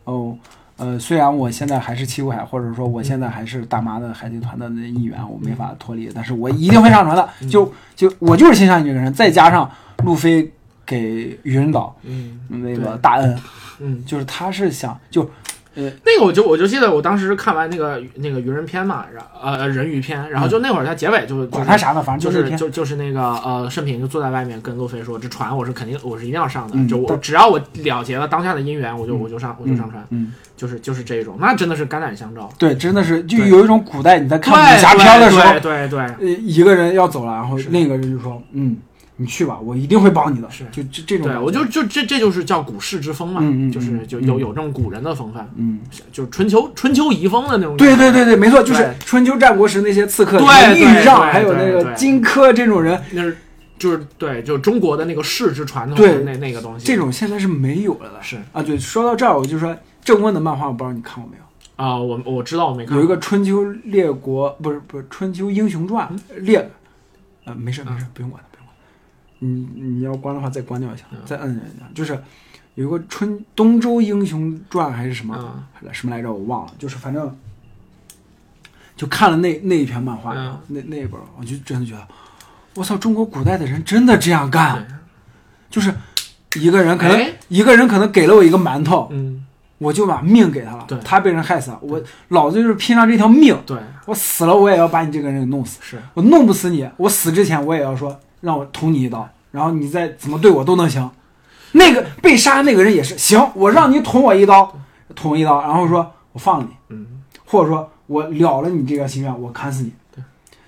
S2: 哦，呃，虽然我现在还是七股海，或者说我现在还是大妈的海贼团的那一员，我没
S1: 嗯
S2: 法脱离，但是我一定会上船的。就就我就是欣赏你这个人，再加上路飞给愚人岛
S1: 嗯
S2: 那
S1: 对
S2: 个大恩，
S1: 嗯。
S2: 就是他是想就
S1: 那个我就我就记得我当时看完那个那个鱼人篇嘛，然呃人鱼篇，然后就那会儿他结尾就就
S2: 嗯管
S1: 是
S2: 他啥呢，反
S1: 就
S2: 正就是那天。
S1: 就就是那个呃，盛平就坐在外面跟路飞说，这船我是肯定我是一定要上的，
S2: 嗯
S1: 就我
S2: 对
S1: 只要我了结了当下的姻缘，我就、我就上我就上船，
S2: 嗯，
S1: 就是就是这种，那真的是肝胆相照。
S2: 对，真的是就
S1: 对
S2: 有一种古代你在
S1: 对
S2: 看武侠片的时候
S1: 对，对对对
S2: 呃，一个人要走了，然后
S1: 是
S2: 另一个人就说，嗯，你去吧，我一定会帮你的，
S1: 是
S2: 就这这种
S1: 对，
S2: 感觉，
S1: 我就就这这就是叫古世之风嘛，
S2: 嗯嗯嗯
S1: 就是就有
S2: 嗯
S1: 有这种古人的风范，
S2: 嗯，
S1: 就是春秋春秋遗风的那种感
S2: 对
S1: 觉。
S2: 对对对，没错，就是
S1: 啊对
S2: 春秋战国时那些刺客，
S1: 对
S2: 什么
S1: 对
S2: 逆让，
S1: 对
S2: 还有那
S1: 对
S2: 个
S1: 对
S2: 荆轲这种人，
S1: 那是就是对，就是中国的那个世之传统
S2: 对
S1: 的那那个东西。
S2: 这种现在是没有了的。
S1: 是
S2: 啊，对，说到这儿，我就说郑问的漫画，我不知道你看过没有？
S1: 啊、我我知道我没看过
S2: 有一个《春秋列国》，不是不是《春秋英雄传》列，
S1: 嗯
S2: 呃，没事没事，不用管它，不用管它。你你要关的话，再关掉一下，
S1: 嗯
S2: 再摁一下，就是有一个《春东周英雄传》还是什么、
S1: 嗯
S2: 什么来着，我忘了，就是反正就看了那那一篇漫画，
S1: 嗯
S2: 那那一本，我就真的觉得，我操，中国古代的人真的这样干，就是一个人可能、
S1: 啊哎
S2: 一个人可能给了我一个馒头，
S1: 嗯，
S2: 我就把命给他了
S1: 对，
S2: 他被人害死了，我老子就是拼上这条命，
S1: 对，
S2: 我死了我也要把你这个人给弄死，
S1: 是
S2: 我弄不死你，我死之前我也要说让我捅你一刀，然后你再怎么对我都能行。那个被杀那个人也是行，我让你捅我一刀，捅一刀，然后说我放你，
S1: 嗯，
S2: 或者说我了了你这个心愿，我砍死你。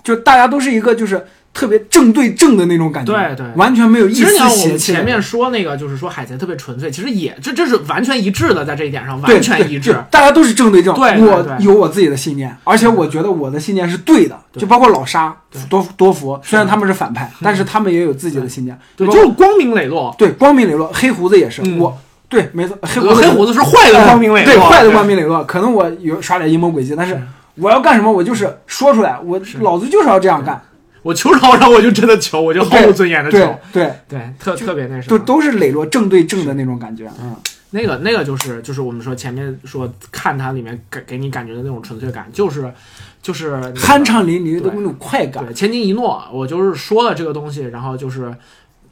S2: 就大家都是一个就是特别正对正的那种感觉，
S1: 对对
S2: 完全没有一
S1: 其实
S2: 丝
S1: 你看我
S2: 邪
S1: 们
S2: 气的。
S1: 前面说那个，就是说海贼特别纯粹，其实也这这是完全一致的，在这一点上
S2: 对
S1: 完全一，致
S2: 对对。大家都是正对正。
S1: 对对
S2: 我
S1: 对
S2: 有我自己的信念，而且我觉得我的信念是对的。
S1: 对
S2: 就包括老沙
S1: 对、
S2: 多多福，虽然他们是反派，但是他们也有自己的信念。
S1: 对，
S2: 包
S1: 就
S2: 括
S1: 是光明磊落，
S2: 对光明磊落，黑胡子也是
S1: 嗯呃
S2: 我。对，没错，黑胡子呃
S1: 黑胡子是坏的光明磊落，
S2: 对坏的光明磊落。可能我有耍点阴谋诡计，但是我要干什么，我就是说出来，我老子就是要这样干。
S1: 我求饶，然后我就真的求，我就毫无尊严的
S2: 对
S1: 求，
S2: 对，
S1: 对，特特别那什
S2: 都
S1: 么，
S2: 都是磊落正对正的那种感觉。嗯，
S1: 那个那个就是就是我们说前面说看它里面给给你感觉的那种纯粹感，就是就是那个
S2: 酣畅淋漓的
S1: 对
S2: 那种快感。
S1: 对千金一诺，我就是说了这个东西，然后就是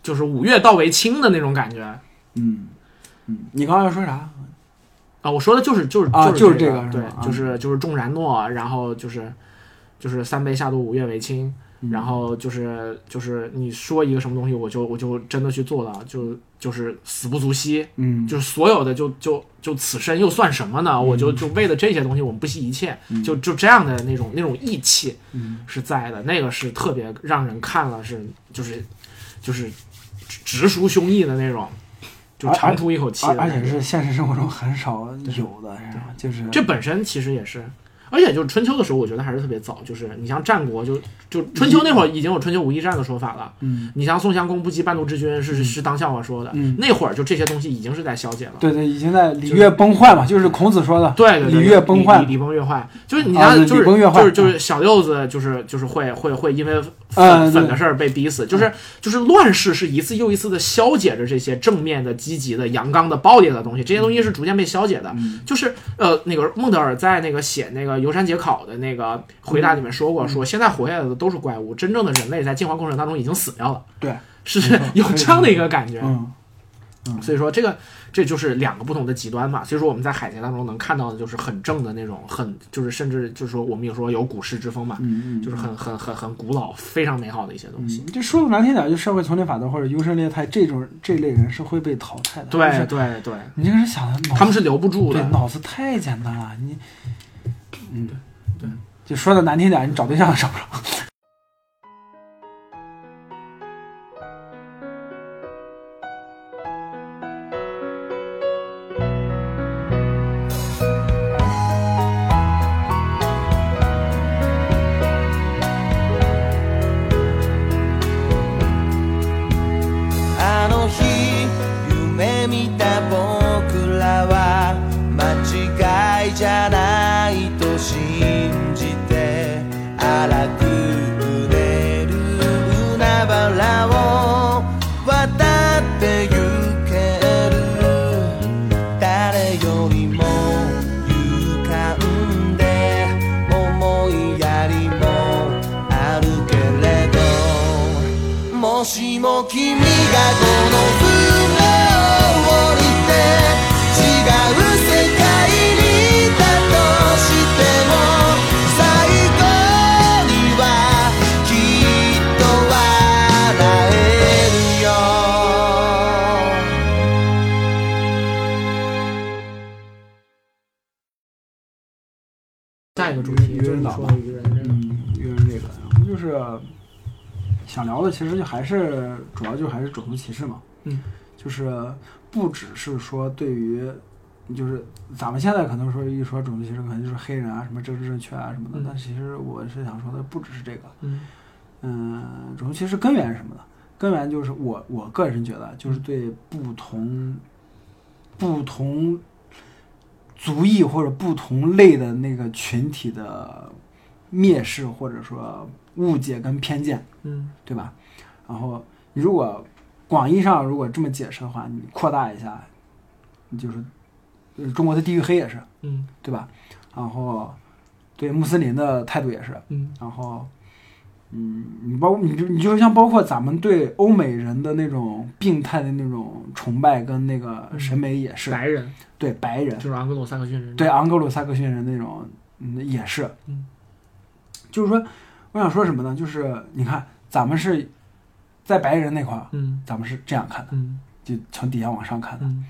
S1: 就是五岳到为清的那种感觉
S2: 嗯嗯，你刚刚要说啥？
S1: 啊，我说的就是就是
S2: 啊
S1: 就是
S2: 就是这
S1: 个
S2: 个是
S1: 对
S2: 吧，啊
S1: 就是就是重然诺，然后就是就是三杯下肚五岳为清，
S2: 嗯
S1: 然后就是就是你说一个什么东西，我就我就真的去做了，就就是死不足惜，
S2: 嗯，
S1: 就是所有的就就就此生又算什么呢？我就就为了这些东西，我们不惜一切，就就这样的那种那种义气
S2: 嗯
S1: 是在的，那个是特别让人看了是就是就是直抒胸臆的那种，就
S2: 而
S1: 长出一口气
S2: 而
S1: 的
S2: 而
S1: 感
S2: 且
S1: 觉。
S2: 是现实生活中很少有的，是吧就是嗯
S1: 这本身其实也是。而且就是春秋的时候，我觉得还是特别早。就是你像战国就，就春秋那会儿已经有春秋五义战的说法了。
S2: 嗯，
S1: 你像宋襄公不及半路之君是是当笑话说的，
S2: 嗯
S1: 那会儿就这些东西已经是在消解了。
S2: 对对，已经在礼乐崩坏嘛，就是孔子说的，
S1: 对对对，
S2: 礼
S1: 对
S2: 乐崩坏
S1: 礼礼礼崩乐坏，就是你像
S2: 啊对
S1: 就是
S2: 礼崩乐坏
S1: 就是就是小六子，就是就是会会会因为
S2: 嗯
S1: 粉粉
S2: 对嗯
S1: 的事儿被逼死，就是就是乱世是一次又一次的消解着这些正面的、积极的、阳刚的、暴烈的东西，这些东西是逐渐被消解的。
S2: 嗯
S1: 就是呃，那个孟德尔在那个写那个《游山解考》的那个回
S2: 嗯
S1: 答里面说过，说现在活下来的都是怪物，真正的人类在进化过程当中已经死掉了。
S2: 对，
S1: 是有这样的一个感觉。
S2: 嗯，
S1: 所以说这个这就是两个不同的极端嘛。所以说我们在海贼当中能看到的就是很正的那种，很就是甚至就是说我们有时候有古诗之风嘛，
S2: 嗯嗯
S1: 就是很很很很古老、非常美好的一些东西。
S2: 嗯，这说的难听点，就社会丛林法则或者优胜劣汰这种这类人是会被淘汰的。就是
S1: 对对对，
S2: 你这个人想的，
S1: 他们是留不住
S2: 对
S1: 的。
S2: 脑子太简单了，你，嗯，对，就说的难听点，你找对象都找不着。
S3: あの日夢見た僕らは間違いじゃないと信じて荒くうねる海原を渡ってゆける誰よりも勇敢で思いやりもあるけれどもしも君がこの船を降りて違う世界にいたとしても最後にはきっと笑えるよ
S1: 下一个主题
S2: 愚
S1: 就是
S2: 人
S1: 你
S2: 岛
S1: 说
S2: 吧
S1: 的愚人这个，
S2: 嗯，就是这个，然后就是想聊的，其实就还是主要就还是种族歧视嘛。
S1: 嗯，
S2: 就是不只是说对于，就是咱们现在可能说一说种族歧视，可能就是黑人啊、什么政治正确啊什么的，
S1: 嗯
S2: 但其实我是想说的不只是这个，
S1: 嗯
S2: 嗯，种族歧视根源是什么呢？根源就是我我个人觉得，啊就是对不同不同族裔或者不同类的那个群体的蔑视或者说误解跟偏见，
S1: 嗯
S2: 对吧？然后你如果广义上如果这么解释的话，你扩大一下，你就是呃中国的地域黑也是，
S1: 嗯
S2: 对吧？然后对穆斯林的态度也是，
S1: 嗯
S2: 然后，嗯，你包你就你就像包括咱们对欧美人的那种病态的那种崇拜跟那个审美也是，
S1: 白人
S2: 对白人
S1: 就，是昂格鲁萨克逊人，
S2: 对昂格鲁萨克逊人那种，嗯，也是，
S1: 嗯，
S2: 就是说，我想说什么呢？就是你看，咱们是在白人那块儿，
S1: 嗯
S2: 咱们是这样看的，
S1: 嗯
S2: 就从底下往上看的，
S1: 嗯，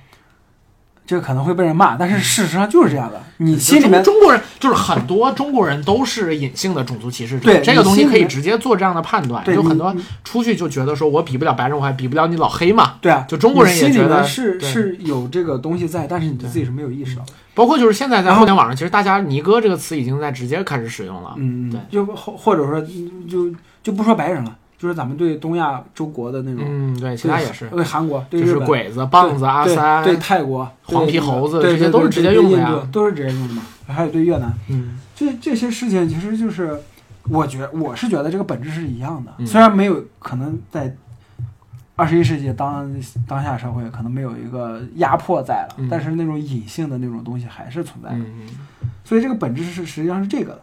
S2: 这个可能会被人骂，但是事实上就是这样的，你心里面
S1: 中中国人就是很多中国人都是隐性的种族歧视者，
S2: 对
S1: 这个东西可
S2: 你心
S1: 以
S2: 里面
S1: 直接做这样的判断，
S2: 对
S1: 就
S2: 你
S1: 很多
S2: 你
S1: 出去就觉得说我比不了白人，我还比不了你老黑嘛，
S2: 对啊，
S1: 就中国人也
S2: 你心
S1: 觉
S2: 里面
S1: 得
S2: 是
S1: 对
S2: 是有这个东西在，但是你自己是没有意识到的。
S1: 包括就是现在在
S2: 然后
S1: 互联网上，其实大家“尼哥”这个词已经在直接开始使用了。
S2: 嗯，
S1: 啊对
S2: 就或或者说嗯就就不说白人了，就是咱们对东亚洲国的那种，
S1: 嗯，对，其他也是，
S2: 对韩国、对
S1: 就
S2: 日
S1: 是
S2: 本、
S1: 鬼子、棒子、
S2: 对
S1: 阿
S2: 对
S1: 三，
S2: 对泰国、对
S1: 黄皮猴子
S2: 对
S1: 这些
S2: 对
S1: 都是
S2: 对
S1: 直接
S2: 对
S1: 用的
S2: 印
S1: 呀
S2: 度都是直接用的嘛。还有对越南，
S1: 嗯
S2: 这这些事情其实就是，我觉我是觉得这个本质是一样的，
S1: 嗯
S2: 虽然没有可能在。二十一世纪当当下社会可能没有一个压迫在了，
S1: 嗯
S2: 但是那种隐性的那种东西还是存在的。
S1: 嗯
S2: 所以这个本质是实际上是这个的。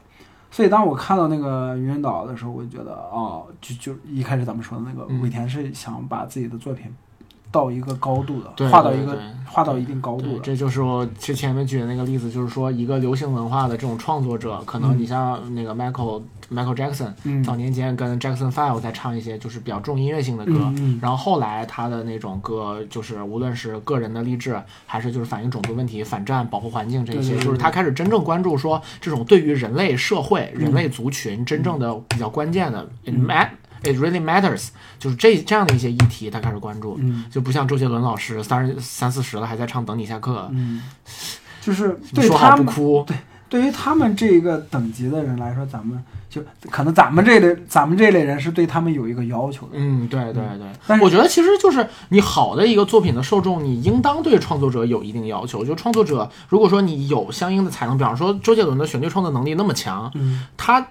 S2: 所以当我看到那个愚人岛的时候，我就觉得哦，就就一开始咱们说的那个
S1: 嗯
S2: 尾田是想把自己的作品到一个高度的，
S1: 对
S2: 画到
S1: 对
S2: 一个
S1: 对
S2: 画到一定高
S1: 对
S2: 度，的。
S1: 这就是我之前面举的那个例子，就是说一个流行文化的这种创作者，可能
S2: 嗯
S1: 你像那个 Michael、Michael Jackson，
S2: 嗯
S1: 早年间跟 Jackson Five 在唱一些就是比较重音乐性的歌，
S2: 嗯嗯
S1: 然后后来他的那种歌，就是无论是个人的励志，还是就是反映种族问题、反战、保护环境这一些，
S2: 对对对
S1: 就是他开始真正关注说这种对于人类社会、人类族群真正的比较关键的、it
S2: 嗯
S1: mat it really matters，就是这这样的一些议题，他开始关注。
S2: 嗯
S1: 就不像周杰伦老师三十三四十了还在唱《等你下课
S2: 嗯，就是》，
S1: 呃
S2: 对
S1: 说好
S2: 他
S1: 不
S2: 们
S1: 哭，
S2: 对于他们这一个等级的人来说，咱们就可能咱们这类咱们这类人是对他们有一个要求的。
S1: 嗯，对对对，
S2: 但是
S1: 我觉得其实就是你好的一个作品的受众，你应当对创作者有一定要求。就创作者，如果说你有相应的才能，比方说周杰伦的旋律创作能力那么强，
S2: 嗯，
S1: 他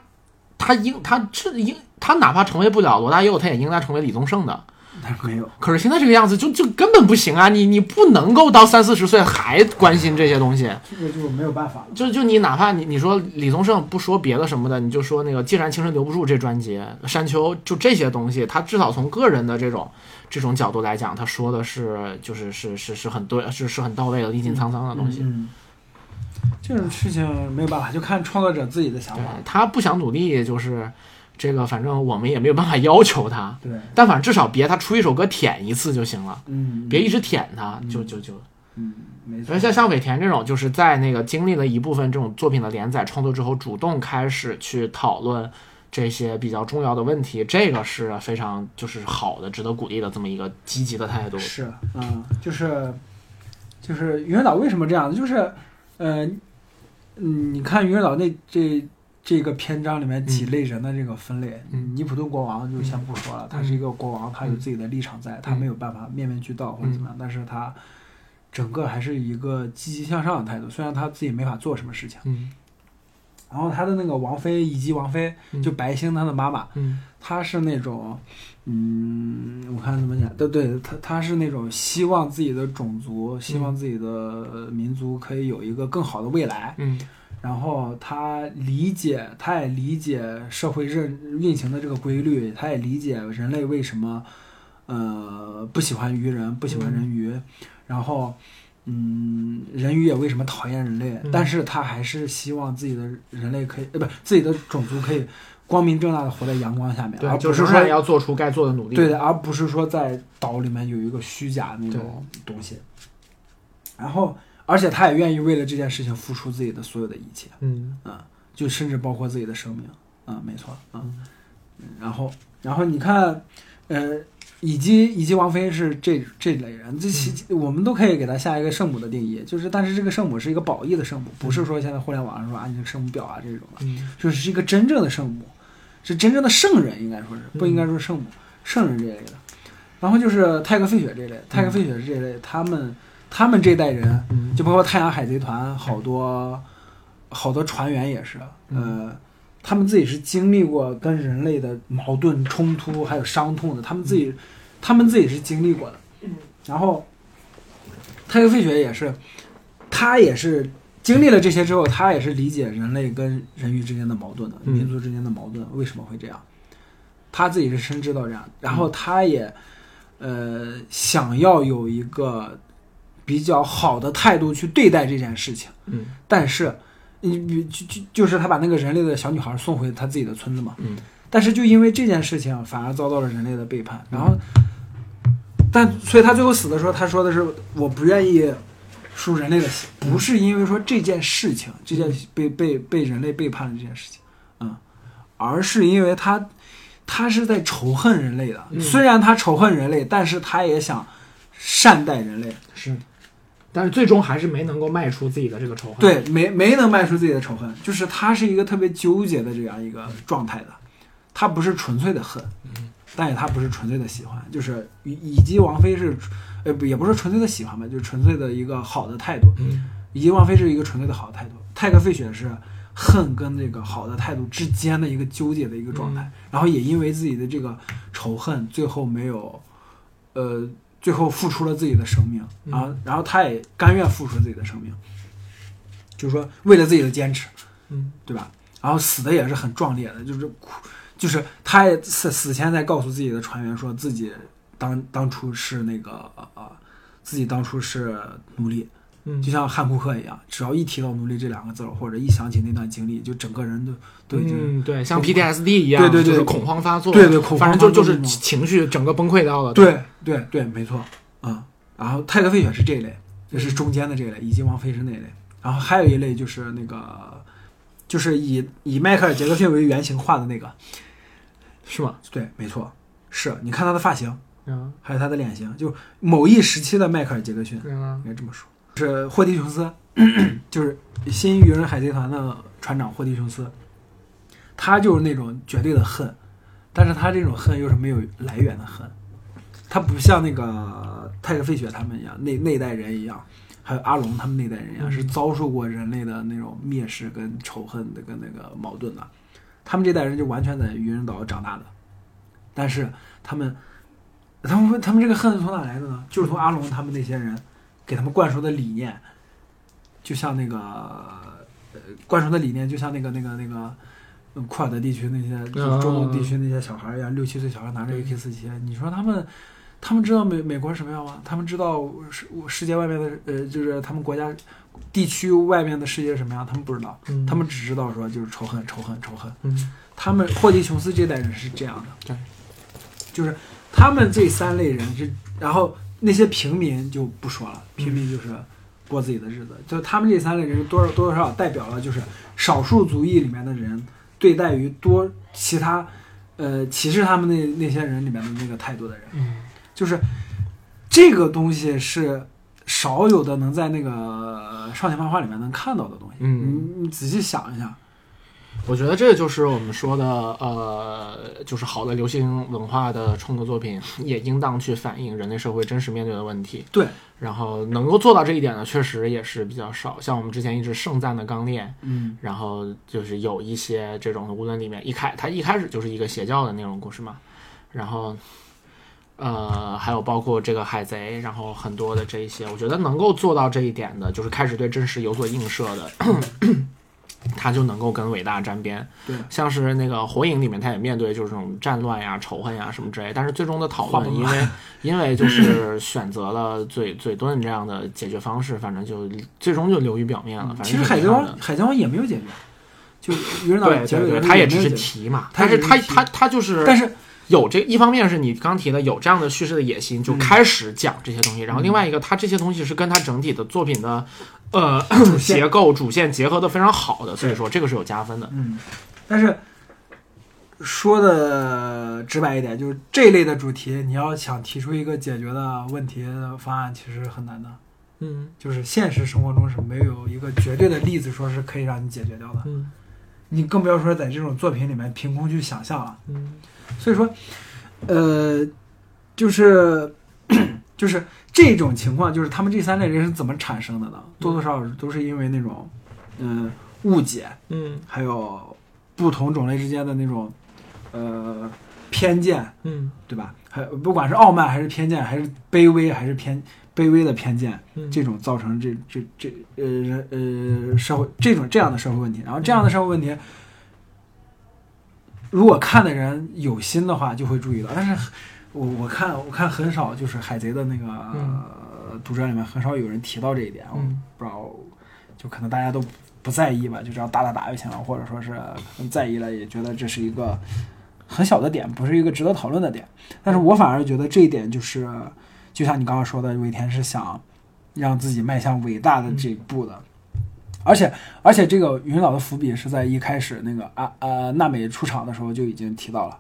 S1: 他应他这应他哪怕成为不了罗大佑，他也应该成为李宗盛的。
S2: 但是没有，
S1: 可是现在这个样子就就根本不行啊！你你不能够到三四十岁还关心这些东西，
S2: 这个就没有办法了。
S1: 就就你哪怕你你说李宗盛不说别的什么的，你就说那个《既然青春留不住》这专辑《山丘》，就这些东西，他至少从个人的这种这种角度来讲，他说的是就是是是是很对，是是很到位的，历尽沧桑的东西。
S2: 嗯，这种事情没有办法，就看创作者自己的想
S1: 对
S2: 法。
S1: 他不想努力，就是这个，反正我们也没有办法要求他，
S2: 对，
S1: 但反正至少别他出一首歌舔一次就行了，
S2: 嗯，
S1: 别一直舔他，就就就。
S2: 嗯，没
S1: 而
S2: 错
S1: 且，像像尾田这种，就是在那个经历了一部分这种作品的连载创作之后，主动开始去讨论这些比较重要的问题，这个是非常就是好的、值得鼓励的这么一个积极的态度。
S2: 是啊、就是就是云原岛为什么这样呢？就是呃，嗯，你看云原岛那这这个篇章里面几类人的这个分类，
S1: 嗯
S2: 尼普顿国王就先不说了，他是一个国王，他有自己的立场在，
S1: 嗯
S2: 他没有办法面面俱到或者怎么样，但是他整个还是一个积极向上的态度，虽然他自己没法做什么事情。
S1: 嗯
S2: 然后他的那个王妃以及王妃
S1: 嗯
S2: 就白星他的妈妈，
S1: 嗯
S2: 他是那种，嗯，我看怎么讲，对对，他他是那种希望自己的种族，希望自己的呃民族可以有一个更好的未来，
S1: 嗯
S2: 然后他理解，他也理解社会认运行的这个规律，他也理解人类为什么，呃，不喜欢鱼人，不喜欢人鱼，然后，嗯，人鱼也为什么讨厌人类，
S1: 嗯
S2: 但是他还是希望自己的人类可以，呃，不，自己的种族可以光明正大的活在阳光下面，而
S1: 对，
S2: 不
S1: 就是
S2: 说
S1: 说要做出该做的努力。
S2: 对的，而不是说在岛里面有一个虚假那种东西。然后，而且他也愿意为了这件事情付出自己的所有的一切，
S1: 嗯
S2: 就甚至包括自己的生命。啊、没错，啊、嗯然后，然后你看，呃，以及以及王菲是这这类人，这其、我们都可以给他下一个圣母的定义，就是，但是这个圣母是一个褒义的圣母，不是说现在互联网上说啊你这个圣母婊啊这种的，
S1: 嗯
S2: 就是一个真正的圣母，是真正的圣人，应该说是不
S1: 嗯
S2: 应该说圣母，圣人这一类的。然后就是泰格费雪这一类，泰格费雪这一类，他们他们这代人，
S1: 嗯
S2: 就包括太阳海贼团，好多好多船员也是，呃，他们自己是经历过跟人类的矛盾冲突还有伤痛的，他们自己他们自己是经历过的。然后泰格费雪也是，他也是经历了这些之后，他也是理解人类跟人鱼之间的矛盾的，
S1: 嗯
S2: 民族之间的矛盾为什么会这样，他自己是深知到这样，然后他也呃想要有一个比较好的态度去对待这件事情，
S1: 嗯
S2: 但是你比就就就是他把那个人类的小女孩送回他自己的村子嘛，
S1: 嗯
S2: 但是就因为这件事情，反而遭到了人类的背叛。然后，但所以他最后死的时候，他说的是我不愿意输人类的血，不是因为说这件事情，这件被被被人类背叛的这件事情，嗯，而是因为他他是在仇恨人类的。虽然他仇恨人类，但是他也想善待人类。
S1: 是，但是最终还是没能够迈出自己的这个仇恨。，
S2: 对，没没能迈出自己的仇恨，就是他是一个特别纠结的这样一个状态的，他不是纯粹的恨，但也他不是纯粹的喜欢，就是以以及王菲是，呃，不也不是纯粹的喜欢吧，就是纯粹的一个好的态度，
S1: 嗯
S2: 以及王菲是一个纯粹的好的态度，泰克费雪是恨跟这个好的态度之间的一个纠结的一个状态，然后也因为自己的这个仇恨，最后没有，呃。最后付出了自己的生命，然后，然后他也甘愿付出自己的生命，就是说为了自己的坚持，
S1: 嗯，
S2: 对吧？然后死的也是很壮烈的，就是哭，就是他也死死前在告诉自己的船员说自己当当初是那个呃，自己当初是奴隶，
S1: 嗯
S2: 就像汉库克一样，只要一提到奴隶这两个字儿，或者一想起那段经历，就整个人都都已经、
S1: 嗯，对，像 PTSD 一样，
S2: 对对
S1: 就
S2: 对
S1: 是恐慌发作，
S2: 对对恐慌
S1: 反正就
S2: 发
S1: 就
S2: 作
S1: 是
S2: 那种
S1: 情绪整个崩溃到了。，
S2: 对对对，没错，嗯。然后泰格费雪是这一类，就是中间的这一类，以及王菲是那一类。然后还有一类就是那个，就是以以迈克尔·杰克逊为原型画的那个，
S1: 是吗？
S2: 对，没错，是你看他的发型，
S1: 嗯
S2: 还有他的脸型，就某一时期的迈克尔·杰克逊，
S1: 嗯啊
S2: 应该这么说。是霍提琼斯， 就是新鱼人海贼团的船长霍提琼斯，他就是那种绝对的恨，但是他这种恨又是没有来源的恨，他不像那个泰格费雪他们一样，那那一代人一样，还有阿龙他们那一代人一样，是遭受过人类的那种蔑视跟仇恨的跟那个矛盾的，他们这代人就完全在愚人岛长大的，但是他们。他们会，他们这个恨是从哪来的呢？就是从阿龙他们那些人给他们灌输的理念，就像那个呃灌输的理念，就像那个那个那个嗯库尔德地区那些，就是中东地区那些小孩儿一样，六七岁小孩拿着 AK 四七，你说他们他们知道美美国是什么样吗？他们知道世世界外面的呃，就是他们国家地区外面的世界是什么样？他们不知道，
S1: 嗯
S2: 他们只知道说就是仇恨，仇恨，仇恨。
S1: 嗯
S2: 他们霍奇琼斯这代人是这样的，
S1: 对，
S2: 就是他们这三类人是，然后那些平民就不说了，
S1: 嗯
S2: 平民就是过自己的日子，就他们这三类人多少多多少少代表了就是少数族裔里面的人对待于多其他呃歧视他们那那些人里面的那个态度的人，
S1: 嗯
S2: 就是这个东西是少有的能在那个少年漫画里面能看到的东西，
S1: 嗯，
S2: 你你仔细想一下，
S1: 我觉得这就是我们说的呃，就是好的流行文化的创作作品也应当去反映人类社会真实面对的问题。
S2: 对，
S1: 然后能够做到这一点的，确实也是比较少。像我们之前一直盛赞的《钢炼》，
S2: 嗯。
S1: 然后就是有一些这种，无论里面一开，它一开始就是一个邪教的那种故事嘛，然后，呃，还有包括这个海贼，然后很多的这一些，我觉得能够做到这一点的，就是开始对真实有所映射 的，他就能够跟伟大沾边。
S2: 对
S1: 像是那个火影里面，他也面对就是这种战乱呀、仇恨呀什么之类，但是最终的讨
S2: 画
S1: 论，
S2: 崩
S1: 因
S2: 了
S1: 为 因为就是选择了 嘴嘴遁这样的解决方式，反正就最终就流于表面了。反正
S2: 其实
S1: 是
S2: 海贼
S1: 这样
S2: 王
S1: 的
S2: 海贼王也没有解决，就是鱼人岛
S1: 对
S2: 结
S1: 对
S2: 尾
S1: 对，
S2: 的时候
S1: 他也
S2: 没
S1: 只
S2: 有
S1: 是
S2: 解决
S1: 提嘛，
S2: 他
S1: 但
S2: 只
S1: 是
S2: 是
S1: 他
S2: 提
S1: 他他就是，
S2: 但是
S1: 有这一方面是你刚提的有这样的叙事的野心，就
S2: 嗯
S1: 开始讲这些东西，然后另外一个他这些东西是跟他整体的作品的呃
S2: 线
S1: 结构主线结合的非常好的，所以说这个是有加分的。
S2: 嗯，但是说的直白一点，就是这类的主题，你要想提出一个解决的问题的方案，其实很难的。
S1: 嗯
S2: 就是现实生活中是没有一个绝对的例子，说是可以让你解决掉的。
S1: 嗯
S2: 你更不要说在这种作品里面凭空去想象了。
S1: 嗯
S2: 所以说，呃，就是 就是这种情况，就是他们这三类人是怎么产生的呢？多多少少都是因为那种，嗯、误解，
S1: 嗯
S2: 还有不同种类之间的那种，呃，偏见，
S1: 嗯
S2: 对吧？还有不管是傲慢还是偏见，还是卑微还是偏卑微的偏见，
S1: 嗯
S2: 这种造成这这这呃人呃社会这种这样的社会问题，然后这样的社会问题，如果看的人有心的话，就会注意到。但是我我看我看很少，就是海贼的那个、
S1: 嗯
S2: 呃读者里面很少有人提到这一点，我
S1: 嗯
S2: 不知道，就可能大家都不在意吧，就只要打打打就行了，或者说是可能在意了也觉得这是一个很小的点，不是一个值得讨论的点。但是我反而觉得这一点就是，就像你刚刚说的，尾田是想让自己迈向伟大的这一步的。而且，而且这个云岛的伏笔是在一开始那个啊呃娜美出场的时候就已经提到了，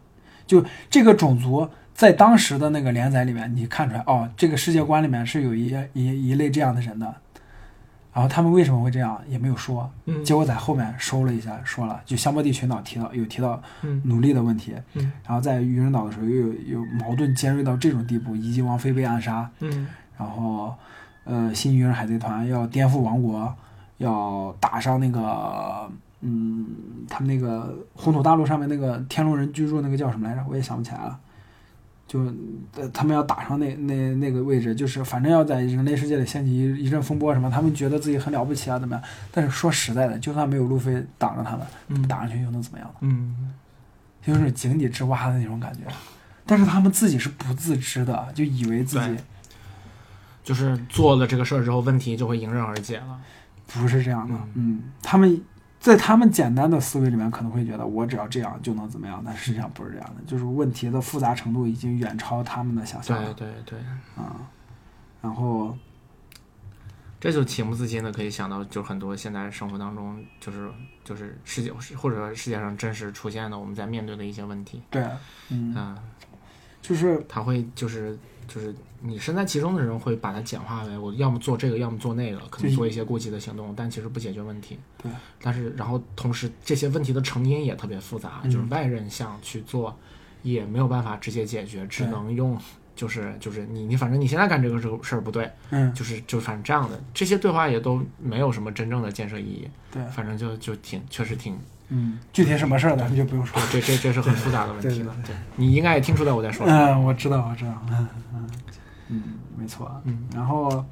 S2: 就这个种族在当时的那个连载里面，你看出来哦，这个世界观里面是有一一一类这样的人的，然后他们为什么会这样也没有说，
S1: 嗯
S2: 结果在后面收了一下，说了就香波地群岛提到有提到
S1: 嗯
S2: 奴隶的问题，
S1: 嗯
S2: 然后在愚人岛的时候又有有矛盾尖锐到这种地步，以及王妃被暗杀，
S1: 嗯
S2: 然后呃新愚人海贼团要颠覆王国，要打上那个嗯他们那个红土大陆上面那个天龙人居住那个叫什么来着？我也想不起来了。就呃，他们要打上那那那个位置，就是反正要在人类世界里掀起一一阵风波什么，他们觉得自己很了不起啊，怎么样？但是说实在的，就算没有路飞挡着他们，
S1: 嗯
S2: 打上去又能怎么样呢？
S1: 嗯
S2: 就是井底之蛙的那种感觉。但是他们自己是不自知的，就以为自己
S1: 对就是做了这个事儿之后，问题就会迎刃而解了。
S2: 不是这样的。嗯，他们在他们简单的思维里面可能会觉得我只要这样就能怎么样，但实际上不是这样的，就是问题的复杂程度已经远超他们的想象
S1: 对
S2: 了
S1: 对对，
S2: 啊、然后
S1: 这就情不自禁的可以想到，就是很多现在生活当中，就是就是世界或者说世界上真实出现的我们在面对的一些问题。
S2: 对，嗯，
S1: 嗯
S2: 就是
S1: 他会就是就是你身在其中的人会把它简化为我要么做这个，要么做那个，可能
S2: 对
S1: 做一些过激的行动，但其实不解决问题。
S2: 对，
S1: 但是然后同时这些问题的成因也特别复
S2: 嗯
S1: 杂，就是外人想去做也没有办法直接解决，只
S2: 对
S1: 能用。就是就是你你反正你现在干这个事事儿不对，
S2: 嗯，
S1: 就是就是反正这样的这些对话也都没有什么真正的建设意义，
S2: 对，
S1: 反正就就挺确实挺
S2: 嗯，具体什么事儿咱们就不用说了。
S1: 这这这是很复杂的问
S2: 对
S1: 题
S2: 对
S1: 了。
S2: 对，
S1: 你应该也听出来我在说什么，
S2: 嗯，我知道，我知道，嗯嗯嗯，没错，
S1: 嗯，
S2: 然后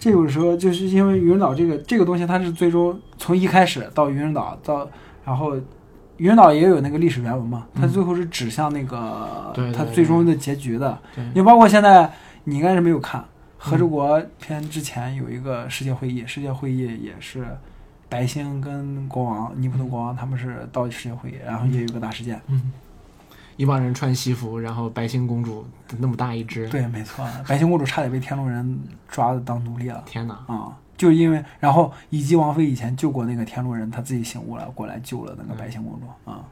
S2: 这个时候就是因为愚人岛这个这个东西，它是最终从一开始到愚人岛到，然后愚人岛也有那个历史原文嘛，它
S1: 嗯
S2: 最后是指向那个、
S1: 对对
S2: 它
S1: 对
S2: 最终的结局的。
S1: 嗯对
S2: 你包括现在你应该是没有看《
S1: 嗯
S2: 和之国》篇之前有一个世界会议，世界会议也是。白星跟国王尼普顿国王他们是到世界会议，然后也有个大事件，
S1: 一帮人穿西服，然后白星公主那么大一只，
S2: 对，没错，白星公主差点被天龙人抓当奴隶了
S1: 天哪！
S2: 啊！就因为，然后以及王妃以前救过那个天龙人，她自己醒悟了，过来救了那个白星公主啊，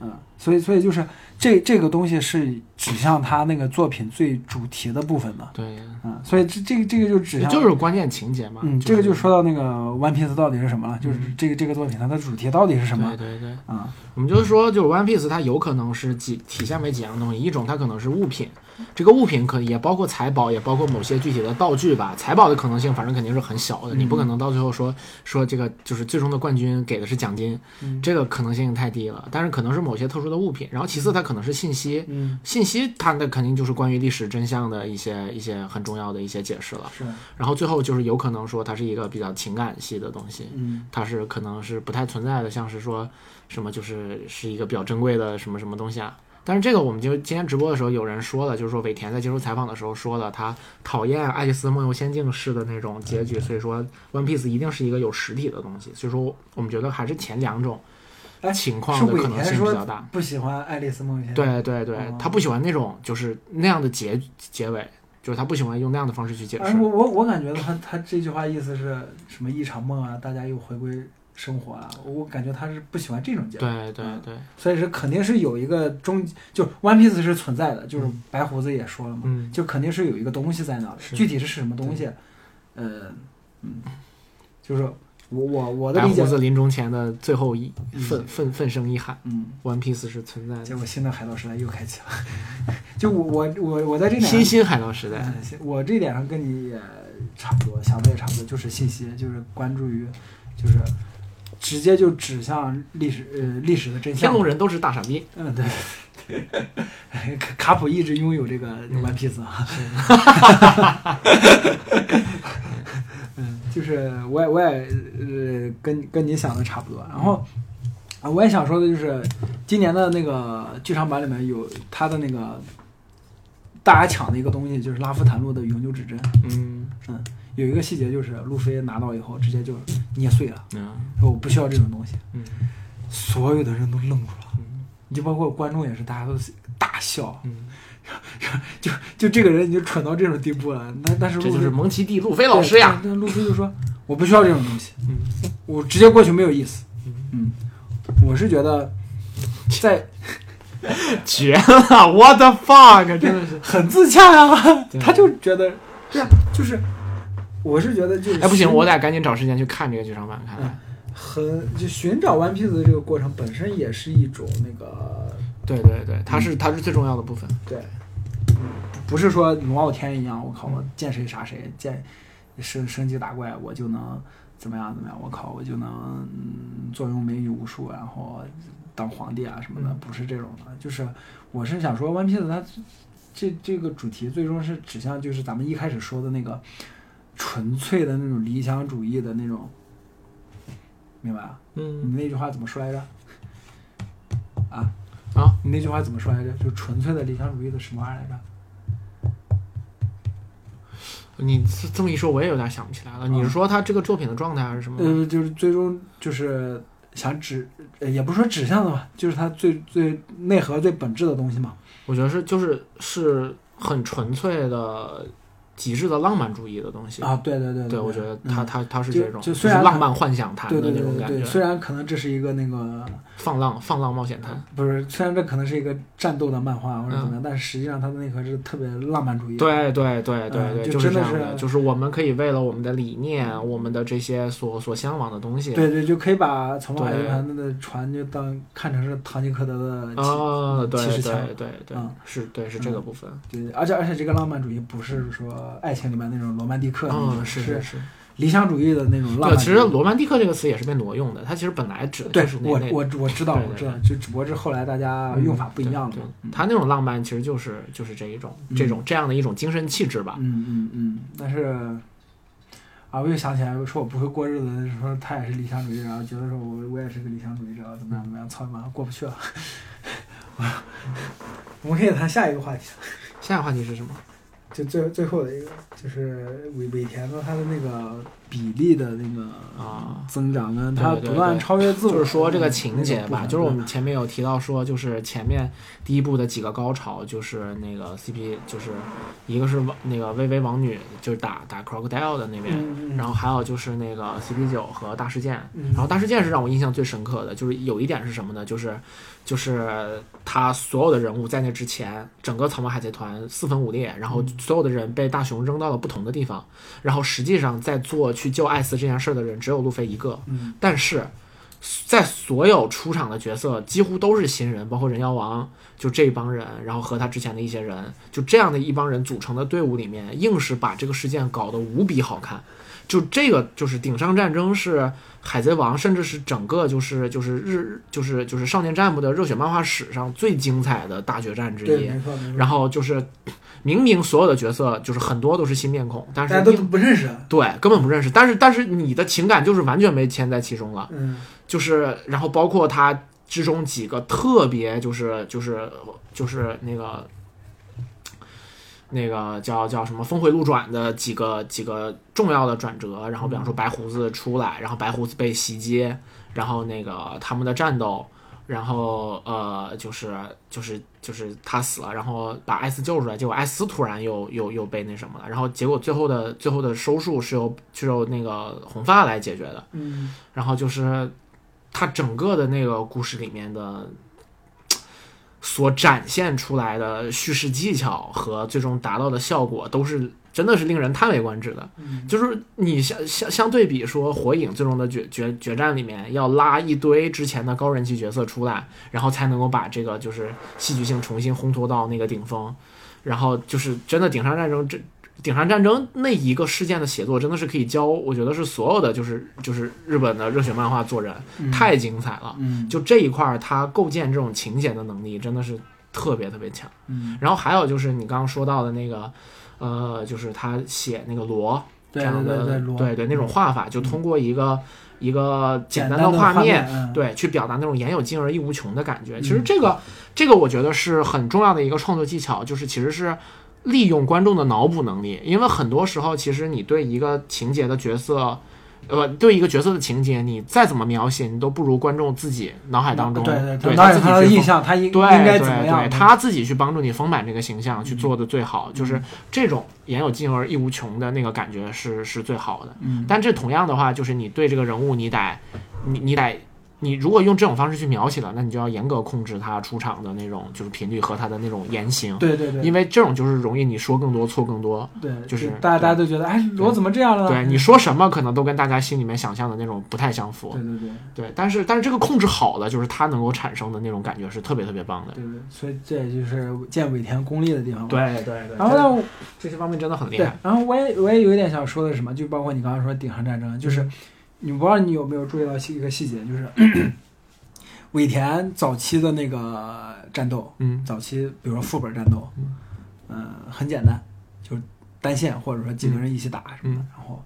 S2: 嗯，所以所以就是这这个东西是指向他那个作品最主题的部分的，
S1: 对，
S2: 嗯，所以这这个这个就指向
S1: 就是关键情节嘛。
S2: 嗯，
S1: 是
S2: 这个就说到那个《One Piece》到底是什么了，就是这个这个作品它的主题到底是什么
S1: 对对对，
S2: 啊？
S1: 我们就是说，就是 One Piece 它有可能是几体现为几样东西，一种它可能是物品，这个物品可也包括财宝，也包括某些具体的道具吧。财宝的可能性反正肯定是很小的，你不可能到最后说说这个就是最终的冠军给的是奖金，
S2: 嗯
S1: 这个可能性太低了。但是可能是某些特殊的物品，然后其次它可能是信息，
S2: 嗯，
S1: 信息它那肯定就是关于历史真相的一些一些很重要的一些解释了。
S2: 是，
S1: 然后最后就是有可能说它是一个比较情感系的东西，
S2: 嗯，
S1: 它是可能是不太存在的，像是说什么就是是一个比较珍贵的什么什么东西啊。但是这个我们就今天直播的时候有人说了，就是说尾田在接受采访的时候说了，他讨厌《爱丽丝梦游仙境》式的那种结
S2: 嗯
S1: 局，所以说《One Piece》一定是一个有实体的东西，所以说我们觉得还是前两种
S2: 哎
S1: 情况
S2: 是
S1: 的
S2: 尾
S1: 可能
S2: 田
S1: 性比
S2: 说哦
S1: 较大。
S2: 不喜欢《爱丽丝梦游仙境》，
S1: 对对对，他不喜欢那种就是那样的结结尾，就是他不喜欢用那样的方式去解释。
S2: 哎，我我我感觉他他这句话意思是什么？一场梦啊，大家又回归生活啊。我感觉他是不喜欢这种结果，
S1: 对对
S2: 嗯
S1: 对，
S2: 所以是肯定是有一个终，就 One Piece 是存在的，就是白胡子也说了嘛，
S1: 嗯
S2: 就肯定是有一个东西在那儿的，
S1: 是
S2: 具体是什么东西，呃，嗯，就是我我我的
S1: 白
S2: 理解
S1: 胡，子临终前的最后一愤愤愤声一喊
S2: 嗯，
S1: ，One Piece 是存在
S2: 结
S1: 的。
S2: 果新的海盗时代又开启了， 就我我我我在这点上
S1: 新兴海盗时代，
S2: 哎我这点上跟你也差不多，想的也差不多，就是信息，就是关注于，就是直接就指向历史呃历史的真
S1: 天
S2: 相。
S1: 龙人都是大傻逼。
S2: 嗯，对。 卡卡普一直拥有这个 One Piece 啊，嗯，就是我也我也呃跟跟你想的差不多，然后啊我也想说的就是今年的那个剧场版里面有他的那个大家抢的一个东西，就是拉夫坦路的永久指针，
S1: 嗯
S2: 嗯，有一个细节就是路飞拿到以后直接就捏碎了，
S1: 嗯
S2: 说我不需要这种东西，
S1: 嗯
S2: 所有的人都愣住了，你就包括观众也是，大家都是大笑，
S1: 嗯，
S2: 就就这个人已经蠢到这种地步了，那但是
S1: 这
S2: 路
S1: 就
S2: 飞
S1: 是蒙奇 D 路飞老师呀。
S2: 对，但路飞就说我不需要这种东西，
S1: 嗯
S2: 我直接过去没有意思，嗯，我是觉得在嗯
S1: 绝了，What the fuck，真的 是。
S2: 很自洽呀、
S1: 对啊
S2: 他就觉得对啊，就是我是觉得就是
S1: 哎，不行，
S2: 寻
S1: 我得赶紧找时间去看这个剧场版，看
S2: 嗯
S1: 看。
S2: 很就寻找 One Piece 的这个过程本身也是一种那个
S1: 对对对，它
S2: 嗯
S1: 是它是最重要的部分。
S2: 对，不是说龙傲天一样，我靠，我见谁杀谁，见升升级打怪我就能怎么样怎么样，我靠，我就能、嗯坐拥美女无数，然后当皇帝啊什么的，不是这种的。就是我是想说，One Piece 它这这个主题最终是指向就是咱们一开始说的那个纯粹的那种理想主义的那种，明白吧？你
S1: 嗯
S2: 那句话怎么说来着？啊
S1: 啊！
S2: 你那句话怎么说来着？就纯粹的理想主义的什么玩意儿来着？
S1: 你这这么一说，我也有点想不起来了。
S2: 嗯
S1: 你是说他这个作品的状态还是什么？
S2: 呃，就是最终就是想指，呃也不是说指向的吧，就是它最最内核最本质的东西嘛。
S1: 我觉得是就是是很纯粹的极致的浪漫主义的东西。
S2: 啊，对对对
S1: 对，我觉得他
S2: 嗯
S1: 他他是
S2: 就
S1: 这种，
S2: 就
S1: 就是
S2: 虽然
S1: 浪漫幻想谈
S2: 对
S1: 的那
S2: 对对
S1: 种
S2: 对
S1: 感
S2: 对，
S1: 觉，
S2: 虽然可能这是一个那个
S1: 放浪放浪冒险谈。嗯
S2: 不是，虽然这可能是一个战斗的漫画或者怎么样，但是实际上它的内核是特别浪漫主义的。
S1: 对对对对
S2: 嗯
S1: 对，
S2: 就
S1: 就是
S2: 真
S1: 这
S2: 的
S1: 样的，
S2: 是
S1: 就是我们可以为了我们的理念，我们的这些所所向往的东西，
S2: 对对，就可以把草帽海
S1: 对
S2: 集团的船就当看成是堂吉诃德的起
S1: 啊，对
S2: 七
S1: 对
S2: 十强
S1: 对对
S2: 嗯，
S1: 是对是这个部分，
S2: 对，而且而且这个浪漫主义不是说爱情里面那种罗曼蒂克的那
S1: 嗯，
S2: 种，
S1: 是
S2: 是
S1: 是。
S2: 理想主义的那种
S1: 对，
S2: 浪漫
S1: 其
S2: 主义。
S1: 实罗曼蒂克这个词也是被挪用的，它其实本来指的
S2: 对
S1: 就是那
S2: 我
S1: 那
S2: 我我知道
S1: 对对嗯
S2: 我知道，就只不过是后来大家啊用法不一样了
S1: 对嗯
S2: 嘛。
S1: 对他那种浪漫其实就是就是这一种这种这样的一种精神气质吧。
S2: 嗯嗯嗯，但是啊，我又想起来说我不会过日子的时候，他也是理想主义者，然后觉得说我我也是个理想主义者，怎么样怎么样，操你妈过不去了。 我们可以谈下一个话题，
S1: 下一个话题是什么？
S2: 就最最后的一个，就是尾尾田的他的那个比例的那个
S1: 啊
S2: 增长跟
S1: 对
S2: 他
S1: 对
S2: 不断
S1: 对
S2: 超越自我，嗯
S1: 就是说这个情节吧，就是我
S2: 们
S1: 们前面有提到说，就是前面第一部的几个高潮，就是那个 CP，就是一个是王那个薇薇王女，就是打打 Crocodile 的那边，
S2: 嗯嗯
S1: 然后还有就是那个 CP 九和大事件，
S2: 嗯
S1: 然后大事件是让我印象最深刻的，就是有一点是什么呢？就是就是他所有的人物在那之前，整个草帽海贼团四分五裂，然后所有的人被大雄扔到了不同的地方，然后实际上在做去救艾斯这件事儿的人只有路飞一个，
S2: 嗯
S1: 但是。在所有出场的角色几乎都是新人，包括人妖王，就这一帮人，然后和他之前的一些人，就这样的一帮人组成的队伍里面，硬是把这个事件搞得无比好看。就这个就是顶上战争是海贼王，甚至是整个就是就是日就是就是少年战部的热血漫画史上最精彩的大决战之
S2: 对，
S1: 一
S2: 没。错没错，
S1: 然后就是明明所有的角色就是很多都是新面孔，但
S2: 大
S1: 是
S2: 家都
S1: 硬
S2: 不认识，啊
S1: 对根本不认识，但是但是你的情感就是完全被嵌在其中了。
S2: 嗯，
S1: 就是然后包括他之中几个特别就是就是就是那个那个叫叫什么峰回路转的几个几个重要的转折，然后比方说白胡子出来，然后白胡子被袭击，然后那个他们的战斗。然后呃，就是就是就是他死了，然后把艾斯救出来，结果艾斯突然又又又被那什么了，然后结果最后的最后的收束是由是由那个红发来解决的，
S2: 嗯，
S1: 然后就是它整个的那个故事里面的所展现出来的叙事技巧和最终达到的效果，都是真的是令人叹为观止的。就是你相相相对比说，《火影》最终的决决决战里面，要拉一堆之前的高人气角色出来，然后才能够把这个就是戏剧性重新烘托到那个顶峰。然后就是真的顶上战争这。顶上战争那一个事件的写作真的是可以教，我觉得是所有的就是就是日本的热血漫画做人、太精彩了，
S2: 嗯
S1: 就这一块儿他构建这种情节的能力真的是特别特别强。
S2: 嗯，
S1: 然后还有就是你刚刚说到的那个，呃，就是他写那个罗这
S2: 对
S1: 样
S2: 对
S1: 的，
S2: 对对，罗
S1: 对那种画法，就通过一个一个简
S2: 简
S1: 单
S2: 单的
S1: 画
S2: 画
S1: 面，
S2: 面嗯嗯
S1: 对，去表达那种言有尽而意无穷的感觉。其实这个、这个我觉得是很重要的一个创作技巧，就是其实是。利用观众的脑补能力，因为很多时候，其实你对一个情节的角色，呃，对一个角色的情节，你再怎么描写，你都不如观众自己脑海当中
S2: 对
S1: 对
S2: 对，当
S1: 自己
S2: 然他的
S1: 去
S2: 印
S1: 丰
S2: 象，他应应
S1: 对
S2: 该
S1: 对
S2: 怎么样？嗯
S1: 对，他自己去帮助你丰满这个形象，去做的最好，
S2: 嗯
S1: 就是这种言有尽而意无穷的那个感觉是是最好的。
S2: 嗯
S1: 但这同样的话，就是你对这个人物，你得你你得。你如果用这种方式去描写了，那你就要严格控制他出场的那种就是频率和他的那种言行，
S2: 对对对，
S1: 因
S2: 为
S1: 为这种就是容易你说更多错更多，
S2: 对
S1: 就是
S2: 大家大家都觉得，哎，罗怎么这样了呢？
S1: 对你说什么可能都跟大家心里面想象的那种不太相符，
S2: 对对对
S1: 对，但是但是这个控制好了，就是它能够产生的那种感觉是特别特别棒的，
S2: 对对，所以这也就是见尾田功力的地方。。
S1: 对对对
S2: 然后呢，
S1: 这些方面真的很厉
S2: 对
S1: 害。，
S2: 然后我也我也有一点想说的是什么，就包括你刚刚说顶上战争，
S1: 嗯
S2: 就是你不知道你有没有注意到一个细节，就是 尾田早期的那个战斗，
S1: 嗯
S2: 早期比如说副本战斗，
S1: 嗯
S2: 嗯、很简单，就是单线或者说几个人一起打什么的，
S1: 嗯
S2: 然后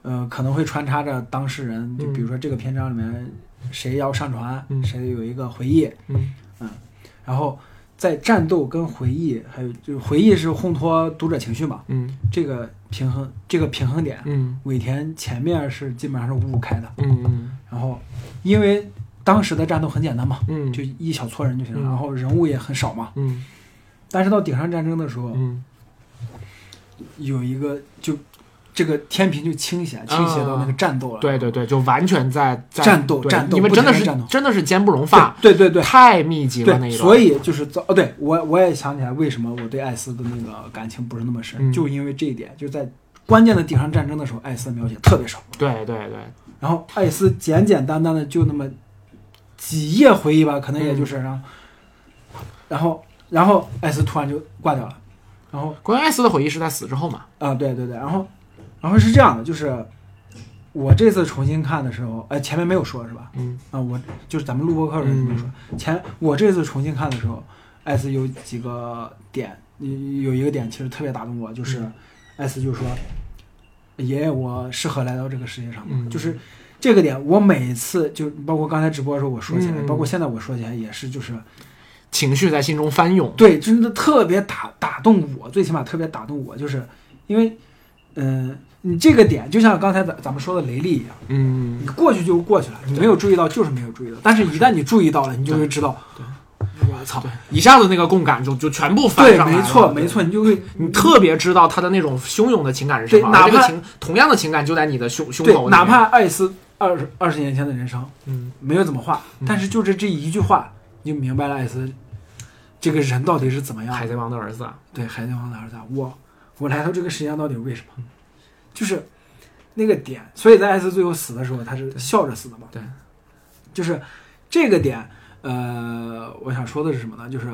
S2: 呃可能会穿插着当事人，就比如说这个篇章里面谁要上船，
S1: 嗯
S2: 谁有一个回忆，
S1: 嗯
S2: 然后在战斗跟回忆，还有就是回忆是烘托读者情绪嘛，
S1: 嗯
S2: 这个平衡这个平衡点，
S1: 嗯
S2: 尾田前面是基本上是五五开的，
S1: 嗯
S2: 然后因为当时的战斗很简单嘛，
S1: 嗯
S2: 就一小撮人就行了，
S1: 嗯
S2: 然后人物也很少嘛，
S1: 嗯
S2: 但是到顶上战争的时候，
S1: 嗯
S2: 有一个就这个天平就倾斜，倾斜到那个战斗了。
S1: 啊对对对，就完全在在
S2: 战斗
S1: 对
S2: 战斗
S1: 你们
S2: 不
S1: 真的
S2: 停地
S1: 是
S2: 战斗
S1: 真的是坚不容发，
S2: 对对对
S1: 太密集了那一
S2: 对，
S1: 段，
S2: 所以就是早哦，对我我也想起来为什么我对艾斯的那个感情不是那么深，
S1: 嗯
S2: 就因为这一点，就在关键的顶上战争的时候，艾斯描写特别少，
S1: 对对对，
S2: 然后艾斯简简单单的就那么几页回忆吧，可能也就是，然后然后然后哎艾斯突然就挂掉了，然后
S1: 关于艾斯的回忆是在死之后嘛，
S2: 啊，对对对，然后，然后是这样的，就是我这次重新看的时候，哎，前面没有说是吧？
S1: 嗯，
S2: 啊，我就是咱们录播课的时候没有说，前我这次重新看的时候，艾斯有几个点，有有一个点其实特别打动我，就是
S1: 嗯
S2: 艾斯就说：“爷爷，我适合来到这个世界上吗？”
S1: 嗯
S2: 就是这个点，我每次就包括刚才直播的时候我说起来，
S1: 嗯
S2: 包括现在我说起来也是，就是
S1: 情绪在心中翻涌，
S2: 对，真的特别打打动我，最起码特别打动我，就是因为，嗯、你这个点就像刚才咱咱们说的雷利一样，
S1: 嗯
S2: 你，过去就过去了，你没有注意到就是没有注意到，但是一旦你注意到了，你就会知道，我操，
S1: 一下子那个共感就就全部翻
S2: 对，
S1: 上来了，
S2: 没错没错，你就会
S1: 你特别知道他的那种汹涌的情感是什么，
S2: 对哪
S1: 而这个
S2: 怕
S1: 情同样的情感就在你的胸胸口
S2: 对，
S1: 里面，
S2: 哪怕艾斯二十二十年前的人生
S1: 嗯
S2: 没有怎么画，但是就是这一句话，你就明白了艾斯这个人到底是怎么样的
S1: 海。贼王的儿子啊，
S2: 对《海贼王的儿子》，我我来到这个世界上到底为什么？就是那个点，所以在艾斯最后死的时候，他是笑着死的嘛。
S1: 对，
S2: 就是这个点。呃，我想说的是什么呢？就是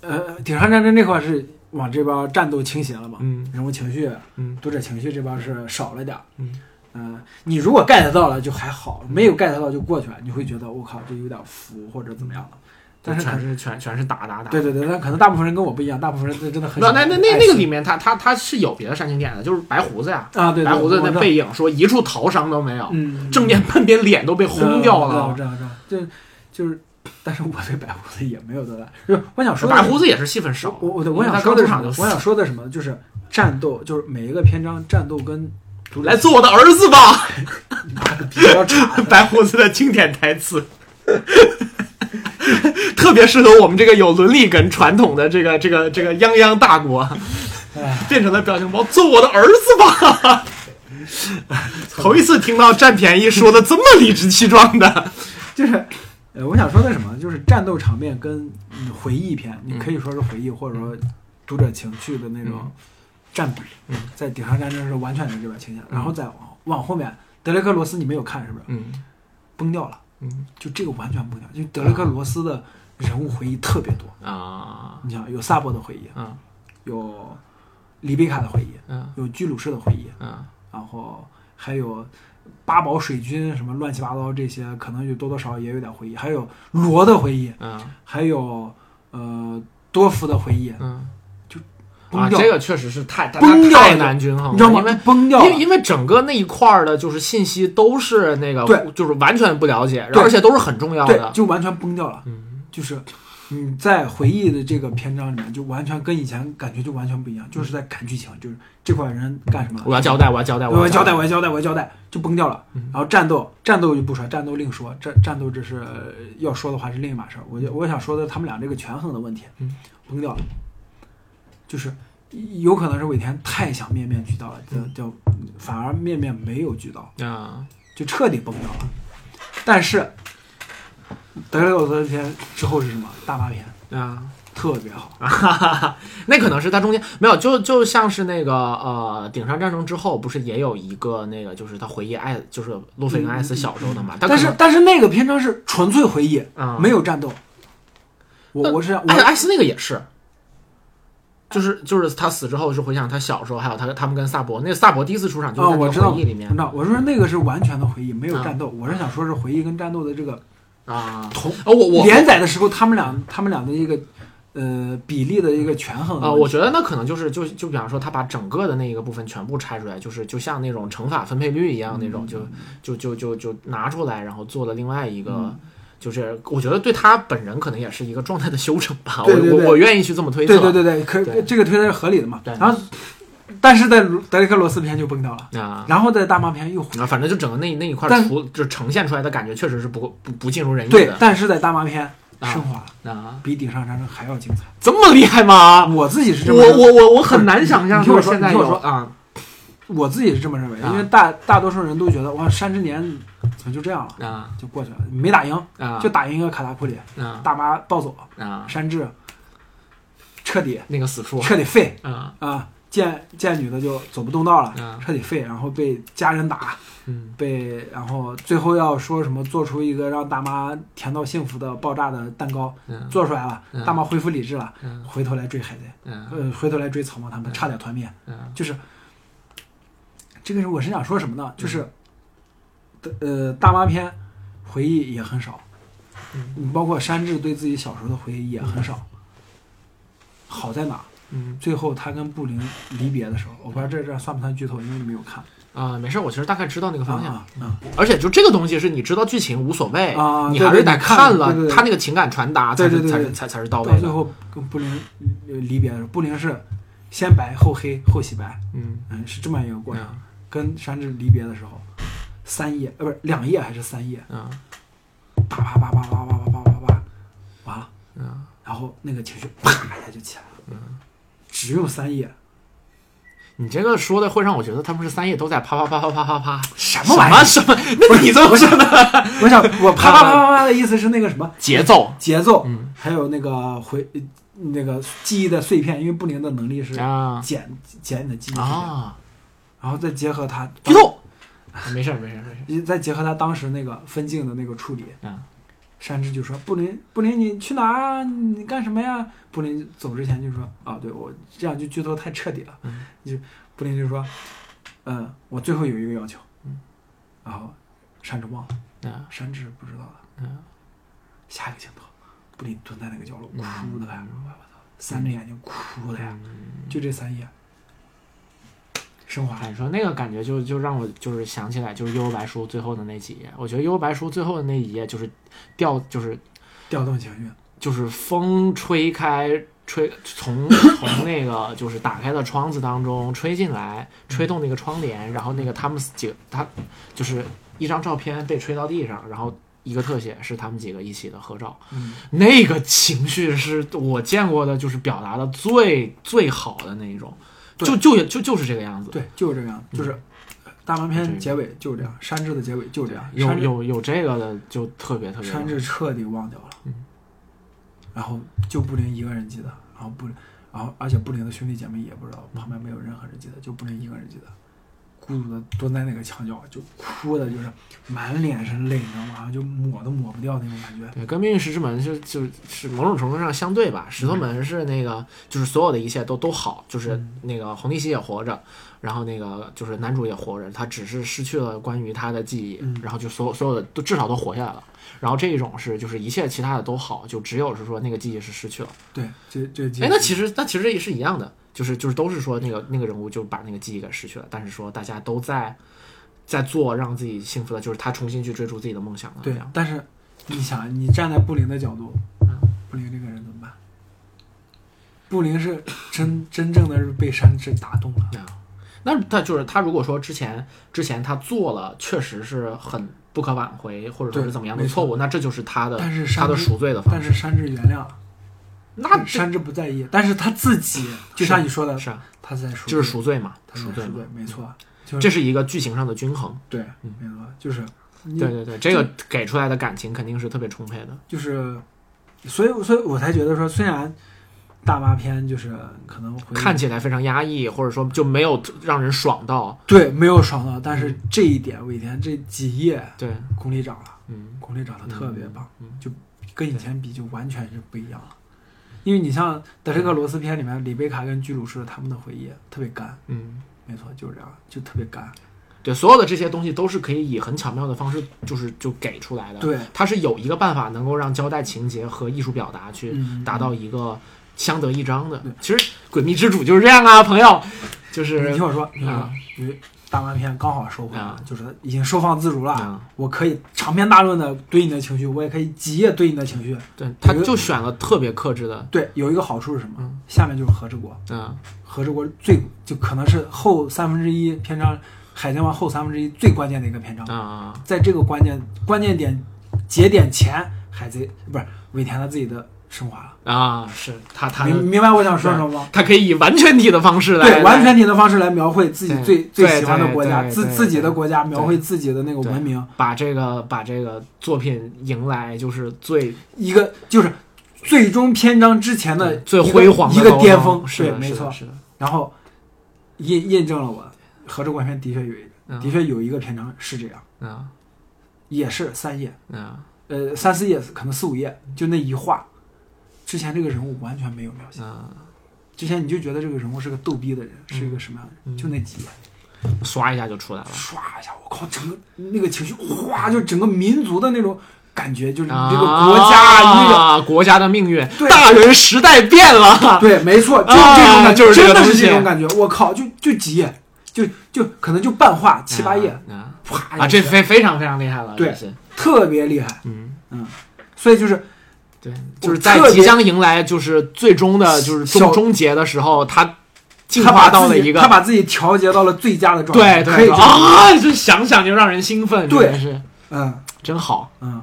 S2: 呃，顶上战争这块是往这边战斗倾斜了嘛，
S1: 嗯
S2: 人物情绪、
S1: 嗯
S2: 读者情绪这边是少了点儿。
S1: 嗯
S2: 嗯，你如果 get 到了就还好，没有 get 到就过去了，你会觉得我靠，这有点浮或者怎么样了。但是可
S1: 全是全全是打打打，
S2: 对对对，但可能大部分人跟我不一样，大部分人真的很
S1: 那
S2: 喜欢
S1: 那那那那
S2: 艾
S1: 个
S2: 斯
S1: 里面他他他是有别的煽情点的，就是白胡子呀，
S2: 啊，对，
S1: 白胡子
S2: 的
S1: 那背影说一处逃伤都没有，
S2: 嗯，
S1: 正面半边脸都被轰掉
S2: 我
S1: 了
S2: 知。道，我知道，我知道，就就是，但是我对白胡子也没有多大，就是我想说的
S1: 白胡子也是戏份少，
S2: 我我对
S1: 因
S2: 我
S1: 为
S2: 想
S1: 他
S2: 说
S1: 刚出
S2: 的是什
S1: 场
S2: 么
S1: 就死
S2: 我想说的是什么，就是战斗，就是每一个篇章战斗跟读者
S1: 来做我的儿子吧，
S2: 比较差，
S1: 白胡子的经典台词。 特别适合我们这个有伦理跟传统的这个这个这个泱泱大国，
S2: 哎
S1: 变成了表情包，做我的儿子吧！ 头一次听到占便宜说的这么理直气壮的，
S2: 就是。呃，我想说的是什么，就是战斗场面跟嗯回忆篇，你可以说是回忆，或者说读者情绪的那种占比，在顶上战争是完全是这边倾向，然后再往往后面，德雷克罗斯你没有看是不是？
S1: 嗯
S2: 崩掉了，
S1: 嗯
S2: 就这个完全不一样。就德雷克罗斯的人物回忆特别多，
S1: 啊
S2: 你想有萨博的回忆，
S1: 嗯
S2: 有里贝卡的回忆，
S1: 嗯
S2: 有居鲁士的回忆，
S1: 嗯
S2: 然后还有八宝水军什么乱七八糟这些，可能有多多少少也有点回忆，还有罗的回忆，
S1: 嗯
S2: 还有呃多福的回忆，
S1: 嗯，
S2: 崩
S1: 啊，
S2: 掉，
S1: 这个确实是太太
S2: 崩掉
S1: 太
S2: 了
S1: 难均衡了，
S2: 你知道吗？
S1: 因为
S2: 崩掉了，
S1: 因因为整个那一块儿的，就是信息都是那个，
S2: 对，
S1: 就是完全不了解，然后
S2: 对
S1: 而且都是很重要
S2: 对，
S1: 的。
S2: 就完全崩掉了。
S1: 嗯
S2: 就是你在回忆的这个篇章里面，就完全跟以前感觉就完全不一样，就是在看剧情，就是这块人干什么
S1: 我
S2: 了。
S1: 要交代，我要嗯交代，
S2: 我要
S1: 要
S2: 交
S1: 交
S2: 代，我要交代，我要交代，就崩掉了。然后战斗，战斗就不说，战斗另说，战战斗这是呃要说的话是另一码事儿。我就我想说的，他们俩这个权衡的问题，
S1: 嗯
S2: 崩掉了，就是有可能是尾田太想面面俱到了，
S1: 嗯
S2: 就就反而面面没有俱到，
S1: 啊，
S2: 就彻底崩掉了。但是德雷克罗斯篇之后是什么？大麻篇。
S1: 啊，
S2: 特别好，
S1: 那可能是他中间没有，就就像是那个呃，顶上战争之后，不是也有一个那个，就是他回忆艾，就是路飞跟艾斯小时候的嘛。
S2: 嗯但是但是那个篇章是纯粹回忆，
S1: 啊
S2: 没有战斗。我
S1: 但
S2: 我是我
S1: 艾艾斯那个也是，就是就是他死之后是回想他小时候，还有他他们跟萨博，那个萨博第一次出场就
S2: 啊，
S1: 是在
S2: 我知
S1: 这个
S2: 道，
S1: 回忆里面
S2: 我知道。我说那个是完全的回忆，没有
S1: 啊
S2: 战斗。我是想说是回忆跟战斗的这个
S1: 啊。
S2: 同
S1: 哦，我我
S2: 连载的时候，他们俩他们俩的一个呃比例的一个权衡的
S1: 呃，
S2: 问题
S1: 我觉得那可能就是就就比方说，他把整个的那一个部分全部拆出来，就是就像那种乘法分配率一样那
S2: 嗯
S1: 种，就就就就就拿出来，然后做了另外一个。
S2: 嗯
S1: 就是我觉得对他本人可能也是一个状态的修整吧，
S2: 对对
S1: 我
S2: 对
S1: 我我愿意去这么推测。
S2: 对对对对，可
S1: 对
S2: 这个推测是合理的嘛？
S1: 对
S2: 然后，但是在卢德雷克罗斯篇就崩掉了，
S1: 啊，
S2: 然后在大妈篇又回
S1: 啊，反正就整个那那一块
S2: 但
S1: 除就呈现出来的感觉确实是不不不尽如人意
S2: 对，
S1: 的。
S2: 但是在大妈篇
S1: 啊
S2: 升华了，
S1: 啊，
S2: 比顶上长城还要精彩。
S1: 这么厉害吗？
S2: 我自己是这么认
S1: 我
S2: 为，
S1: 我我我很难想象
S2: 你听我
S1: 说
S2: 说
S1: 现在
S2: 你听
S1: 有
S2: 我说
S1: 啊，
S2: 我自己是这么认为，
S1: 啊
S2: 因为大大多数人都觉得哇，山之年怎么就这样了，
S1: 啊
S2: 就过去了，没打赢，
S1: 啊，
S2: 就打赢一个卡塔库里，
S1: 啊
S2: 大妈暴走，
S1: 啊
S2: 山治彻底
S1: 那个死处
S2: 彻底废
S1: 啊，
S2: 啊，见见女的就走不动道
S1: 啊
S2: 了，彻底废，然后被家人打，
S1: 嗯
S2: 被然后最后要说什么做出一个让大妈甜到幸福的爆炸的蛋糕，
S1: 嗯
S2: 做出来了
S1: 嗯，
S2: 大妈恢复理智了，
S1: 嗯
S2: 回头来追海贼，
S1: 嗯
S2: 呃，回头来追草帽他们，差点团灭。
S1: 嗯
S2: 就是这个是我是想说什么呢？
S1: 嗯
S2: 就是呃，大妈篇回忆也很少，
S1: 嗯
S2: 你包括山治对自己小时候的回忆也很少。好在哪？
S1: 嗯
S2: 最后他跟布灵离别的时候，我不知道这这算不算剧透，因为你没有看。
S1: 啊，没事，我其实大概知道那个
S2: 啊
S1: 方向，嗯
S2: 啊啊！
S1: 而且就这个东西是你知道剧情无所谓
S2: 啊，
S1: 你
S2: 对
S1: 还是
S2: 对
S1: 得
S2: 你看
S1: 看
S2: 了对
S1: 了
S2: 对对
S1: 他那个情感传达才
S2: 对
S1: 是
S2: 对对
S1: 才
S2: 对
S1: 是才才是到位
S2: 到
S1: 的。
S2: 最后跟布灵呃离别的时候，布灵是先白后黑后洗白，
S1: 嗯，
S2: 嗯，是这么一个过程。
S1: 嗯
S2: 跟山治离别的时候，三页呃不是两页还是三页，
S1: 嗯
S2: 叭叭叭叭叭叭叭叭叭叭，完了，
S1: 嗯，
S2: 然后那个情绪啪一下就起来了，嗯，只用三页，
S1: 你这个说的会让我觉得他们是三夜都在啪啪啪啪啪啪啪，
S2: 什
S1: 什
S2: 么玩意
S1: 么
S2: 儿？
S1: 什么？那你这么说的
S2: 我想我啪啪啪啪啪的意思是那个什么
S1: 节奏
S2: 节奏，
S1: 嗯，
S2: 还有那个回呃那个记忆的碎片，因为布灵的能力是
S1: 啊
S2: 剪剪你的记忆碎片，
S1: 啊，
S2: 然后再结合他
S1: 剧透，啊没事儿没事儿没事儿，
S2: 再结合他当时那个分镜的那个处理，
S1: 嗯
S2: 山治就说：“布林，布林，你去哪儿啊？你干什么呀？”布林走之前就说：“啊，对我这样就剧透太彻底了。
S1: 嗯
S2: 就布林就说：“嗯，我最后有一个要求。”
S1: 嗯
S2: 然后山治忘了，
S1: 嗯
S2: 山治不知道了。
S1: 嗯
S2: 下一个镜头，布林蹲在那个角落
S1: 嗯
S2: 哭的呀，我操，三只眼睛哭的呀，就这三页，升华
S1: 哎，你说那个感觉就就让我就是想起来就是《幽游白书》最后的那几页，我觉得《幽游白书》最后的那一页就是调就是
S2: 调动情绪，
S1: 就是风吹开，吹从从那个就是打开的窗子当中吹进来，吹动那个窗帘，然后那个他们几个他就是一张照片被吹到地上，然后一个特写是他们几个一起的合照，
S2: 嗯
S1: 那个情绪是我见过的，就是表达的最最好的那一种，
S2: 对
S1: 就就就就是这个样子。
S2: 对，就是这样，就是大长
S1: 嗯这个
S2: 篇结尾就是这样，山治的结尾就是这样，
S1: 有
S2: 山治
S1: 有有这个的就特别特别
S2: 山治彻底忘掉了，
S1: 嗯
S2: 然后就布林一个人记得，然后布，然后而且布林的兄弟姐妹也不知道，旁边没有任何人记得，就布林一个人记得，孤独的蹲在那个墙角就哭的，就是满脸是泪，你知道吗？就抹都抹不掉那种感觉。
S1: 对，跟《命运石之门是》就是是某种程度上相对吧，《石头
S2: 嗯
S1: 门》是那个就是所有的一切都都好，就是那个红利希也活着，然后那个就是男主也活着，他只是失去了关于他的记忆，
S2: 嗯
S1: 然后就所有所有的都至少都活下来了。然后这一种是就是一切其他的都好，就只有是说那个记忆是失去了。
S2: 对，这这
S1: 哎，那其实那其实也是一样的，就是就是都是说那个那个人物就把那个记忆给失去了，但是说大家都在在做让自己幸福的，就是他重新去追逐自己的梦想了。
S2: 对
S1: 这样，
S2: 但是你想，你站在布林的角度
S1: 嗯，
S2: 布林这个人怎么办？布林是真真正的是被山治打动了，
S1: 啊，那他就是他，如果说之前之前他做了，确实是很不可挽回，或者说是
S2: 对
S1: 怎么样的
S2: 没
S1: 错
S2: 错
S1: 误，那这就是他的
S2: 但是
S1: 他
S2: 山
S1: 的
S2: 治
S1: 赎罪的方
S2: 但
S1: 式。
S2: 是山治原谅了。
S1: 那这
S2: 山治不在意，但是他自己就像你说的，
S1: 是啊，
S2: 他在赎罪，
S1: 就是赎罪嘛，
S2: 他在
S1: 赎
S2: 赎
S1: 罪
S2: 罪
S1: 嘛，，
S2: 没错，就
S1: 嗯
S2: 是
S1: 这是一个剧情上的均衡。
S2: 对，
S1: 嗯
S2: 没错，就是你
S1: 对，对对，这个给出来的感情肯定是特别充沛的。
S2: 就是，所以所以我才觉得说，虽然大妈片就是可能会
S1: 看起来非常压抑，或者说就没有让人爽到。
S2: 对没有爽到，但
S1: 嗯
S2: 是这一点尾田这几页
S1: 对，
S2: 功力涨了，
S1: 嗯
S2: 功力涨得特别棒，
S1: 嗯嗯
S2: 就跟以前比就完全是不一样了。因为你像《德雷克罗斯篇》里面，里贝卡跟居鲁士他们的回忆特别干，
S1: 嗯，
S2: 没错，就是这样，就特别干。
S1: 对，所有的这些东西都是可以以很巧妙的方式，就是就给出来的。
S2: 对，
S1: 它是有一个办法能够让交代情节和艺术表达去
S2: 嗯
S1: 达到一个相得益彰的
S2: 对。
S1: 其实《诡秘之主》就是这样啊，朋友，就
S2: 你
S1: 是
S2: 听我说，你听我
S1: 啊
S2: 说，因为大完片刚好收回
S1: 啊
S2: 了，就是已经收放自如了
S1: 啊。
S2: 我可以长篇大论的对你的情绪，我也可以几页对你的情绪。
S1: 对，他就选了特别克制的，
S2: 对，有一个好处是什么
S1: 嗯？
S2: 下面就是和之国，
S1: 嗯
S2: 和之国最就可能是后三分之一篇章《海贼王》后三分之一最关键的一个篇章
S1: 嗯啊，啊
S2: 在这个关键关键点节点前，《海贼不是尾田他自己的升华了。
S1: 啊，是他他
S2: 明明白我想说什么吗？
S1: 他可以以完全体的方式来
S2: 对，完
S1: 来
S2: 全体的方式来描绘自己
S1: 对
S2: 最
S1: 对
S2: 最喜欢的国家，
S1: 对对
S2: 自
S1: 对
S2: 自己的国家，描绘
S1: 对
S2: 自己的那个
S1: 对
S2: 文明，
S1: 把这个把这个作品迎来就是最
S2: 一个就是最终篇章之前的
S1: 最
S2: 一个
S1: 辉煌的
S2: 一个
S1: 高
S2: 巅
S1: 峰
S2: 峰，
S1: 是
S2: 对，
S1: 的
S2: 没
S1: 是的
S2: 错。
S1: 是的，
S2: 然后印印证了我，合着官宣的确有一个，
S1: 嗯
S2: 的确有一个篇章是这样，
S1: 嗯
S2: 也是三页，
S1: 嗯
S2: 呃，三四页，可能四五页，就那一画，之前这个人物完全没有描写，
S1: 嗯，
S2: 之前你就觉得这个人物是个逗逼的人，是一个什么样的
S1: 嗯
S2: 人，就那几页，
S1: 刷一下就出来了。
S2: 唰一下，我靠，整个那个情绪，哗，就整个民族的那种感觉，就是你
S1: 啊
S2: 嗯这个国家一个。
S1: 国家的命运，
S2: 对
S1: 大人时代变了，
S2: 对，没错，就
S1: 啊
S2: 这种感觉，
S1: 就是这个
S2: 真的是
S1: 东西
S2: 这种感觉。我靠，就就几页，就就可能就半画七八页，
S1: 啊
S2: 啪
S1: 啊，这非非常非常厉害了，
S2: 对
S1: 这是
S2: 特别厉害。
S1: 嗯，
S2: 所以就是
S1: 对，
S2: 我
S1: 就是在
S2: 特别
S1: 即将迎来就是最终的就是终
S2: 小
S1: 终结的时候，他进
S2: 他
S1: 化
S2: 把
S1: 到
S2: 自
S1: 了
S2: 己
S1: 一个
S2: 他把自己调节到了最佳的状态，
S1: 对
S2: 可
S1: 对
S2: 以这样说，
S1: 啊，这想想就让人兴奋，
S2: 对
S1: 真的是
S2: 嗯
S1: 真好。
S2: 嗯，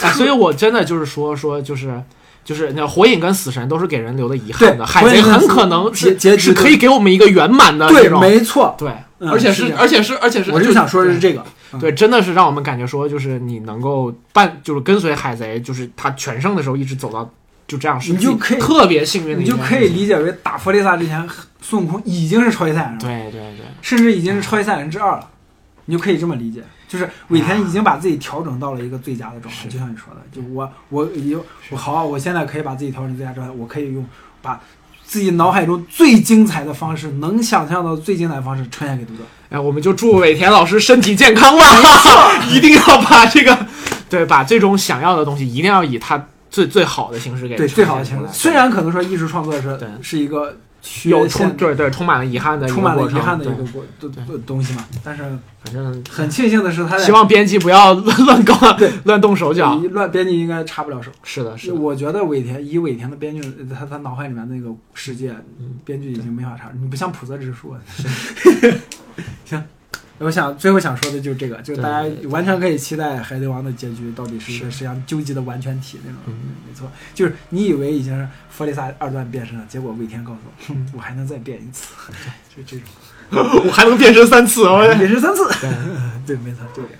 S1: 哎，所以我真的就是说说就是。就是那火影跟死神都是给人留的遗憾的，
S2: 对
S1: 海
S2: 火影
S1: 贼
S2: 跟
S1: 很
S2: 死
S1: 可能是
S2: 结结局
S1: 是可以给我们一个圆满的这
S2: 对，
S1: 种
S2: 没错，
S1: 对，
S2: 嗯
S1: 而且
S2: 是这
S1: 是
S2: 样
S1: 而且是而且是，
S2: 我就想说的是这个，
S1: 对，真的是让我们感觉说，就是你能够伴，就是跟随海贼，就是他全胜的时候一直走到就这样，是
S2: 你就
S1: 自己
S2: 可以
S1: 特别幸运的
S2: 你
S1: 一件
S2: 就
S1: 事情，
S2: 可以理解为打弗利萨之前，孙悟空已经是超级赛亚人了，
S1: 对对对，
S2: 甚至已经是超级赛亚人之二了。你就可以这么理解，就是尾田已经把自己调整到了一个最佳的状态，
S1: 是
S2: 就像你说的，就我我有我好啊，我现在可以把自己调整最佳状态，我可以用把自己脑海中最精彩的方式，能想象到最精彩的方式呈现给读者。
S1: 哎，我们就祝尾田老师身体健康吧， 一定要把这个，对，把最终想要的东西一定要以他最最好的形式给
S2: 对
S1: 呈
S2: 最好的
S1: 现
S2: 情
S1: 出来
S2: 况。虽然可能说艺术创作是
S1: 对
S2: 是一个缺
S1: 有充
S2: 陷的、
S1: 对对充满了遗憾的一个
S2: 充满了
S1: 过
S2: 遗
S1: 程
S2: 憾的一
S1: 对
S2: 个过的的东西嘛，但是
S1: 反正
S2: 很庆幸的是，他在
S1: 希望编辑不要乱乱搞
S2: 对
S1: 乱动手脚，
S2: 乱编辑应该插不了手。
S1: 是的，是的，
S2: 我觉得尾田以尾田的编剧，他他脑海里面那个世界，
S1: 嗯
S2: 编剧已经没法插。你不像普泽直树啊。 行，我想最后想说的就是这个，就
S1: 对
S2: 大家
S1: 对对
S2: 完全可以期待《海贼王》的结局到底是一
S1: 是
S2: 个什么样究极的完全体那种。
S1: 嗯
S2: 没错，就是你以为已经是弗利萨二段变身了，结果尾田告诉我，
S1: 嗯
S2: 哼 我还能再变 一次，就这种
S1: 我还能变身三 次哦。
S2: 也是三次。 对，没错，就这样。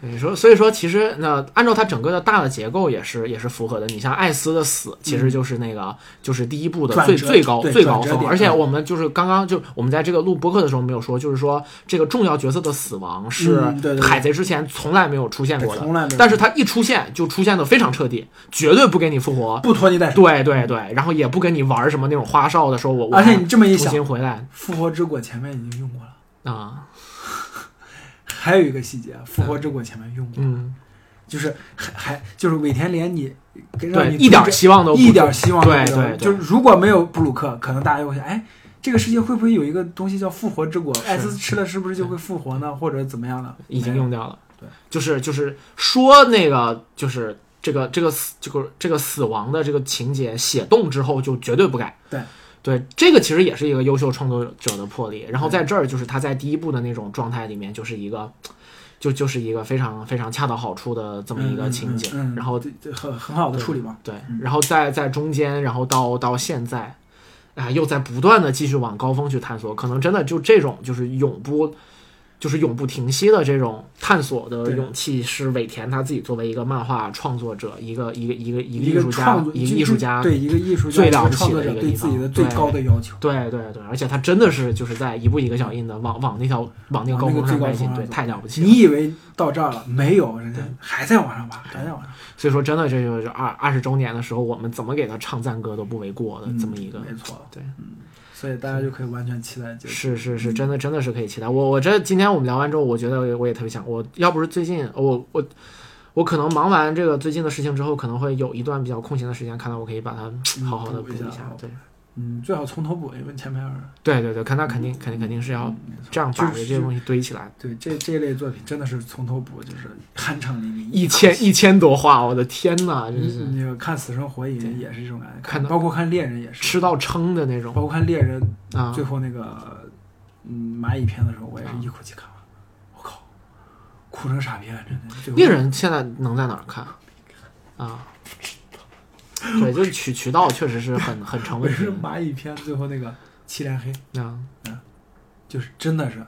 S1: 你说，所以说，其实那按照它整个的大的结构也是也是符合的。你像艾斯的死，其实就是那个、就是第一部的
S2: 转
S1: 最
S2: 折
S1: 最高
S2: 对
S1: 最高
S2: 转折
S1: 峰，
S2: 点嗯
S1: 而且我们就是刚刚就我们在这个录播客的时候没有说，就是说这个重要角色的死亡是
S2: 嗯对对对
S1: 海贼之前从来没有出现过的，
S2: 从来没有
S1: 但是他一出现就出现的非常彻底，绝对不给你复活。
S2: 不拖泥带水。
S1: 对对对，然后也不跟你玩什么那种花哨的，说我我
S2: 而且你这么一
S1: 重
S2: 想，
S1: 新回来
S2: 复活之果前面已经用过了。
S1: 啊，
S2: 还有一个细节，复活之果前面用过，
S1: 嗯，
S2: 就是还还就是尾田连你给让
S1: 对，
S2: 你
S1: 一点希望都不
S2: 一点希望都没有，
S1: 对对对
S2: 就是如果没有布鲁克，可能大家会想，哎，这个世界会不会有一个东西叫复活之果？艾斯吃了是不是就会复活呢？或者怎么样呢？
S1: 已经
S2: 没有
S1: 用掉了。
S2: 对，
S1: 就是就是说那个就是这个这个死这个这个死亡的这个情节写动之后就绝对不改。
S2: 对。
S1: 对，这个其实也是一个优秀创作者的魄力。然后在这儿，就是他在第一部的那种状态里面，就是一个，就就是一个非常非常恰到好处的这么一个情景。
S2: 嗯嗯嗯
S1: 然后
S2: 这这很很好的处理嘛。
S1: 对，然后在在中间，然后到到现在，啊、又在不断的继续往高峰去探索，可能真的就这种就是永不，就是永不停息的这种探索的
S2: 对
S1: 勇气，是尾田他自己作为一个漫画创作者，一个一个一个一个
S2: 一
S1: 艺术
S2: 个
S1: 家
S2: 创，作，
S1: 一
S2: 就
S1: 个艺术家，
S2: 对一个艺术家、
S1: 最
S2: 一
S1: 了
S2: 个
S1: 不起
S2: 创作
S1: 的
S2: 者
S1: 一个
S2: 对
S1: 地
S2: 自己
S1: 方
S2: 的最
S1: 对
S2: 高的要求。
S1: 对对对，而且他真的是就是在一步一个脚印的往往那条往那个
S2: 往
S1: 高
S2: 那个
S1: 峰上
S2: 最高
S1: 迈进，
S2: 峰上
S1: 对，
S2: 走
S1: 太了不起了。
S2: 你以为到这儿了，没有，人家还在往上爬，还在往上爬。
S1: 所以说，真的这就是二二十周年的时候，我们怎么给他唱赞歌都不为过的
S2: 嗯
S1: 这么一个
S2: 没错，
S1: 对，
S2: 嗯，所以大家就嗯可以完全期待结局。
S1: 是是是，真的真的是可以期待。我我这今天我们聊完之后，我觉得我也特别想，我要不是最近我我我可能忙完这个最近的事情之后，可能会有一段比较空闲的时间，看来我可以把它
S2: 嗯
S1: 好好的
S2: 补
S1: 补
S2: 一
S1: 一
S2: 下
S1: 下
S2: 好。
S1: 对
S2: 嗯，最好从头补，因为前面有人
S1: 对对对，看他肯定肯定肯定是要
S2: 没错
S1: 这样把
S2: 嗯就
S1: 这
S2: 是
S1: 些东西堆起来，
S2: 对这这类作品真的是从头补，就是酣畅淋漓。
S1: 一千一千多画，我的天呐，真
S2: 你
S1: 是
S2: 你看《死神火影》也是这种感觉，
S1: 看到
S2: 包括看《猎人》也 是，
S1: 吃到撑的那种
S2: 包括看《猎人》
S1: 啊
S2: 最！后那个嗯蚂蚁篇的时候，我也是
S1: 啊
S2: 一口气看完。我靠，哭成傻逼了，真的。最后
S1: 猎人现在能在哪儿看？ 啊。对，就是渠渠道确实是很很成
S2: 不
S1: 问题
S2: 是蚂蚁篇最后那个祁连黑，
S1: 的啊。
S2: 就是真的是，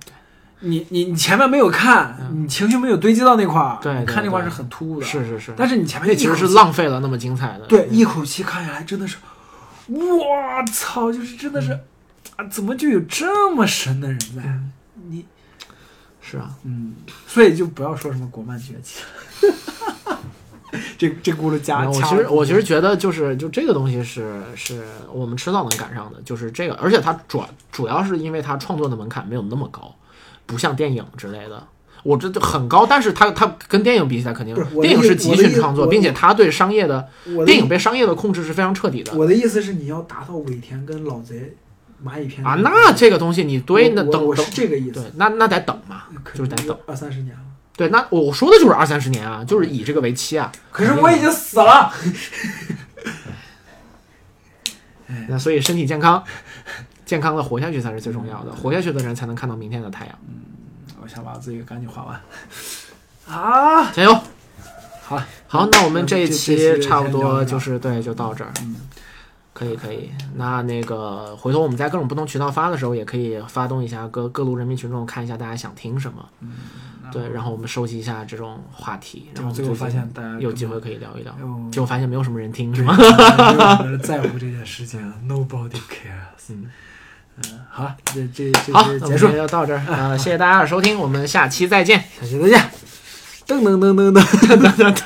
S2: 你你你前面没有看，
S1: 嗯
S2: 你情绪没有堆积到那块儿，
S1: 对对
S2: 你看那块儿是
S1: 对
S2: 很突兀的，
S1: 是是是，
S2: 但是你嗯前面
S1: 那
S2: 一
S1: 其实
S2: 口
S1: 是
S2: 气
S1: 浪费了那么精彩的。嗯
S2: 对，一口气看下来真的是，我操，就是真的是，啊，怎么就有这么神的人在？你
S1: 是啊，
S2: 嗯，所以就不要说什么国漫崛起 了，这这轱辘加
S1: 然后我
S2: 掐
S1: 其
S2: 了
S1: 实
S2: 不
S1: 我其
S2: 少
S1: 实觉得就是就这个东西是是我们迟早能赶上的，就是这个，而且它主主要是因为它创作的门槛没有那么高，不像电影之类的。我这就很高，但是它它跟电影比起来，肯定
S2: 不是我的
S1: 电影是
S2: 意思
S1: 集
S2: 我的
S1: 群
S2: 意思
S1: 创作，
S2: 我
S1: 并且它对商业的
S2: 我的
S1: 电影被商业的控制是非常彻底的
S2: 我的意思是，你要达到尾田跟老贼蚂蚁篇
S1: 啊。那这个东西你
S2: 我
S1: 对那
S2: 我
S1: 等
S2: 我
S1: 等
S2: 是，这个意
S1: 对
S2: 思，，
S1: 那那得等嘛，
S2: 可
S1: 就是得
S2: 能
S1: 等。
S2: 二三十年了。
S1: 对，那我我说的就是二三十年啊，就是以这个为期啊。
S2: 可是我已经死了，
S1: 那所以身体健康，健康的活下去才是最重要的。活下去的人才能看到明天的太阳。
S2: 我想把这个赶紧画完。啊，
S1: 加油！
S2: 好，
S1: 好，那我们这一
S2: 这
S1: 期
S2: 期
S1: 差不
S2: 先聊
S1: 多
S2: 到这儿
S1: 就是对，就到这儿。嗯，可以可以。那那个回头我们在各种不同渠道发的时候，也可以发动一下各各路人民群众，看一下大家想听什么。对，然后我们收集一下这种话题，然
S2: 然
S1: 后
S2: 后最后
S1: 近
S2: 发现大家
S1: 有机会可以聊一聊
S2: 哎呦。
S1: 结果发现没有什么人听，是吗？
S2: 没有人在乎这件事情了，Nobody cares。
S1: 嗯，
S2: 好了，这这这
S1: 好，
S2: 这
S1: 那我
S2: 结
S1: 们
S2: 束
S1: 今，天就到这儿。呃，谢谢大家的收听，我们下期再见。
S2: 下期再见。噔噔噔噔噔噔噔噔。